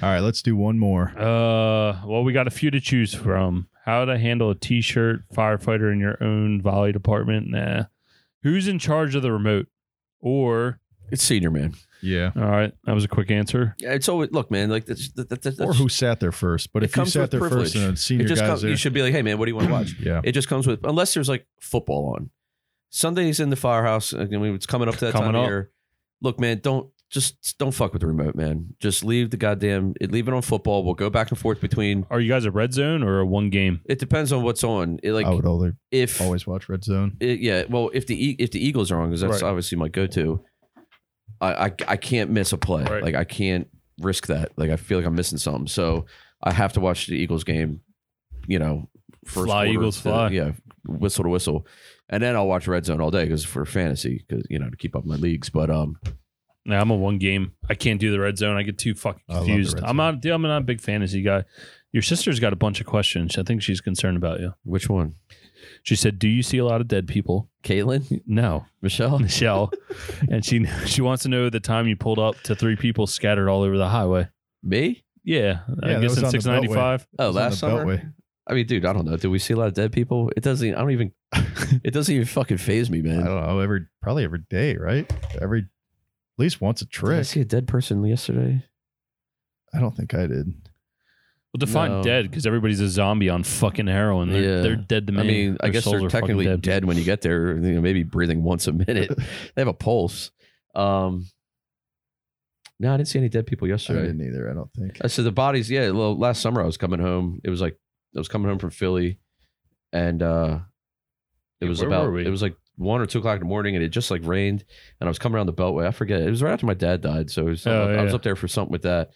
Speaker 2: All right, let's do one more.
Speaker 1: Uh, well, we got a few to choose from. How to handle a T-shirt firefighter in your own volley department? Nah. Who's in charge of the remote? Or
Speaker 3: It's senior man.
Speaker 2: Yeah.
Speaker 1: all right, that was a quick answer.
Speaker 3: Yeah, It's always look, man. Like that's that, that, that's
Speaker 2: Or who sat there first? But
Speaker 3: It
Speaker 2: if you
Speaker 3: comes
Speaker 2: sat
Speaker 3: with
Speaker 2: there first
Speaker 3: privilege.
Speaker 2: and a
Speaker 3: it
Speaker 2: senior
Speaker 3: just
Speaker 2: guys
Speaker 3: comes,
Speaker 2: there,
Speaker 3: you should be like, hey man, what do you want to watch?
Speaker 2: yeah,
Speaker 3: it just comes with unless there's like football on Sundays in the firehouse. I mean, it's coming up to that
Speaker 1: Coming
Speaker 3: time of
Speaker 1: up.
Speaker 3: year. Look, man, don't just don't fuck with the remote, man. Just leave the goddamn it. Leave it on football. We'll go back and forth between.
Speaker 1: Are you guys a red zone or a one game?
Speaker 3: It depends on what's on. It, like
Speaker 2: I would always
Speaker 3: if
Speaker 2: always watch Red Zone.
Speaker 3: it- yeah, well, if the E- if the Eagles are on, because that's
Speaker 1: Right.
Speaker 3: obviously my go-to. I, I I can't miss a play.
Speaker 1: Right.
Speaker 3: Like I can't risk that. Like I feel like I'm missing something. So I have to watch the Eagles game. You know,
Speaker 1: Fly,
Speaker 3: quarter
Speaker 1: Eagles,
Speaker 3: to-
Speaker 1: fly.
Speaker 3: Yeah, whistle to whistle, and then I'll watch Red Zone all day because for fantasy, because you know to keep up my leagues. But um,
Speaker 1: Nah, I'm a one game. I can't do the red zone. I get too fucking
Speaker 2: I love the
Speaker 1: confused.
Speaker 2: red
Speaker 1: I'm not. dude, I'm not a big fantasy guy. Your sister's got a bunch of questions. I think she's concerned about you.
Speaker 3: which one?
Speaker 1: She said, "Do you see a lot of dead people?"
Speaker 3: Caitlin,
Speaker 1: No,
Speaker 3: Michelle.
Speaker 1: Michelle, and she she wants to know the time you pulled up to three people scattered all over the highway.
Speaker 3: Me?
Speaker 1: Yeah,
Speaker 2: Yeah,
Speaker 1: I
Speaker 2: that
Speaker 1: guess
Speaker 2: was
Speaker 1: in
Speaker 2: on the
Speaker 1: six ninety five.
Speaker 3: Oh,
Speaker 2: It's on
Speaker 3: last
Speaker 2: the
Speaker 3: summer.
Speaker 2: Beltway.
Speaker 3: I mean, dude, I don't know. Did we see a lot of dead people? It doesn't. I don't even. it doesn't even fucking phase me,
Speaker 2: I
Speaker 3: man.
Speaker 2: don't know. Every probably every day, right? Every at least once a
Speaker 3: Did I
Speaker 2: trick.
Speaker 3: see a dead person yesterday?
Speaker 2: I don't think I did.
Speaker 1: Well, define
Speaker 3: No.
Speaker 1: dead because everybody's a zombie on fucking heroin. They're,
Speaker 3: Yeah.
Speaker 1: they're dead to me.
Speaker 3: I mean, I
Speaker 1: Their
Speaker 3: guess
Speaker 1: souls
Speaker 3: they're
Speaker 1: are fucking
Speaker 3: technically dead. when you get there. You know, maybe breathing once a minute. they have a pulse. Um, no, I didn't see any dead people
Speaker 2: I
Speaker 3: yesterday.
Speaker 2: didn't either. I don't think.
Speaker 3: I said the bodies. Yeah, well, last summer I was coming home. It was like I was coming home from Philly, and uh, it
Speaker 1: Yeah,
Speaker 3: was
Speaker 1: where
Speaker 3: about
Speaker 1: were we?
Speaker 3: it was like one or two o'clock in the morning, and it just like rained. And I was coming around the Beltway. I forget. It was right after my dad died, so it was,
Speaker 1: Oh,
Speaker 3: I was
Speaker 1: yeah.
Speaker 3: up there for something with that.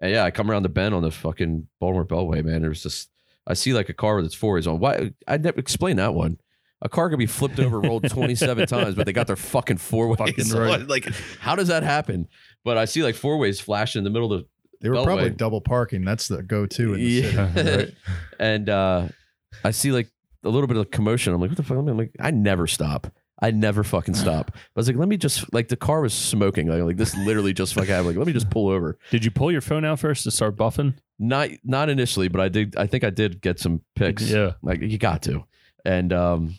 Speaker 3: And yeah, I come around the bend on the fucking Baltimore Beltway, man. There was just I see like a car with its four is on. Why I never explain that one. A car could be flipped over, rolled twenty seven times, but they got their fucking four ways.
Speaker 1: Fucking
Speaker 3: on.
Speaker 1: right.
Speaker 3: Like, how does that happen? But I see like four ways flashing in the middle of the
Speaker 2: They were probably
Speaker 3: Beltway.
Speaker 2: double parking. That's the go-to in the
Speaker 3: Yeah.
Speaker 2: city. Right?
Speaker 3: and uh, I see like a little bit of commotion. I'm like, what the fuck? I'm like, I never stop. I never fucking stop. I was like, let me just like the car was smoking. Like, like this literally just fucking happened. Like, let me just pull over.
Speaker 1: Did you pull your phone out first to start buffing?
Speaker 3: Not not initially, but I did. I think I did get some pics.
Speaker 1: Yeah.
Speaker 3: Like you got to. And um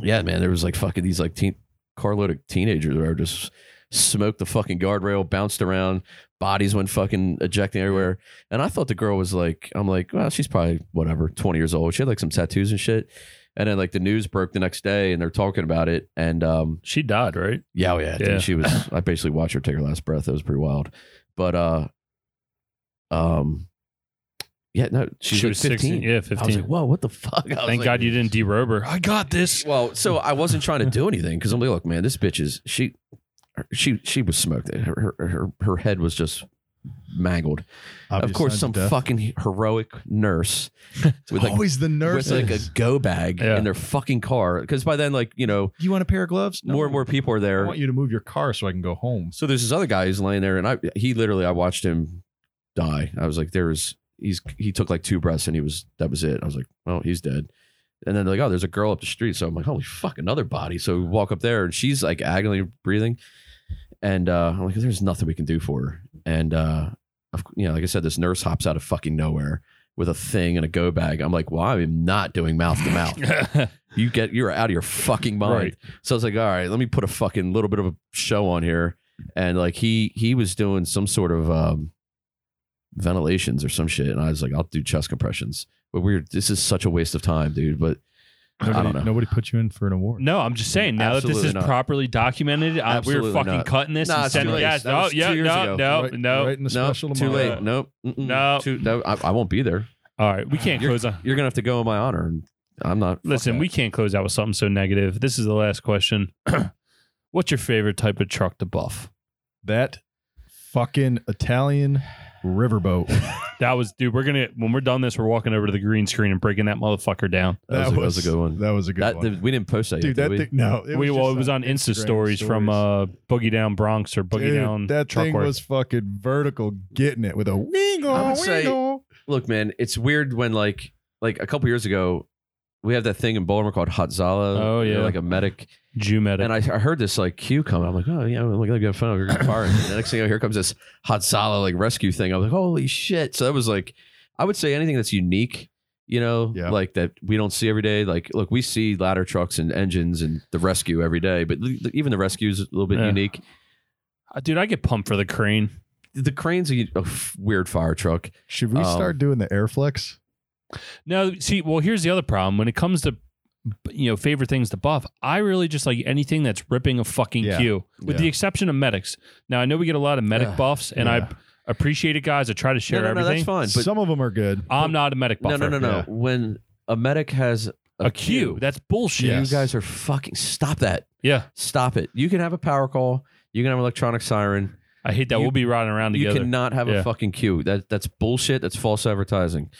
Speaker 3: yeah, man, there was like fucking these like teen carload of teenagers that were just smoked the fucking guardrail, bounced around, bodies went fucking ejecting everywhere. And I thought the girl was like, I'm like, well, she's probably whatever, 20 years old. She had like some tattoos and shit. And then like the news broke the next day and they're talking about it. And um
Speaker 1: She died, right?
Speaker 3: yeah, oh, yeah, dude,
Speaker 1: Yeah.
Speaker 3: she was I basically watched her take her last breath. It was pretty wild. But uh um yeah, no, she, was like 15.
Speaker 1: 16 Yeah,
Speaker 3: I was like,
Speaker 1: fifteen.
Speaker 3: whoa, what the fuck? I was
Speaker 1: Thank
Speaker 3: like-
Speaker 1: God you didn't derobe her. I got this.
Speaker 3: Well, so I wasn't trying to do anything because I'm like, look, man, this bitch is she, she, she was smoked. Her, her, her, her head was just mangled.
Speaker 2: Obvious
Speaker 3: of course,
Speaker 2: signs
Speaker 3: some
Speaker 2: death.
Speaker 3: fucking heroic nurse with like
Speaker 2: always the
Speaker 3: with
Speaker 2: nurses.
Speaker 3: like a go bag
Speaker 1: Yeah.
Speaker 3: in their fucking car. Because by then, like you know,
Speaker 2: you want a pair of gloves? No.
Speaker 3: more and more people are
Speaker 2: I
Speaker 3: there.
Speaker 2: want you to move your car so I can go home.
Speaker 3: So there's this other guy who's laying there, and I he literally I watched him die. I was like, there was he's he took like two breaths, and he was that was it. I was like, well, he's dead. And then they're like, oh, there's a girl up the street. So I'm like, holy fuck, another body. So we walk up there, and she's like agonally breathing, and uh, I'm like, there's nothing we can do for her. And uh, of, cou- you know, like I said, this nurse hops out of fucking nowhere with a thing and a go bag. I'm like, well, I'm not doing mouth to mouth. You get you're out of your fucking mind.
Speaker 1: Right.
Speaker 3: So I was like, all right, let me put a fucking little bit of a show on here. And like he he was doing some sort of um ventilations or some shit. And I was like, I'll do chest compressions. But we're this is such a waste of time, dude. But
Speaker 2: Nobody,
Speaker 3: I don't know.
Speaker 2: Nobody put you in for an award.
Speaker 1: no, I'm just saying. Now that this
Speaker 3: Absolutely
Speaker 1: is
Speaker 3: not.
Speaker 1: properly documented, I, we were
Speaker 3: Absolutely
Speaker 1: fucking
Speaker 3: not.
Speaker 1: cutting this
Speaker 3: Nah,
Speaker 1: and
Speaker 3: it's too
Speaker 1: sending
Speaker 3: late.
Speaker 1: guys.
Speaker 3: That
Speaker 1: No,
Speaker 3: was two
Speaker 1: yeah,
Speaker 3: years
Speaker 1: no,
Speaker 3: ago.
Speaker 1: no,
Speaker 2: right,
Speaker 1: no.
Speaker 2: right in the
Speaker 3: no,
Speaker 2: special
Speaker 3: too
Speaker 2: tomorrow.
Speaker 3: late. Nope. Mm-mm.
Speaker 1: No.
Speaker 3: Too, no I, I won't be there.
Speaker 1: All right, we can't close on.
Speaker 3: You're gonna have to go in my honor. And I'm not. fuck
Speaker 1: Listen,
Speaker 3: that.
Speaker 1: we can't close out with something so negative. This is the last question. What's your favorite type of truck to buff?
Speaker 2: That fucking Italian riverboat.
Speaker 1: That was, dude. We're gonna when we're done this, we're walking over to the green screen and breaking that motherfucker down.
Speaker 3: That was a- that was a good one.
Speaker 2: That was a good
Speaker 3: that,
Speaker 2: one.
Speaker 3: th- we didn't post that
Speaker 2: Dude,
Speaker 3: yet.
Speaker 2: that
Speaker 3: did we?
Speaker 2: thing, no. It
Speaker 1: we
Speaker 2: was
Speaker 1: well,
Speaker 2: just
Speaker 1: it was on Insta
Speaker 2: Instagram
Speaker 1: stories, from uh Boogie Down Bronx or Boogie
Speaker 2: Dude,
Speaker 1: Down.
Speaker 2: That thing
Speaker 1: Truckworth.
Speaker 2: was fucking vertical, getting it with a wingle,
Speaker 3: I would say-
Speaker 2: wingle.
Speaker 3: look, man, it's weird when like like a couple years ago, we have that thing in Baltimore called Hotzala.
Speaker 1: Oh,
Speaker 3: you know,
Speaker 1: yeah.
Speaker 3: like a medic.
Speaker 1: Jumeta.
Speaker 3: And I, I heard this like cue coming. I'm like, oh yeah, I'm gonna get a phone. We're gonna fire. And the next thing I know, here comes this Hotzala like rescue thing. I was like, holy shit! So that was like, I would say anything that's unique. You know,
Speaker 2: Yeah.
Speaker 3: like that we don't see every day. Like, look, we see ladder trucks and engines and the rescue every day, but l- even the rescue is a little bit
Speaker 1: Yeah.
Speaker 3: unique.
Speaker 1: Uh, dude, I get pumped for the crane.
Speaker 3: The crane's a, a f- weird fire truck.
Speaker 2: Should we
Speaker 3: Um,
Speaker 2: start doing the Airflex?
Speaker 1: No, see, well, here's the other problem. When it comes to you know favorite things to buff, I really just like anything that's ripping a fucking
Speaker 2: Yeah.
Speaker 1: queue, with
Speaker 2: Yeah.
Speaker 1: the exception of medics. Now I know we get a lot of medic
Speaker 3: Ugh,
Speaker 1: buffs, and I
Speaker 2: yeah.
Speaker 1: appreciate it, guys. I try to share
Speaker 3: no, no, no, that's
Speaker 1: everything.
Speaker 3: fine. But
Speaker 2: Some of them are good.
Speaker 1: I'm not a medic
Speaker 3: no,
Speaker 1: buffer.
Speaker 3: no, no, no.
Speaker 2: Yeah.
Speaker 3: When a medic has a,
Speaker 1: A queue. That's bullshit.
Speaker 2: Yeah.
Speaker 3: You
Speaker 2: Yes.
Speaker 3: guys are fucking stop that.
Speaker 1: Yeah.
Speaker 3: Stop it. You can have a power call. You can have an electronic siren.
Speaker 1: I hate that.
Speaker 3: You-
Speaker 1: we'll be riding around together.
Speaker 3: You cannot have
Speaker 1: Yeah.
Speaker 3: a fucking queue. That that's bullshit. That's false advertising.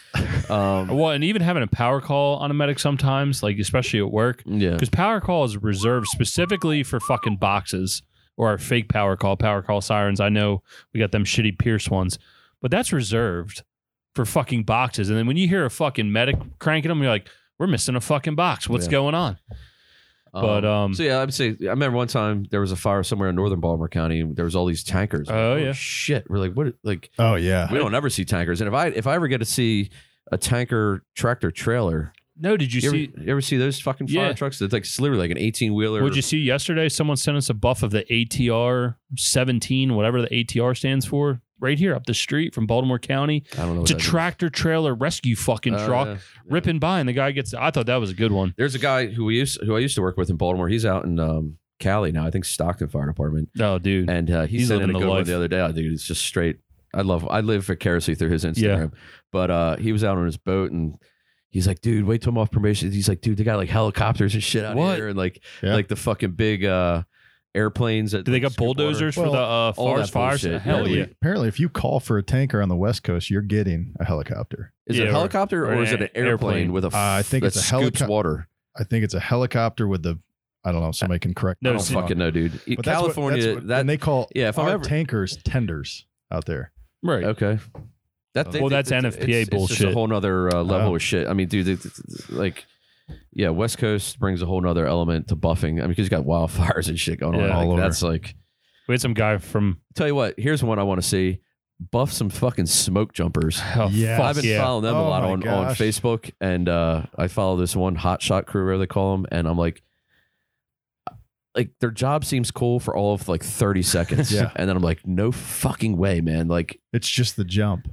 Speaker 3: Um,
Speaker 1: well, and even having a power call on a medic sometimes, like especially at work,
Speaker 3: yeah.
Speaker 1: because power call is reserved specifically for fucking boxes or our fake power call, power call sirens. I know we got them shitty Pierce ones, but that's reserved for fucking boxes. And then when you hear a fucking medic cranking them, you're like, we're missing a fucking box. What's
Speaker 3: Yeah.
Speaker 1: going on? but, um,
Speaker 3: so yeah, I'd say I remember one time there was a fire somewhere in northern Baltimore County. and There was all these tankers.
Speaker 1: Oh, yeah.
Speaker 3: shit. We're like, what? Like
Speaker 2: Oh yeah.
Speaker 3: we don't ever see tankers. And if I if I ever get to see a tanker tractor trailer,
Speaker 1: No, did you,
Speaker 3: you,
Speaker 1: see?
Speaker 3: ever, you ever see those fucking fire
Speaker 1: Yeah.
Speaker 3: trucks? That's like it's literally like an eighteen wheeler.
Speaker 1: Would you see yesterday? Someone sent us a buff of the ATR 17, whatever the ATR stands for, right here up the street from Baltimore County.
Speaker 3: I don't know.
Speaker 1: It's
Speaker 3: what
Speaker 1: a
Speaker 3: Oh, that is.
Speaker 1: tractor trailer rescue fucking
Speaker 3: Oh,
Speaker 1: truck
Speaker 3: yeah.
Speaker 1: ripping by, and the guy gets. I thought that was a good one.
Speaker 3: There's a guy who we used who I used to work with in Baltimore. He's out in um, Cali now. I think Stockton Fire Department,
Speaker 1: Oh, dude.
Speaker 3: and uh, he
Speaker 1: He's
Speaker 3: sent in a
Speaker 1: living
Speaker 3: good
Speaker 1: the
Speaker 3: one
Speaker 1: life.
Speaker 3: the other day. I think it's just straight. I love. I live vicariously through his Instagram.
Speaker 1: Yeah.
Speaker 3: But uh, he was out on his boat and. He's like, dude, wait till I'm off promotion. He's like, dude, they got like helicopters and shit out
Speaker 1: What?
Speaker 3: here, and like,
Speaker 2: Yeah.
Speaker 3: like the fucking big uh, airplanes. That
Speaker 1: Do they got
Speaker 3: scoop water.
Speaker 1: bulldozers
Speaker 2: Well,
Speaker 1: for the uh,
Speaker 3: all
Speaker 1: forest
Speaker 3: that
Speaker 1: fires?
Speaker 3: bullshit.
Speaker 1: Hell
Speaker 2: apparently,
Speaker 1: yeah.
Speaker 2: apparently, if you call for a tanker on the West Coast, you're getting a helicopter.
Speaker 3: Is
Speaker 1: Yeah,
Speaker 3: it
Speaker 1: or-
Speaker 3: a helicopter
Speaker 1: or
Speaker 3: or,
Speaker 1: an
Speaker 3: is it an airplane,
Speaker 1: airplane.
Speaker 3: with a?
Speaker 2: Uh, I think
Speaker 3: that
Speaker 2: it's a
Speaker 3: scoops
Speaker 2: helico-
Speaker 3: water.
Speaker 2: I think it's a helicopter with the. I don't know. Somebody can correct.
Speaker 1: No,
Speaker 2: me
Speaker 3: I don't
Speaker 2: if I'm wrong.
Speaker 3: fucking know, dude.
Speaker 2: But that's what-
Speaker 3: California,
Speaker 2: that's what-
Speaker 3: that
Speaker 2: and they call
Speaker 3: yeah, if I'm
Speaker 2: our
Speaker 3: ever-
Speaker 2: tankers tenders out there.
Speaker 1: Right.
Speaker 3: Okay. That
Speaker 2: Well,
Speaker 1: that's NFPA
Speaker 3: it's- It's just
Speaker 1: bullshit.
Speaker 3: a whole nother uh, level
Speaker 2: Oh.
Speaker 3: of shit. I mean, dude, it's- it's- it's like yeah, West Coast brings a whole nother element to buffing. I mean, because you got wildfires and shit going on.
Speaker 1: Yeah,
Speaker 3: Like,
Speaker 2: all over.
Speaker 3: That's like,
Speaker 1: We had some guy from
Speaker 3: tell you what, here's one I want to see: buff some fucking smoke jumpers.
Speaker 1: oh,
Speaker 2: Yes.
Speaker 1: fuck
Speaker 3: I've been
Speaker 1: yeah.
Speaker 3: following them a
Speaker 2: Oh
Speaker 3: lot
Speaker 2: my
Speaker 3: on, on
Speaker 2: gosh.
Speaker 3: Facebook, and uh, I follow this one hot shot crew, whatever they call them, and I'm like, like their job seems cool for all of like 30 seconds,
Speaker 2: Yeah.
Speaker 3: and then I'm like, no fucking way, man! Like,
Speaker 2: It's just the jump.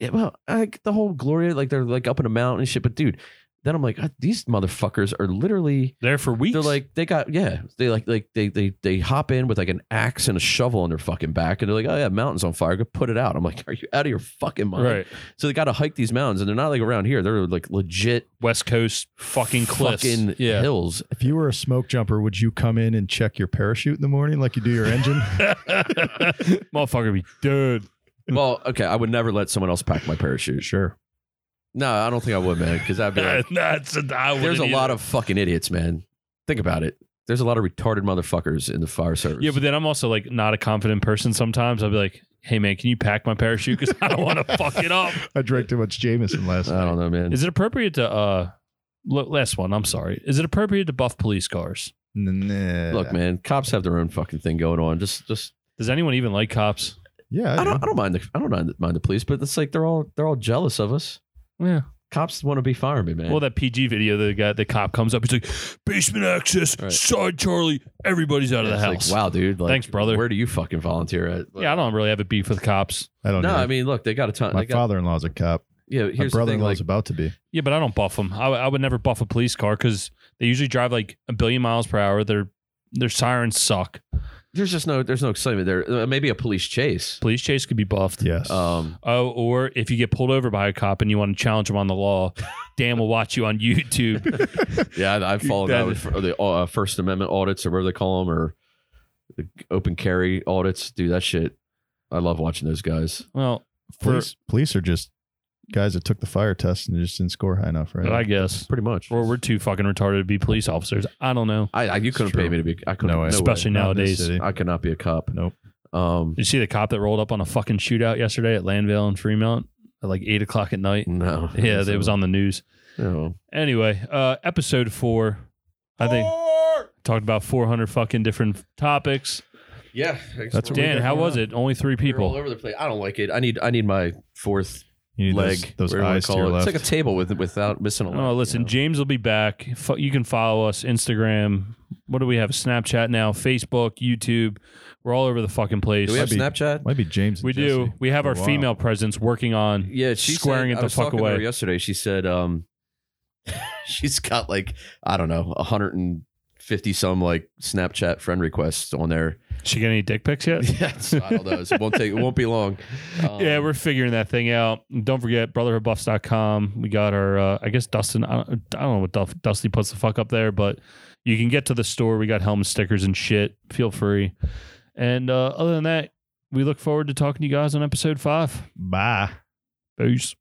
Speaker 3: yeah, well, like the whole Gloria, like they're like up in a mountain and shit, but dude, then I'm like, "God, these motherfuckers are literally.
Speaker 1: there for weeks.
Speaker 3: They're like they got yeah they like like they they they hop in with like an axe and a shovel on their fucking back and they're like oh yeah mountains on fire go put it out I'm like are you out of your fucking mind
Speaker 1: right,
Speaker 3: so they got to hike these mountains, and they're not like around here. They're like legit
Speaker 1: West Coast fucking cliffs.
Speaker 3: fucking
Speaker 1: yeah.
Speaker 3: hills.
Speaker 2: If you were a smoke jumper, would you come in and check your parachute in the morning like you do your engine?
Speaker 1: Motherfucker be dead.
Speaker 3: Well, okay, I would never let someone else pack my parachute.
Speaker 2: sure.
Speaker 3: No, I don't think I would, man, because I'd be like,
Speaker 1: That's I
Speaker 3: there's a lot of fucking idiots, man. Think about it. There's a lot of retarded motherfuckers in the fire service.
Speaker 1: Yeah, but then I'm also like not a confident person sometimes. I'll be like, hey man, can you pack my parachute? Because I don't want to fuck it up.
Speaker 2: I drank too much Jameson last
Speaker 3: I
Speaker 2: night.
Speaker 3: don't know, man.
Speaker 1: Is it appropriate to uh look last one, I'm sorry. Is it appropriate to buff police cars?
Speaker 2: Nah.
Speaker 3: Look, man, cops have their own fucking thing going on. Just, just
Speaker 1: Does anyone even like cops?
Speaker 2: Yeah,
Speaker 3: I don't, I don't mind the, I don't mind the, mind the police, but it's like they're all, they're all jealous of us.
Speaker 1: Yeah.
Speaker 3: Cops want to be firemen, man.
Speaker 1: Well, that PG video, the guy, the cop comes up, he's like, basement access,
Speaker 3: Right.
Speaker 1: side Charlie, everybody's out of the
Speaker 3: It's like,
Speaker 1: house.
Speaker 3: wow, dude. Like,
Speaker 1: Thanks, brother.
Speaker 3: Where do you fucking volunteer at?
Speaker 1: Yeah, I don't really have a beef with cops.
Speaker 2: I don't
Speaker 3: No,
Speaker 2: know.
Speaker 3: I mean, look, they got a ton.
Speaker 2: Oh, my
Speaker 3: they got,
Speaker 2: father-in-law's a cop.
Speaker 3: yeah,
Speaker 2: My
Speaker 3: here's the thing.
Speaker 2: brother-in-law's
Speaker 3: Like,
Speaker 2: about to be.
Speaker 1: Yeah, but I don't buff them. I, I would never buff a police car because they usually drive like a billion miles per hour. Their their sirens suck.
Speaker 3: there's just no, there's no excitement there. Uh, Maybe a police chase.
Speaker 1: Police chase could be buffed.
Speaker 2: Yes.
Speaker 3: Um,
Speaker 1: Oh, or if you get pulled over by a cop and you want to challenge him on the law, Dan will watch you on YouTube.
Speaker 3: yeah, I, I follow
Speaker 1: That-
Speaker 3: that with fir- the uh, First Amendment audits or whatever they call them, or the open carry audits. Dude, that shit. I love watching those guys.
Speaker 1: Well, for
Speaker 2: police, police are just guys that took the fire test and just didn't score high enough, right?
Speaker 1: I guess,
Speaker 3: Pretty much.
Speaker 1: or we're too fucking retarded to be police officers. I don't know.
Speaker 3: I, I you couldn't
Speaker 2: Sure.
Speaker 3: pay me to be. I couldn't.
Speaker 2: No way.
Speaker 3: No
Speaker 1: Especially
Speaker 2: Not in this
Speaker 1: nowadays.
Speaker 2: city.
Speaker 3: I could not be a cop.
Speaker 2: Nope.
Speaker 3: Um,
Speaker 1: You see the cop that rolled up on a fucking shootout yesterday at Landvale and Fremont at like eight o'clock at night.
Speaker 3: no.
Speaker 1: Yeah, it was on the news.
Speaker 3: No.
Speaker 1: Anyway, uh, episode four. I think talked about four hundred fucking different topics.
Speaker 3: Yeah.
Speaker 2: That's what we
Speaker 1: Dan,
Speaker 2: got
Speaker 1: how
Speaker 2: going
Speaker 1: was
Speaker 2: on.
Speaker 1: it? Only three
Speaker 3: all
Speaker 1: people.
Speaker 3: over the place. I don't like it. I need. I need my fourth
Speaker 2: You need
Speaker 3: leg.
Speaker 2: those, those
Speaker 3: whatever you
Speaker 2: eyes to
Speaker 3: call
Speaker 2: your
Speaker 3: it.
Speaker 2: left.
Speaker 3: It's like a table with without missing a leg.
Speaker 1: Oh, listen,
Speaker 3: you know?
Speaker 1: James will be back. Fo- You can follow us Instagram. What do we have? Snapchat now, Facebook, YouTube. We're all over the fucking place.
Speaker 3: Do we have
Speaker 2: I'd be-
Speaker 3: Snapchat?
Speaker 2: Might be James. and
Speaker 1: We do.
Speaker 2: Jesse
Speaker 1: We have
Speaker 2: for a
Speaker 1: our
Speaker 2: while.
Speaker 1: female presence working on.
Speaker 3: Yeah, she
Speaker 1: squaring
Speaker 3: said,
Speaker 1: it
Speaker 3: I
Speaker 1: the
Speaker 3: was
Speaker 1: fuck
Speaker 3: talking to
Speaker 1: away.
Speaker 3: her yesterday. She said, um, she's got like I don't know, hundred and fifty some like Snapchat friend requests on there.
Speaker 1: She got any dick pics yet?
Speaker 3: Yeah, so I don't know. It won't take. It won't be long. Um,
Speaker 1: yeah, we're figuring that thing out. And Don't forget brotherhoodbuffs.com. We got our, uh, I guess Dustin, I don't, I don't know what Duff, Dusty puts the fuck up there, but you can get to the store. We got helmet stickers and shit. Feel free. And uh, other than that, we look forward to talking to you guys on episode five.
Speaker 2: Bye.
Speaker 1: Peace.